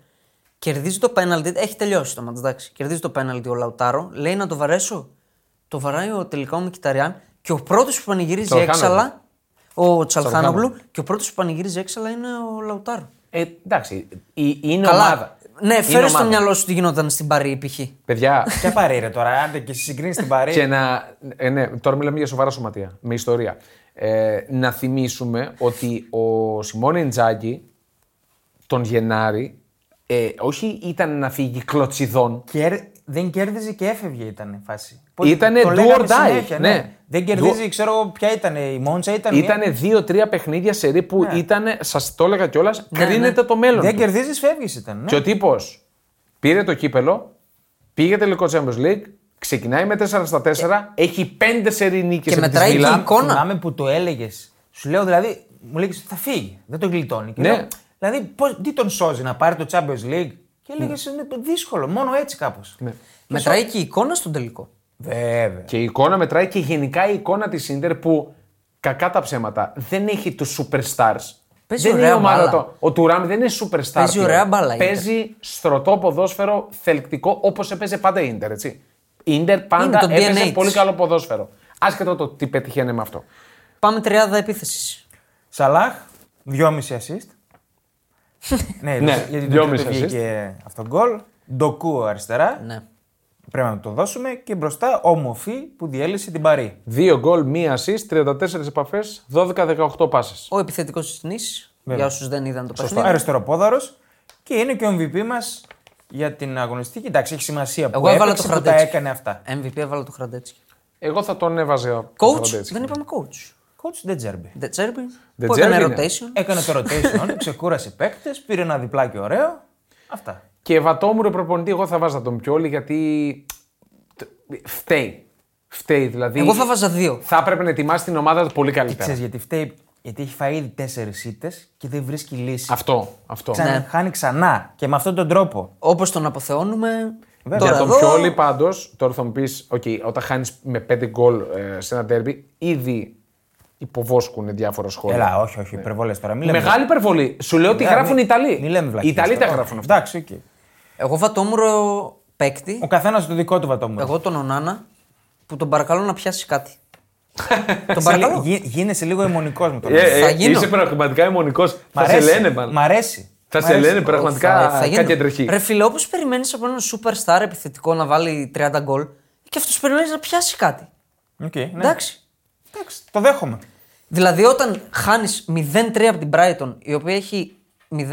Speaker 3: Κερδίζει το πέναλτι. Έχει τελειώσει το μάτς, εντάξει. Κερδίζει το πέναλτι ο Λαουτάρο. Λέει να το βαρέσω. Το βαράει ο τελικά ο Μικηταριάν και ο πρώτος που πανηγυρίζει
Speaker 1: Τσαλχάνογλου.
Speaker 3: έξαλα. Ο Τσαλχάνογλου
Speaker 1: Τσαλχάνογλου.
Speaker 3: και ο πρώτος που πανηγυρίζει έξαλα είναι ο Λαουτάρο.
Speaker 1: Ε, εντάξει, η- είναι ομάδα.
Speaker 3: Ναι,
Speaker 1: Είναι
Speaker 3: φέρε στο
Speaker 1: ομάδα.
Speaker 3: μυαλό σου τι γινόταν στην Παρή, π.χ.
Speaker 1: Παιδιά,
Speaker 2: Και πάρει ρε τώρα, άντε και συγκρίνεις την παρή.
Speaker 1: και να. Ε, ναι, τώρα μιλάμε για σοβαρά σωματεία, με ιστορία. Ε, να θυμίσουμε ότι ο Σιμώνε Ιντζάκη τον Γενάρη ε, όχι ήταν να φύγει κλωτσιδών.
Speaker 2: Κέρ- Δεν κέρδιζε και έφευγε ήταν η φάση.
Speaker 1: Ήτανε
Speaker 2: το
Speaker 1: do
Speaker 2: λέγαμε
Speaker 1: or die,
Speaker 2: συνέχεια,
Speaker 1: ναι.
Speaker 2: Δεν κερδίζει, ξέρω εγώ ποια ήταν η Μόντσα. Ήταν μια-
Speaker 1: Ήτανε δύο-τρία παιχνίδια σε ρί που ήταν, σας το έλεγα κιόλας, κρίνεται το μέλλον.
Speaker 2: Δεν
Speaker 1: του.
Speaker 2: κερδίζεις, φεύγεις ήταν. Ναι.
Speaker 1: Και ο τύπος πήρε το κύπελο, πήγε τελικό Champions League, ξεκινάει με 4 στα 4, έχει 5 σερή νίκες
Speaker 3: Και
Speaker 1: επί της
Speaker 3: μετράει και
Speaker 1: Μίλαν.
Speaker 3: η εικόνα.
Speaker 2: Θυμάμαι που το έλεγες. Σου λέω δηλαδή, μου λέγε θα φύγει. Δεν τον γλιτώνει. Και
Speaker 1: Ναι.
Speaker 2: λέω, δηλαδή, πώς, τι τον σώζει να πάρει το Champions League. Και
Speaker 3: Ναι.
Speaker 2: έλεγε είναι δύσκολο, μόνο έτσι κάπως.
Speaker 3: Μετράει και η εικόνα στον τελικό.
Speaker 2: Βέβαια.
Speaker 1: Και η εικόνα μετράει και γενικά η εικόνα της Ιντερ που κακά τα ψέματα δεν έχει τους superstars.
Speaker 3: Παίζει
Speaker 1: δεν
Speaker 3: ωραία
Speaker 1: η ομάδα
Speaker 3: μπάλα.
Speaker 1: το- Ο Τουράμ δεν είναι superstar.
Speaker 3: Παίζει
Speaker 1: πλέον.
Speaker 3: ωραία μπάλα η Ίντερ.
Speaker 1: Παίζει στρωτό ποδόσφαιρο θελκτικό όπως έπαιζε πάντα η Ίντερ. Έτσι. Η Ίντερ
Speaker 3: Είναι
Speaker 1: πάντα
Speaker 3: το DNA
Speaker 1: έπαιζε
Speaker 3: της.
Speaker 1: πολύ καλό ποδόσφαιρο. Άσχετα το τι πετυχαίνει με αυτό.
Speaker 3: Πάμε τριάδα επίθεσης.
Speaker 2: Σαλάχ, 2,5 assist. ναι,
Speaker 1: Ναι,
Speaker 2: γιατί το
Speaker 1: δυόμιση
Speaker 2: τρίτο βγήκε αυτό το γκολ. Ντοκού αριστερά.
Speaker 3: Ναι.
Speaker 2: Πρέπει να το δώσουμε. Και μπροστά ο Μοφή που διέλυσε την
Speaker 3: Ναι.
Speaker 2: Παρή.
Speaker 1: Δύο γκολ, μία assist, 34 επαφέ, 12-18 πάσες.
Speaker 3: Ο επιθετικός της νήσι. Για όσους δεν είδαν το
Speaker 2: Σωστό.
Speaker 3: παιχνίδι.
Speaker 2: Αριστεροπόδαρος. Και είναι και ο MVP μας για την αγωνιστική. Εντάξει, έχει σημασία που,
Speaker 3: Εγώ έβαλα
Speaker 2: έπαιξε,
Speaker 3: το
Speaker 2: που τα
Speaker 3: Χραντέτσι.
Speaker 2: έκανε αυτά.
Speaker 3: MVP έβαλα το Χραντέτσι.
Speaker 1: Εγώ θα τον έβαζα.
Speaker 3: Coach,
Speaker 1: Ροντέτσκι.
Speaker 2: ναι.
Speaker 3: δεν είπαμε coach.
Speaker 2: Coach δεν τζέρμπε.
Speaker 3: The Τσέρμπι.
Speaker 1: De
Speaker 3: Που έκανε
Speaker 1: Zerbi
Speaker 2: ναι.
Speaker 1: είναι.
Speaker 3: rotation.
Speaker 2: Έκανε το rotation, ξεκούρασε παίκτες, πήρε ένα διπλάκι ωραίο. Αυτά.
Speaker 1: Και Βατόμουρο προπονητή, εγώ θα βάζα τον Πιόλη γιατί. τ- Φταίει. Φταίει δηλαδή.
Speaker 2: ε,
Speaker 3: Εγώ θα βάζα δύο.
Speaker 1: Θα έπρεπε να ετοιμάσει την ομάδα του πολύ καλύτερα.
Speaker 2: Ξέρεις γιατί φταίει, γιατί έχει φάει ήδη τέσσερις ήττες και δεν βρίσκει λύση.
Speaker 1: Αυτό. αυτό.
Speaker 2: Ξανα,
Speaker 3: Ναι.
Speaker 2: Χάνει ξανά και με αυτόν τον τρόπο.
Speaker 3: Όπως τον αποθεώνουμε.
Speaker 2: Βέβαια.
Speaker 1: Για
Speaker 3: Τώρα
Speaker 1: τον
Speaker 3: εδώ.
Speaker 1: Πιόλη πάντως, τώρα θα μου πεις: okay, όταν χάνεις με 5 γκολ ε, σε ένα τέρμπι, ήδη υποβόσκουν διάφορα σχόλια.
Speaker 2: Έλα, όχι, όχι, υπερβολές τώρα. Μην λέμε-
Speaker 1: Ναι. Μεγάλη υπερβολή. Σου λέω ότι
Speaker 2: Ναι,
Speaker 1: γράφουν οι
Speaker 2: μην-
Speaker 1: Ιταλοί.
Speaker 2: Μην λέμε
Speaker 1: οι
Speaker 2: βλακίες
Speaker 1: Ιταλοί τα
Speaker 2: τώρα.
Speaker 1: γράφουν αυτά.
Speaker 2: Εντάξει, οκ.
Speaker 3: Εγώ βατόμουρο παίκτη.
Speaker 2: Ο καθένας το δικό του βατόμουρο.
Speaker 3: Εγώ τον Ονάνα που τον παρακαλώ να πιάσει κάτι. τον
Speaker 2: Σε λι-
Speaker 3: παρακαλώ.
Speaker 2: γι- Γίνεσαι λίγο αιμονικός με τον
Speaker 3: ε, γίνω.
Speaker 1: είσαι πραγματικά αιμονικός.
Speaker 2: Μ'
Speaker 1: Θα σε
Speaker 2: αρέσει.
Speaker 1: λένε μάλλον.
Speaker 2: Μ' αρέσει.
Speaker 1: Θα
Speaker 2: Μ'
Speaker 1: σε
Speaker 2: αρέσει.
Speaker 1: λένε πραγματικά
Speaker 3: Θα- θα γίνω.
Speaker 1: κάτι εντρεχή.
Speaker 3: Ρε φίλε, όπως περιμένεις από έναν superstar επιθετικό να βάλει 30 γκολ, και αυτός περιμένεις να πιάσει κάτι.
Speaker 2: Οκ, ναι.
Speaker 3: Εντάξει.
Speaker 2: Εντάξει, Το δέχομαι.
Speaker 3: Δηλαδή, όταν χάνεις 0-3 από την Brighton, η οποία έχει 0,9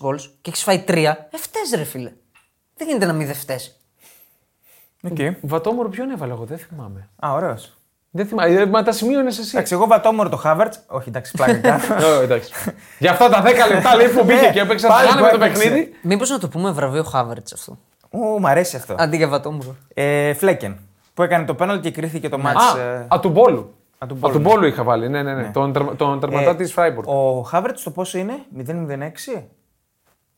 Speaker 3: goals και έχεις φάει 3, εφτές ρε φίλε. Δεν γίνεται να μην δε φταίς.
Speaker 2: Οκ.
Speaker 1: Βατόμορο ποιον έβαλε εγώ, δεν θυμάμαι.
Speaker 2: Α, ωραίος.
Speaker 1: Δεν θυμάμαι. ε, Μα τα σημείωνες εσύ.
Speaker 2: Εντάξει, εγώ βατόμουρο το Χάβερτ. Όχι, εντάξει, πλάκα. κάνω.
Speaker 1: Ε, εντάξει. Γι' αυτά τα 10 λεπτά λέει που μπήκε
Speaker 2: Ε,
Speaker 1: και έπαιξε.
Speaker 2: πάλι
Speaker 1: Πάλι με το
Speaker 2: που έπαιξε.
Speaker 1: παιχνίδι.
Speaker 3: Μήπως να το πούμε βραβείο Χάβερτ αυτό.
Speaker 2: Ου, μ' αρέσει αυτό.
Speaker 3: Αντί για βατόμουρο.
Speaker 2: Ε, Φλέκεν. Που έκανε το πέναλ και κρίθηκε το μάτς. ε,
Speaker 1: Ναι. Α, α, του μπόλου. Α,
Speaker 2: α, του
Speaker 1: του
Speaker 2: Μπόλου.
Speaker 1: μπόλου είχα βάλει. Ναι, ναι, ναι. Τον, τερμα- τον τερματά
Speaker 2: Ε,
Speaker 1: της Φράιμπουργκ.
Speaker 2: Ο Χάβερτ το πόσο είναι, 006.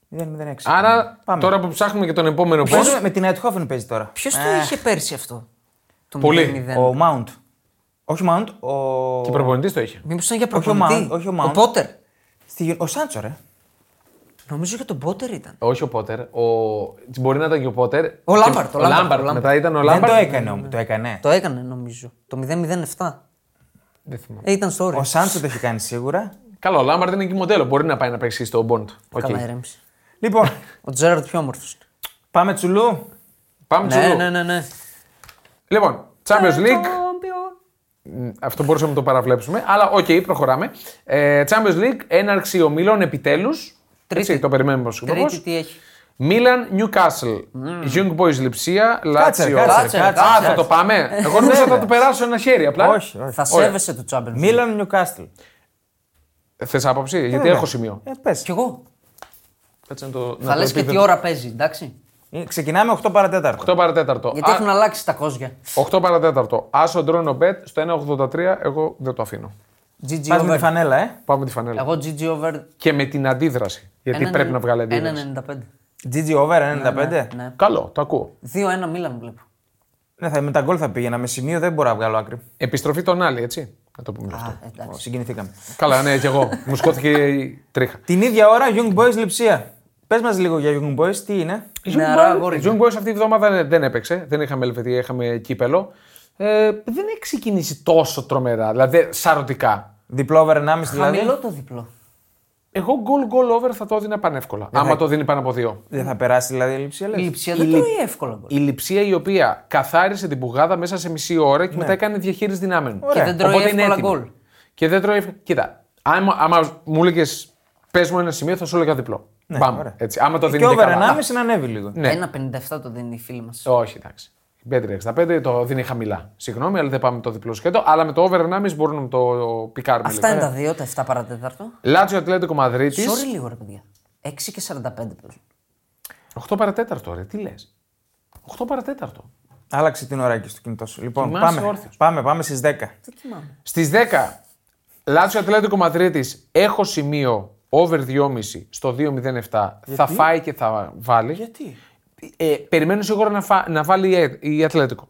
Speaker 2: 006.
Speaker 1: Άρα
Speaker 2: Πάμε.
Speaker 1: τώρα που ψάχνουμε και τον επόμενο
Speaker 2: Παίζουμε
Speaker 1: πόντο.
Speaker 2: με την Αιτχόφεν παίζει τώρα.
Speaker 3: Ποιος
Speaker 2: Ε,
Speaker 3: το είχε πέρσι αυτό. Το
Speaker 1: Πολύ.
Speaker 3: 0-0.
Speaker 2: Ο Mount. Όχι Mount, ο.
Speaker 1: Και προπονητής το είχε.
Speaker 3: Μήπως ήταν για
Speaker 2: ο
Speaker 3: προπονητή.
Speaker 2: Mount, όχι ο Mount.
Speaker 3: Πότερ.
Speaker 2: Στη... Ο Σάντσο, ρε.
Speaker 3: Νομίζω για τον Πότερ ήταν.
Speaker 1: Όχι ο Πότερ. Ο... Μπορεί να ήταν και ο Πότερ.
Speaker 3: Ο Λάμπαρτ,
Speaker 1: Και-
Speaker 3: ο
Speaker 1: Ο
Speaker 3: Λάμπαρτ,
Speaker 1: Λάμπαρτ.
Speaker 3: ο Λάμπαρτ.
Speaker 1: Μετά ήταν ο
Speaker 2: Δεν το
Speaker 1: Λάμπαρτ.
Speaker 2: έκανε όμως. Το έκανε.
Speaker 3: Το έκανε νομίζω. Το 0-0-7.
Speaker 1: Δεν θυμάμαι.
Speaker 3: Ε, ήταν στο όριο.
Speaker 2: Ο Σάντσο το έχει κάνει σίγουρα.
Speaker 1: Καλά, ο Λάμπαρτ είναι και μοντέλο. Μπορεί να πάει να παίξει στο Μποντ.
Speaker 3: Καλά, ηρέμησε.
Speaker 2: Λοιπόν,
Speaker 3: Ο Τζέραρτ πιο όμορφος.
Speaker 2: πάμε τσουλού.
Speaker 1: Πάμε
Speaker 3: Ναι,
Speaker 1: τσουλού.
Speaker 3: ναι, ναι, ναι.
Speaker 1: Λοιπόν, Champions League. Μ, Αυτό μπορούσαμε να το παραβλέψουμε. Αλλά οκ, προχωράμε. Ε, Champions League, έναρξη ομίλων επιτέλους.
Speaker 3: Τρίτη.
Speaker 1: το περιμένουμε ως
Speaker 3: Τρίτη
Speaker 1: Τρίτη.
Speaker 3: τι έχει.
Speaker 1: Μίλαν, Newcastle, Young Boys Λιψία,
Speaker 2: Κάτσε,
Speaker 1: Λάτσιο.
Speaker 2: κάτσε,
Speaker 3: Mm. κάτσε,
Speaker 1: Α,
Speaker 3: κάτσε.
Speaker 1: θα το πάμε. Εγώ νόμιζα θα
Speaker 2: Βέβαια.
Speaker 1: το περάσω ένα χέρι απλά.
Speaker 2: Όχι, όχι.
Speaker 3: Θα σέβεσαι το Champions League.
Speaker 2: Μίλαν Νιουκάστλ.
Speaker 1: Θες άποψη, γιατί έχω σημείο.
Speaker 2: Ε, πες.
Speaker 3: Κι εγώ.
Speaker 1: Κάτσε να το.
Speaker 3: Θα λες και τι ώρα παίζει, εντάξει.
Speaker 2: Ε, Ξεκινάμε 8 παρατέταρτο.
Speaker 1: 8 παρατέταρτο.
Speaker 3: Γιατί έχουν αλλάξει τα κόζια.
Speaker 1: 8 παρατέταρτο. Άσο ντρόνο μπετ στο 1,83. Εγώ δεν το αφήνω.
Speaker 3: GG
Speaker 2: Πας με τη
Speaker 3: over.
Speaker 2: φανέλα, ε.
Speaker 1: Πάμε τη φανέλα.
Speaker 3: Εγώ GG over.
Speaker 1: Και με την αντίδραση. Γιατί
Speaker 3: έναν-
Speaker 1: πρέπει να βγάλει αντίδραση.
Speaker 3: 1,95.
Speaker 2: GG over 95.
Speaker 3: Ναι, ναι.
Speaker 1: Καλό, το ακούω.
Speaker 3: 2-1 Μίλαν βλέπω.
Speaker 2: Ναι, θα, με τα γκολ θα πήγαινα. Με σημείο δεν μπορώ να βγάλω άκρη.
Speaker 1: Επιστροφή των άλλη, έτσι. Να το πούμε αυτό.
Speaker 3: Α, Ε, εντάξει.
Speaker 2: Συγκινηθήκαμε.
Speaker 1: Καλά, ναι, και εγώ. Μου σκόθηκε η τρίχα.
Speaker 2: Την ίδια ώρα Young Boys λειψία. Πες μας λίγο για Young Boys, τι είναι.
Speaker 3: Νεαρά
Speaker 1: Young Boys-
Speaker 3: αγόρια.
Speaker 1: Young Boys αυτή τη βδομάδα δεν- δεν έπαιξε. Δεν είχαμε Ελβετία, είχαμε κύπελο. Ε, δεν έχει ξεκινήσει τόσο τρομερά, δηλαδή σαρωτικά.
Speaker 2: Διπλό over 1,5 δηλαδή.
Speaker 3: Χαμηλό το διπλό.
Speaker 1: Εγώ goal goal over θα το έδινα πανεύκολα. άμα το δίνει πάνω από δύο.
Speaker 2: Δεν θα περάσει δηλαδή η λειψία,
Speaker 3: Η
Speaker 2: λες.
Speaker 3: λειψία δεν τρώει εύκολα γκολ.
Speaker 1: Η λειψία η οποία καθάρισε την πουγάδα μέσα σε μισή ώρα και μετά έκανε διαχείριση δυνάμεων.
Speaker 3: Και δεν τρώει
Speaker 1: Οπότε είναι
Speaker 3: εύκολα
Speaker 1: έτοιμη.
Speaker 3: γκολ.
Speaker 1: Και δεν τρώει. ευ- Κοίτα, άμα, άμα μου έλεγες πες μου ένα σημείο, θα σου έλεγα διπλό. Ναι,
Speaker 2: ωραία. Ε,
Speaker 1: Έτσι, άμα το
Speaker 2: Και
Speaker 1: δίνει
Speaker 2: over
Speaker 1: καλά.
Speaker 2: 1,5 να ανέβει λίγο.
Speaker 1: Ναι.
Speaker 3: 1,57 το δίνει η φίλη μας.
Speaker 1: Όχι, εντάξει. 5,65 το δίνει χαμηλά. Συγγνώμη, αλλά δεν πάμε το διπλό σκέτο. Αλλά με το over 1,5 μπορούμε να το πικάρουμε
Speaker 3: Αυτά είναι
Speaker 1: λίγο. ε.
Speaker 3: τα δύο, τα 7 παρατέταρτο.
Speaker 1: Λάτσιο Ατλέτικο Μαδρίτης.
Speaker 3: Sorry λίγο ρε παιδιά. 6 και 45 παίζουν.
Speaker 1: 8 παρατέταρτο, ρε, τι λες. 8 παρατέταρτο.
Speaker 2: Άλλαξε την ώρα εκεί στο κινητό σου. Λοιπόν,
Speaker 1: Κοιμάσαι
Speaker 2: πάμε,
Speaker 1: όρθιος.
Speaker 2: πάμε, πάμε στις 10.
Speaker 3: Δεν κοιμάμαι.
Speaker 1: Στις 10, Λάτσιο Ατλέτικο Μαδρίτης, έχω σημείο over 2,5 στο 2,07. Θα φάει και θα βάλει.
Speaker 2: Γιατί.
Speaker 1: Ε, περιμένω σίγουρα να, φα- να βάλει η Ε- η Ατλέτικο.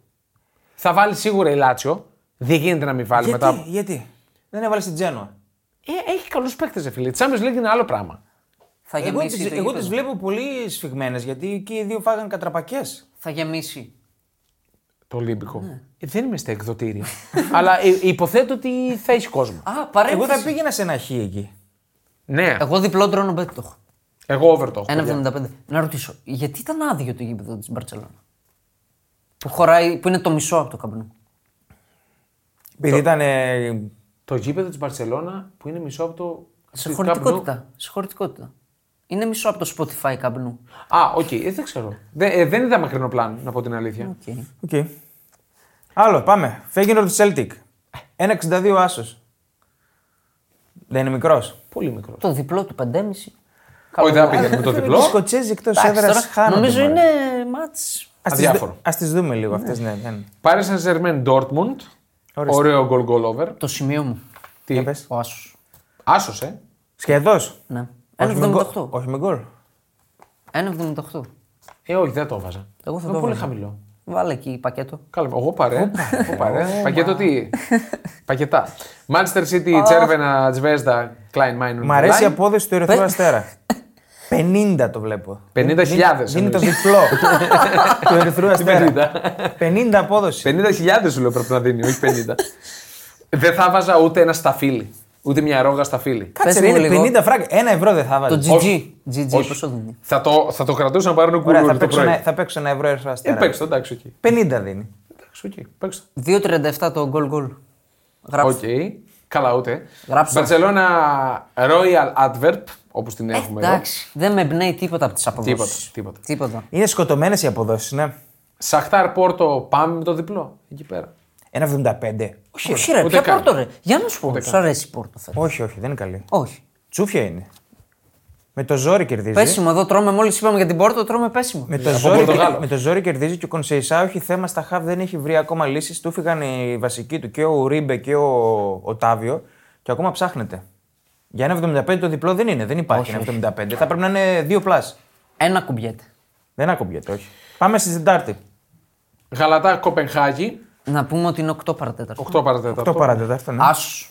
Speaker 1: Θα βάλει σίγουρα η Λάτσιο. Δεν γίνεται να μην βάλει
Speaker 2: Γιατί,
Speaker 1: μετά.
Speaker 2: γιατί. Δεν έβαλε την Τζένοα.
Speaker 1: Ε, έχει καλούς παίκτες, φίλε. Τη Champions League είναι άλλο πράγμα.
Speaker 3: Θα
Speaker 2: Εγώ
Speaker 3: γεμίσει.
Speaker 2: τις,
Speaker 3: το
Speaker 2: εγώ
Speaker 3: γήπεδο.
Speaker 2: τις βλέπω πολύ σφιγμένες γιατί και οι δύο φάγαν κατραπακές.
Speaker 3: Θα γεμίσει.
Speaker 1: Το Ολύμπικο.
Speaker 3: Ναι.
Speaker 1: Ε, δεν είμαι στα εκδοτήρια. Αλλά ε, υποθέτω ότι θα έχει κόσμο.
Speaker 3: Α,
Speaker 2: Εγώ
Speaker 3: παρέμβαση.
Speaker 2: θα πήγαινα σε ένα χ εκεί.
Speaker 1: ναι,
Speaker 3: Εγώ διπλό τρώνο μπέτ το έχω.
Speaker 1: εγώ over το έχω, παιδιά.
Speaker 3: 1,75. Να ρωτήσω, γιατί ήταν άδειο το γήπεδο της Μπαρσελόνα. Που, χωράει, που είναι το μισό από το καμπνού.
Speaker 2: Επειδή ήταν. ε,
Speaker 1: Το γήπεδο της Μπαρσελόνα που είναι μισό από το.
Speaker 3: Σε χωρητικότητα. Σε χωρητικότητα. Είναι μισό από το Spotify καμπνού.
Speaker 1: Α, οκ, ε, δεν ξέρω. Δεν, ε, δεν είδα μακρινό πλάνο, να πω την αλήθεια.
Speaker 3: Okay.
Speaker 2: Οκ. Άλλο, πάμε. Φέγγινορ του Celtic. 1,62 άσος. Δεν είναι μικρός.
Speaker 1: Πολύ μικρός.
Speaker 3: Το διπλό του 5,5.
Speaker 1: Όχι, δεν πήγαινε με το
Speaker 2: Οι
Speaker 1: διπλό.
Speaker 2: Σκοτσέζοι εκτός
Speaker 3: Εντάξει,
Speaker 2: έδρας
Speaker 3: τώρα
Speaker 2: χάνονται.
Speaker 3: Νομίζω
Speaker 2: μάλλον.
Speaker 3: είναι μάτς.
Speaker 2: Ας τις
Speaker 1: Αδιάφορο.
Speaker 2: δου- Ας τις δούμε λίγο αυτές, ναι. ναι.
Speaker 1: Πάρε σαν Ζερμέν Ντόρτμουντ.
Speaker 2: Ορίστε.
Speaker 1: Ωραίο goal goal over.
Speaker 3: Το σημείο μου.
Speaker 1: Τι.
Speaker 2: Για πες.
Speaker 3: Ο Άσος.
Speaker 1: Άσος, ε.
Speaker 2: Σχεδός.
Speaker 3: Ναι.
Speaker 2: Όχι με γκολ.
Speaker 3: 1,78.
Speaker 2: Όχι με γκολ.
Speaker 3: 1,78.
Speaker 1: Ε, όχι, δεν το βάζα.
Speaker 3: Εγώ θα
Speaker 1: Είναι
Speaker 3: το
Speaker 1: Πολύ
Speaker 3: έβαζα.
Speaker 1: χαμηλό.
Speaker 3: Βάλε εκεί πακέτο.
Speaker 1: Καλά, εγώ παρέ. Εγώ παρέ. Πακέτο τι. Πακετά. Manchester City, Τσέρβενα, Τζβέσδα, Klein Minor.
Speaker 2: Μ' αρέσει η
Speaker 1: Klein.
Speaker 2: απόδοση του Ερυθρού Αστέρα. 50 το βλέπω.
Speaker 1: 50.000
Speaker 2: Είναι
Speaker 1: εννοείς.
Speaker 2: το διπλό του Ερυθρού Αστέρα.
Speaker 1: 50.
Speaker 2: 50 απόδοση.
Speaker 1: 50.000 σου λέω πρέπει να δίνει, όχι 50. δεν θα βάζα ούτε ένα σταφύλι. Ούτε μια ρόγα σταφύλι.
Speaker 2: Κάτσε
Speaker 3: Πες
Speaker 2: ρε,
Speaker 3: μου
Speaker 2: είναι
Speaker 3: λίγο.
Speaker 2: 50 φράγκα. Ένα ευρώ δεν θα
Speaker 3: Το
Speaker 2: βάλει.
Speaker 3: GG. GG,
Speaker 1: Όχι.
Speaker 3: πόσο δίνει.
Speaker 1: Θα το, θα το κρατούσα να πάρουν
Speaker 2: Ωραία, θα
Speaker 1: κουλούρι το
Speaker 2: παίξω,
Speaker 1: πρωί.
Speaker 2: ένα, θα παίξω ένα ευρώ Ερυθρό
Speaker 1: Ε,
Speaker 2: Αστέρα.
Speaker 1: παίξτε, εντάξει, εκεί.
Speaker 2: 50 δίνει.
Speaker 1: Εντάξει, οκ. Παίξτε.
Speaker 3: 2,37 το goal goal.
Speaker 1: Οκ.
Speaker 3: Γράψτε.
Speaker 1: Καλά, ούτε.
Speaker 3: Γράψτε.
Speaker 1: Μπαρσελόνα Royal Adverb, όπως την
Speaker 2: Ε,
Speaker 1: έχουμε εδώ.
Speaker 3: Εντάξει, δεν με εμπνέει τίποτα από τις
Speaker 1: Τίποτα.
Speaker 3: αποδόσεις.
Speaker 1: τίποτα.
Speaker 3: Τίποτα.
Speaker 2: Είναι σκοτωμένες οι αποδόσεις, ναι.
Speaker 1: Σαχτάρ Πόρτο, πάμε με το διπλό. Εκεί πέρα.
Speaker 2: 1,75.
Speaker 3: Όχι, όχι, ρε,
Speaker 1: ούτε
Speaker 3: ποια
Speaker 1: καν.
Speaker 3: πόρτο ρε. Για να σου πω, σου αρέσει η πόρτο. Θέλω.
Speaker 2: Όχι, όχι, δεν είναι καλή.
Speaker 3: Όχι.
Speaker 2: Τσούφια είναι. Με το ζόρι κερδίζει.
Speaker 3: Πέσιμο εδώ τρώμε, μόλις είπαμε για την πόρτο, τρώμε πέσιμο.
Speaker 2: Με το,
Speaker 1: Από
Speaker 2: ζόρι,
Speaker 1: Πορτογάλο.
Speaker 2: με το ζόρι κερδίζει και ο Κονσεϊσάου έχει θέμα στα χαβ, δεν έχει βρει ακόμα λύσεις. Του φύγαν οι βασικοί του και ο Ρίμπε και ο Οτάβιο και ακόμα ψάχνεται. Για ένα 75 το διπλό δεν είναι, δεν υπάρχει ένα 75. Θα πρέπει να είναι δύο πλάσ.
Speaker 3: Ένα κουμπιέται.
Speaker 2: Δεν ακουμπιέται, όχι. Πάμε στη Τετάρτη.
Speaker 1: Γαλατά Κοπενχάγη,
Speaker 3: Να πούμε ότι είναι 8 παρατέταρτο.
Speaker 1: 8
Speaker 2: Το
Speaker 1: παρατέταρτο.
Speaker 2: παρατέταρτο, ναι.
Speaker 3: Άσο.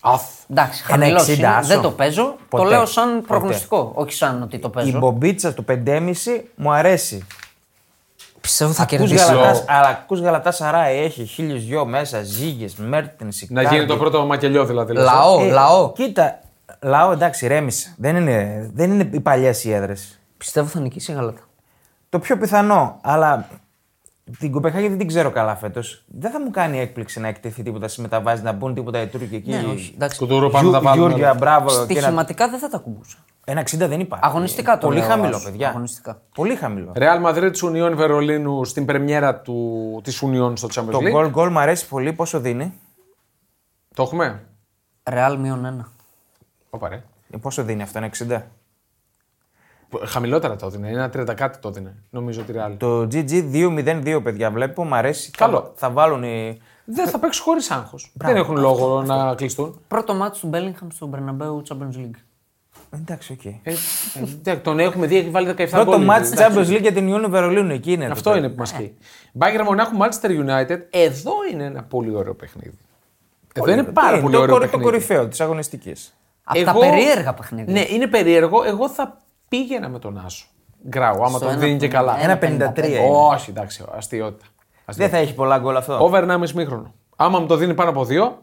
Speaker 1: Αθ.
Speaker 3: Εντάξει,
Speaker 2: Ένα
Speaker 3: χαμηλό.
Speaker 2: 60 άσο.
Speaker 3: Δεν το παίζω.
Speaker 2: Ποτέ.
Speaker 3: Το λέω σαν
Speaker 2: Ποτέ.
Speaker 3: προγνωστικό. Όχι σαν ότι το
Speaker 2: Η
Speaker 3: παίζω.
Speaker 2: μπομπίτσα του 5,5 μου αρέσει.
Speaker 3: Πιστεύω θα
Speaker 2: Ακούς
Speaker 3: κερδίσει.
Speaker 2: γαλατάς, αλλά ακούς γαλατά σαράι, έχει χίλιους δυο μέσα, ζύγες, μέρτεν,
Speaker 1: Να γίνει το πρώτο μακελιό δηλαδή. λες, ε.
Speaker 3: Λαό,
Speaker 2: Ε,
Speaker 3: λαό.
Speaker 2: Κοίτα, λαό εντάξει, ρέμισε. Δεν είναι, δεν είναι οι παλιές οι έδρες.
Speaker 3: Πιστεύω θα νικήσει η Γαλατά.
Speaker 2: Το πιο πιθανό, αλλά την Κοπεχάγη δεν την ξέρω καλά φέτος. Δεν θα μου κάνει έκπληξη να εκτεθεί τίποτα, συμμεταβάζει, να μπουν τίποτα οι Τούρκοι εκεί.
Speaker 3: Ναι, όχι. Εντάξει.
Speaker 1: Σκουτούρο πάνω να τα βάλουμε.
Speaker 2: Γιούργια, μπράβο. και ένα-
Speaker 3: Στοιχηματικά δεν θα τα ακουμπούσα.
Speaker 2: Ένα 60 δεν υπάρχει.
Speaker 3: Αγωνιστικά το
Speaker 2: Πολύ
Speaker 3: λέω,
Speaker 2: χαμηλό,
Speaker 3: Άσο.
Speaker 2: παιδιά.
Speaker 3: Αγωνιστικά.
Speaker 2: Πολύ χαμηλό.
Speaker 1: Real Madrid Union Βερολίνου στην πρεμιέρα του, της Union στο Champions
Speaker 2: Το
Speaker 1: League.
Speaker 2: γκολ γκολ μου αρέσει πολύ, πόσο δίνει.
Speaker 1: Το έχουμε.
Speaker 3: Ρεάλ μείον ένα.
Speaker 1: Όπα ρε.
Speaker 2: Ε, Πόσο δίνει αυτό, ένα 60.
Speaker 1: Χαμηλότερα το έδινε. Ένα 30 κάτι το έδινε. Νομίζω τη Real.
Speaker 2: Το GG 2-0-2, παιδιά, βλέπω, μου αρέσει.
Speaker 1: Καλό.
Speaker 2: Θα, θα βάλουν οι.
Speaker 1: Δεν θα παίξουν χωρίς άγχος. Δεν έχουν λόγο να κλειστούν.
Speaker 3: Πρώτο μάτσο του Μπέλιγχαμ στο Μπερναμπέου Champions League.
Speaker 2: Εντάξει, οκ.
Speaker 1: Ε, ε, εντάξει, τον έχουμε δει, έχει βάλει 17 γκολ.
Speaker 2: Πρώτο μάτς
Speaker 1: Εντάξει,
Speaker 2: Champions Ε. League για την Ιούνιο Βερολίνου. Εκεί είναι.
Speaker 1: Αυτό είναι που μας καίει. Μπάγκερ Μονάχου Manchester United. Εδώ είναι ένα πολύ ωραίο παιχνίδι. Εδώ είναι πάρα πολύ
Speaker 2: Ε, ναι, το,
Speaker 1: ωραίο
Speaker 2: κορυ-
Speaker 1: παιχνίδι.
Speaker 2: το κορυφαίο της αγωνιστικής.
Speaker 3: Από τα περίεργα παιχνίδια.
Speaker 1: Ναι, είναι περίεργο. Εγώ θα πήγαινα με τον Άσο. Γκράου, άμα
Speaker 3: Στο
Speaker 1: τον
Speaker 3: ένα
Speaker 1: δίνει και
Speaker 3: πεν-
Speaker 1: καλά.
Speaker 2: Ένα 53 είναι.
Speaker 1: Όχι, εντάξει, αστείωτα.
Speaker 2: Δεν θα έχει πολλά γκολ αυτό.
Speaker 1: Over 1,5 μήχρονο. Άμα μου το δίνει πάνω από 2,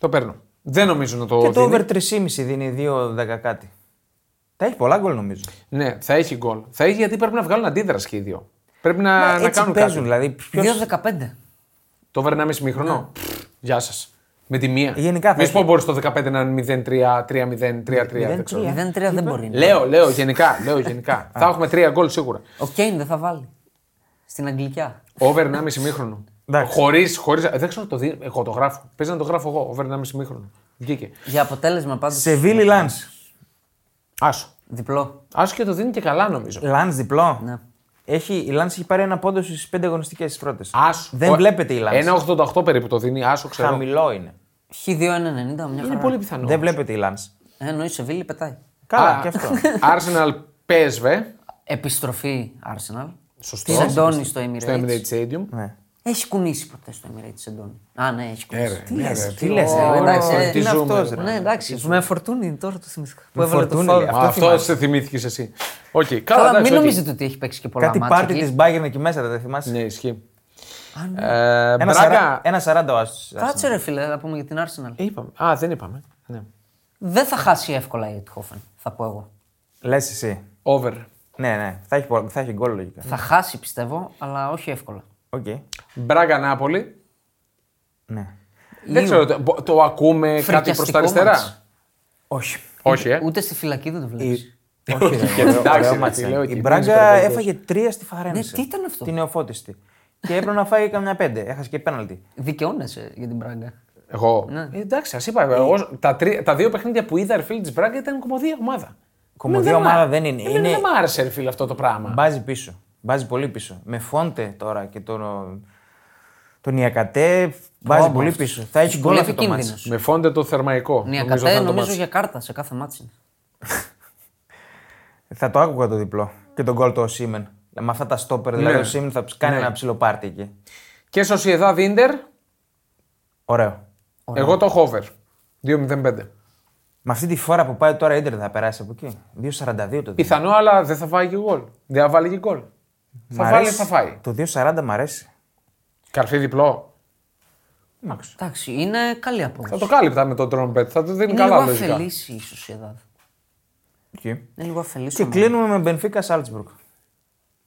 Speaker 1: το παίρνω. Δεν νομίζω να το
Speaker 2: Και
Speaker 1: δίνει.
Speaker 2: το over 3,5 δίνει 2-10 κάτι. Θα έχει πολλά γκολ νομίζω.
Speaker 1: Ναι, θα έχει γκολ. Θα έχει γιατί πρέπει να βγάλουν αντίδραση και οι δύο. Πρέπει να, να
Speaker 2: Έτσι
Speaker 1: κάνουν
Speaker 2: παίζουν
Speaker 1: κάτι.
Speaker 2: δηλαδή. Ποιος...
Speaker 3: 2-15.
Speaker 1: Το over 1,5 μήχρονο. Πφ, Γεια σας. Με τη μία.
Speaker 2: Γενικά θα
Speaker 1: Μη σου
Speaker 2: έχει.
Speaker 1: πω μπορεί το 15 να είναι 0-3, 3-0, 3-3. δεν ξέρω.
Speaker 3: 0-3 δεν μπορεί. να είναι.
Speaker 1: Λέω, λέω γενικά. λέω γενικά. θα έχουμε τρία γκολ σίγουρα.
Speaker 3: Ο Κέιν δεν θα βάλει. Στην Αγγλικιά.
Speaker 1: Over 1,5 μήχρονο.
Speaker 2: Εντάξει.
Speaker 1: Χωρίς. Χωρίς, ε, δεν ξέρω το δει. Εγώ το γράφω. Παίζει να το γράφω εγώ. Over 1,5 μήχρονο. Βγήκε.
Speaker 3: Για αποτέλεσμα πάντως.
Speaker 2: Σε Βίλι Λαν.
Speaker 1: Άσο.
Speaker 3: Διπλό.
Speaker 1: Άσο και το δίνει και καλά νομίζω.
Speaker 2: Λαν διπλό.
Speaker 3: Ναι.
Speaker 2: Έχει, η Λαν έχει πάρει ένα πόντο στις 5 αγωνιστικέ τη πρώτες.
Speaker 1: Άσο.
Speaker 2: Δεν
Speaker 1: Ο-
Speaker 2: βλέπετε η Λαν.
Speaker 1: Ένα 88 περίπου το δίνει. Άσο ξέρω.
Speaker 2: Χαμηλό είναι.
Speaker 1: Ναι,
Speaker 3: Χ2-1-90, μια
Speaker 1: Είναι
Speaker 3: χαρά.
Speaker 1: πολύ πιθανό.
Speaker 2: Δεν βλέπετε η Λαν.
Speaker 3: Ε, Εννοείς σε Βίλη πετάει.
Speaker 2: Καλά,
Speaker 1: Α.
Speaker 2: και αυτό.
Speaker 1: Arsenal PSV.
Speaker 3: Επιστροφή Arsenal.
Speaker 1: Σωστό.
Speaker 3: Της Αντώνης στο Emirates.
Speaker 1: Στο Emirates Stadium.
Speaker 2: Ναι.
Speaker 3: Έχει κουνήσει ποτέ στο Emirates της Αντώνης. Α, ναι, έχει κουνήσει.
Speaker 1: ρε, ναι, ρε,
Speaker 2: Τι λε,
Speaker 3: Ω, εντάξει,
Speaker 2: εντάξει,
Speaker 3: ε,
Speaker 2: τι
Speaker 3: τι
Speaker 2: είναι
Speaker 1: ζούμε,
Speaker 2: αυτός,
Speaker 1: ρε.
Speaker 3: Ναι, εντάξει. Με φορτούνι τώρα το θυμήθηκα. Που έβαλε το
Speaker 2: Φορτούνι,
Speaker 3: φόλ.
Speaker 2: λέει,
Speaker 1: Α,
Speaker 2: Αυτό
Speaker 1: Αυτό
Speaker 2: θυμάσαι.
Speaker 1: σε θυμήθηκες εσύ. Οκ, καλά,
Speaker 3: Καλά, μην
Speaker 1: εντάξει, οκ.
Speaker 3: νομίζετε ότι έχει παίξει και πολλά
Speaker 2: Κάτι
Speaker 3: μάτσα.
Speaker 2: πάρτι τη Μπάγκερν εκεί μέσα, δεν τα θυμάσαι.
Speaker 1: Ναι, ισχύει. Ε,
Speaker 2: Ένα,
Speaker 1: Μπράγκα.
Speaker 2: 40 ο Άσο.
Speaker 3: Κάτσε ρε φίλε, να πούμε για την Arsenal.
Speaker 1: Ε, Είπαμε. Α, δεν είπαμε. Ναι.
Speaker 3: Δεν θα χάσει εύκολα η Ethofen, θα πω εγώ.
Speaker 2: Λες εσύ.
Speaker 1: Over.
Speaker 2: Ναι, ναι. Θα έχει, πο- θα έχει γκολ λογικά.
Speaker 3: Θα χάσει πιστεύω, αλλά όχι εύκολα.
Speaker 2: Οκ.
Speaker 1: Μπράγκα Νάπολη.
Speaker 2: Ναι.
Speaker 1: Δεν ξέρω, το, μπο- το ακούμε κάτι προς τα
Speaker 3: Φρικιαστικό μάτς.
Speaker 1: αριστερά.
Speaker 2: Όχι.
Speaker 1: Όχι, ε.
Speaker 3: Ούτε στη φυλακή δεν το βλέπει.
Speaker 2: Η... Όχι, ρε,
Speaker 1: και
Speaker 2: ωραίο-
Speaker 1: εντάξει,
Speaker 2: ωραίο
Speaker 1: ρε,
Speaker 2: μάτς
Speaker 1: τι
Speaker 2: ήταν.
Speaker 1: λέω,
Speaker 2: Η
Speaker 1: και
Speaker 2: Μπράγκα
Speaker 1: Παναθηναϊκός.
Speaker 2: έφαγε τρία στη Φαρένse.
Speaker 3: Ναι, τι ήταν αυτό?
Speaker 2: Την νεοφώτιστη. και έπρεπε να φάει καμιά πέντε. Έχασε και πέναλτι.
Speaker 3: Δικαιώνεσαι για την Μπράγκα.
Speaker 1: Εγώ.
Speaker 2: Ναι.
Speaker 1: Ε, εντάξει, σα είπα. εγώ- τα, τρία- τα δύο παιχνίδια που είδα, ρε φίλε της Μπράγκα ήταν κομμωδία ομάδα.
Speaker 2: Κομμωδία
Speaker 1: Εμένα
Speaker 2: ομάδα
Speaker 1: μ'
Speaker 2: δεν είναι.
Speaker 1: Εμένα
Speaker 2: Είναι-
Speaker 1: Δεν μ' άρεσε, ρε φίλε, αυτό το πράγμα.
Speaker 2: Μπάζει πίσω. Μπάζει πολύ πίσω. Με φόντε τώρα και τον. Τον Ιακατέ μπάζει
Speaker 3: Όμα,
Speaker 2: πολύ
Speaker 3: αυτός.
Speaker 2: πίσω. Θα έχει γκολ
Speaker 3: Πολύ
Speaker 2: αυτό το μάτς.
Speaker 3: επικίνδυνος.
Speaker 1: Με φόντε το θερμαϊκό.
Speaker 3: Ναι,
Speaker 1: νομίζω θα
Speaker 3: κατέ
Speaker 1: είναι το
Speaker 3: νομίζω
Speaker 1: μάτς.
Speaker 3: για κάρτα σε κάθε μάτσι.
Speaker 2: Θα το άκουγα το διπλό. Και τον γκολ του ο Σίμεν. Με αυτά τα στόπερ, δηλαδή
Speaker 1: Ναι.
Speaker 2: ο Σίμεν θα κάνει ένα ψηλό πάρτι εκεί.
Speaker 1: Και Σοσιεδάδ Ίντερ,
Speaker 2: Ωραίο.
Speaker 1: εγώ το έχω over. 2-0-5.
Speaker 2: Με αυτή τη φορά που πάει τώρα η Ιντερ θα περάσει από εκεί. 2.42 το
Speaker 1: Πιθανό, αλλά δεν θα φάει και γκολ. Δεν θα βάλει και γκολ.
Speaker 2: Μ'
Speaker 1: Θα βάλει,
Speaker 2: αρέσει.
Speaker 1: θα φάει.
Speaker 2: Το 2.40 μ' αρέσει.
Speaker 1: Καρφί διπλό.
Speaker 3: Εντάξει, είναι καλή απόδοση.
Speaker 1: Θα το κάλυπτα με τον Τρομπέτ. Θα του δίνει
Speaker 3: Είναι λίγο
Speaker 1: καλά λογικά.
Speaker 3: αφελής η Σοσιαδάδ.
Speaker 2: Εκεί.
Speaker 3: Είναι λίγο αφελής.
Speaker 2: Και κλείνουμε με Μπενφίκα Σάλτσμπουργκ.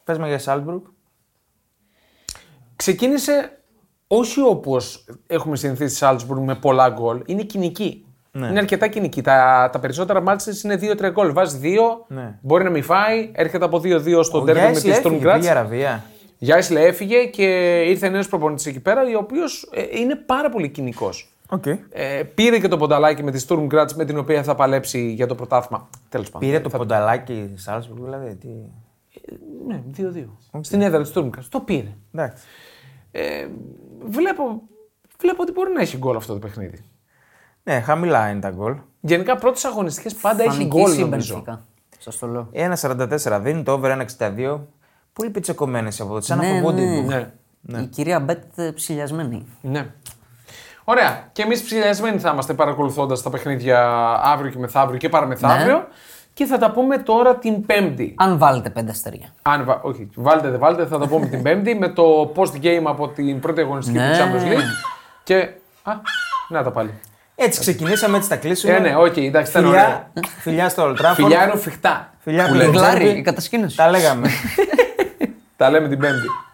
Speaker 2: Πες με για Σάλτσμπουργκ.
Speaker 1: Ξεκίνησε όχι όπως έχουμε συνηθίσει στη Σάλτσμπουργκ με πολλά γκολ. Είναι κοινική.
Speaker 2: Ναι.
Speaker 1: Είναι αρκετά κοινική. Τα, τα περισσότερα μάτια είναι 2-3 γκολ. Βάζεις 2,
Speaker 2: Ναι.
Speaker 1: μπορεί να μην φάει. Έρχεται από 2-2 στο
Speaker 2: Ο
Speaker 1: τέρμα με
Speaker 2: Γιάης
Speaker 1: τη
Speaker 2: Λέφη
Speaker 1: Στουργκράτ.
Speaker 2: πήγε Αραβία.
Speaker 1: Γιάισλε έφυγε και ήρθε νέο προπονητής εκεί πέρα, ο οποίος είναι πάρα πολύ κοινικός.
Speaker 2: Οκ.
Speaker 1: Ε, πήρε και το πονταλάκι με τη Στουρμ Graz με την οποία θα παλέψει για το πρωτάθλημα. Τέλος πάντων.
Speaker 2: Πήρε το πονταλάκι Σάλτσμπουργκ, δηλαδή. Τι...
Speaker 1: Ναι, 2-2. Στην έδρα τη Στουρμ Graz. Το πήρε.
Speaker 2: Εντάξει.
Speaker 1: Βλέπω, βλέπω ότι μπορεί να έχει γκολ αυτό το παιχνίδι.
Speaker 2: Ναι, χαμηλά είναι τα γκολ.
Speaker 1: Γενικά πρώτες αγωνιστικές πάντα έχει γκολ νομίζω.
Speaker 3: Σας το λέω.
Speaker 2: 1.44 δίνει το over 1.62. Πολύ πιτσεκωμένε από εδώ. Σαν
Speaker 3: Ναι,
Speaker 2: από
Speaker 3: ναι.
Speaker 2: Goodwood.
Speaker 1: Ναι.
Speaker 3: Η κυρία Μπέτ ε, ψηλιασμένη.
Speaker 1: ναι. Ωραία. Και εμείς ψηλιασμένοι θα είμαστε παρακολουθώντας τα παιχνίδια αύριο και μεθαύριο και παραμεθαύριο. Και θα τα πούμε τώρα την Πέμπτη.
Speaker 3: Αν βάλετε πέντε αστέρια.
Speaker 1: Αν βα... Όχι, βάλτε, δεν βάλτε, θα το πούμε την Πέμπτη με το post game από την πρώτη αγωνιστική
Speaker 3: Ναι.
Speaker 1: του Champions League. Και. Α, να τα πάλι.
Speaker 2: Έτσι ξεκινήσαμε, έτσι τα κλείσουμε.
Speaker 1: Ε, ναι, οκ, εντάξει, ήταν ωραία.
Speaker 2: Φιλιά, φιλιά στο Old Trafford.
Speaker 1: Φιλιά είναι φυχτά.
Speaker 2: Φιλιά,
Speaker 3: Γκλάρι,
Speaker 2: Τζάμπι.
Speaker 3: η κατασκήνωση.
Speaker 2: Τα λέγαμε.
Speaker 1: Τα λέμε την Πέμπτη.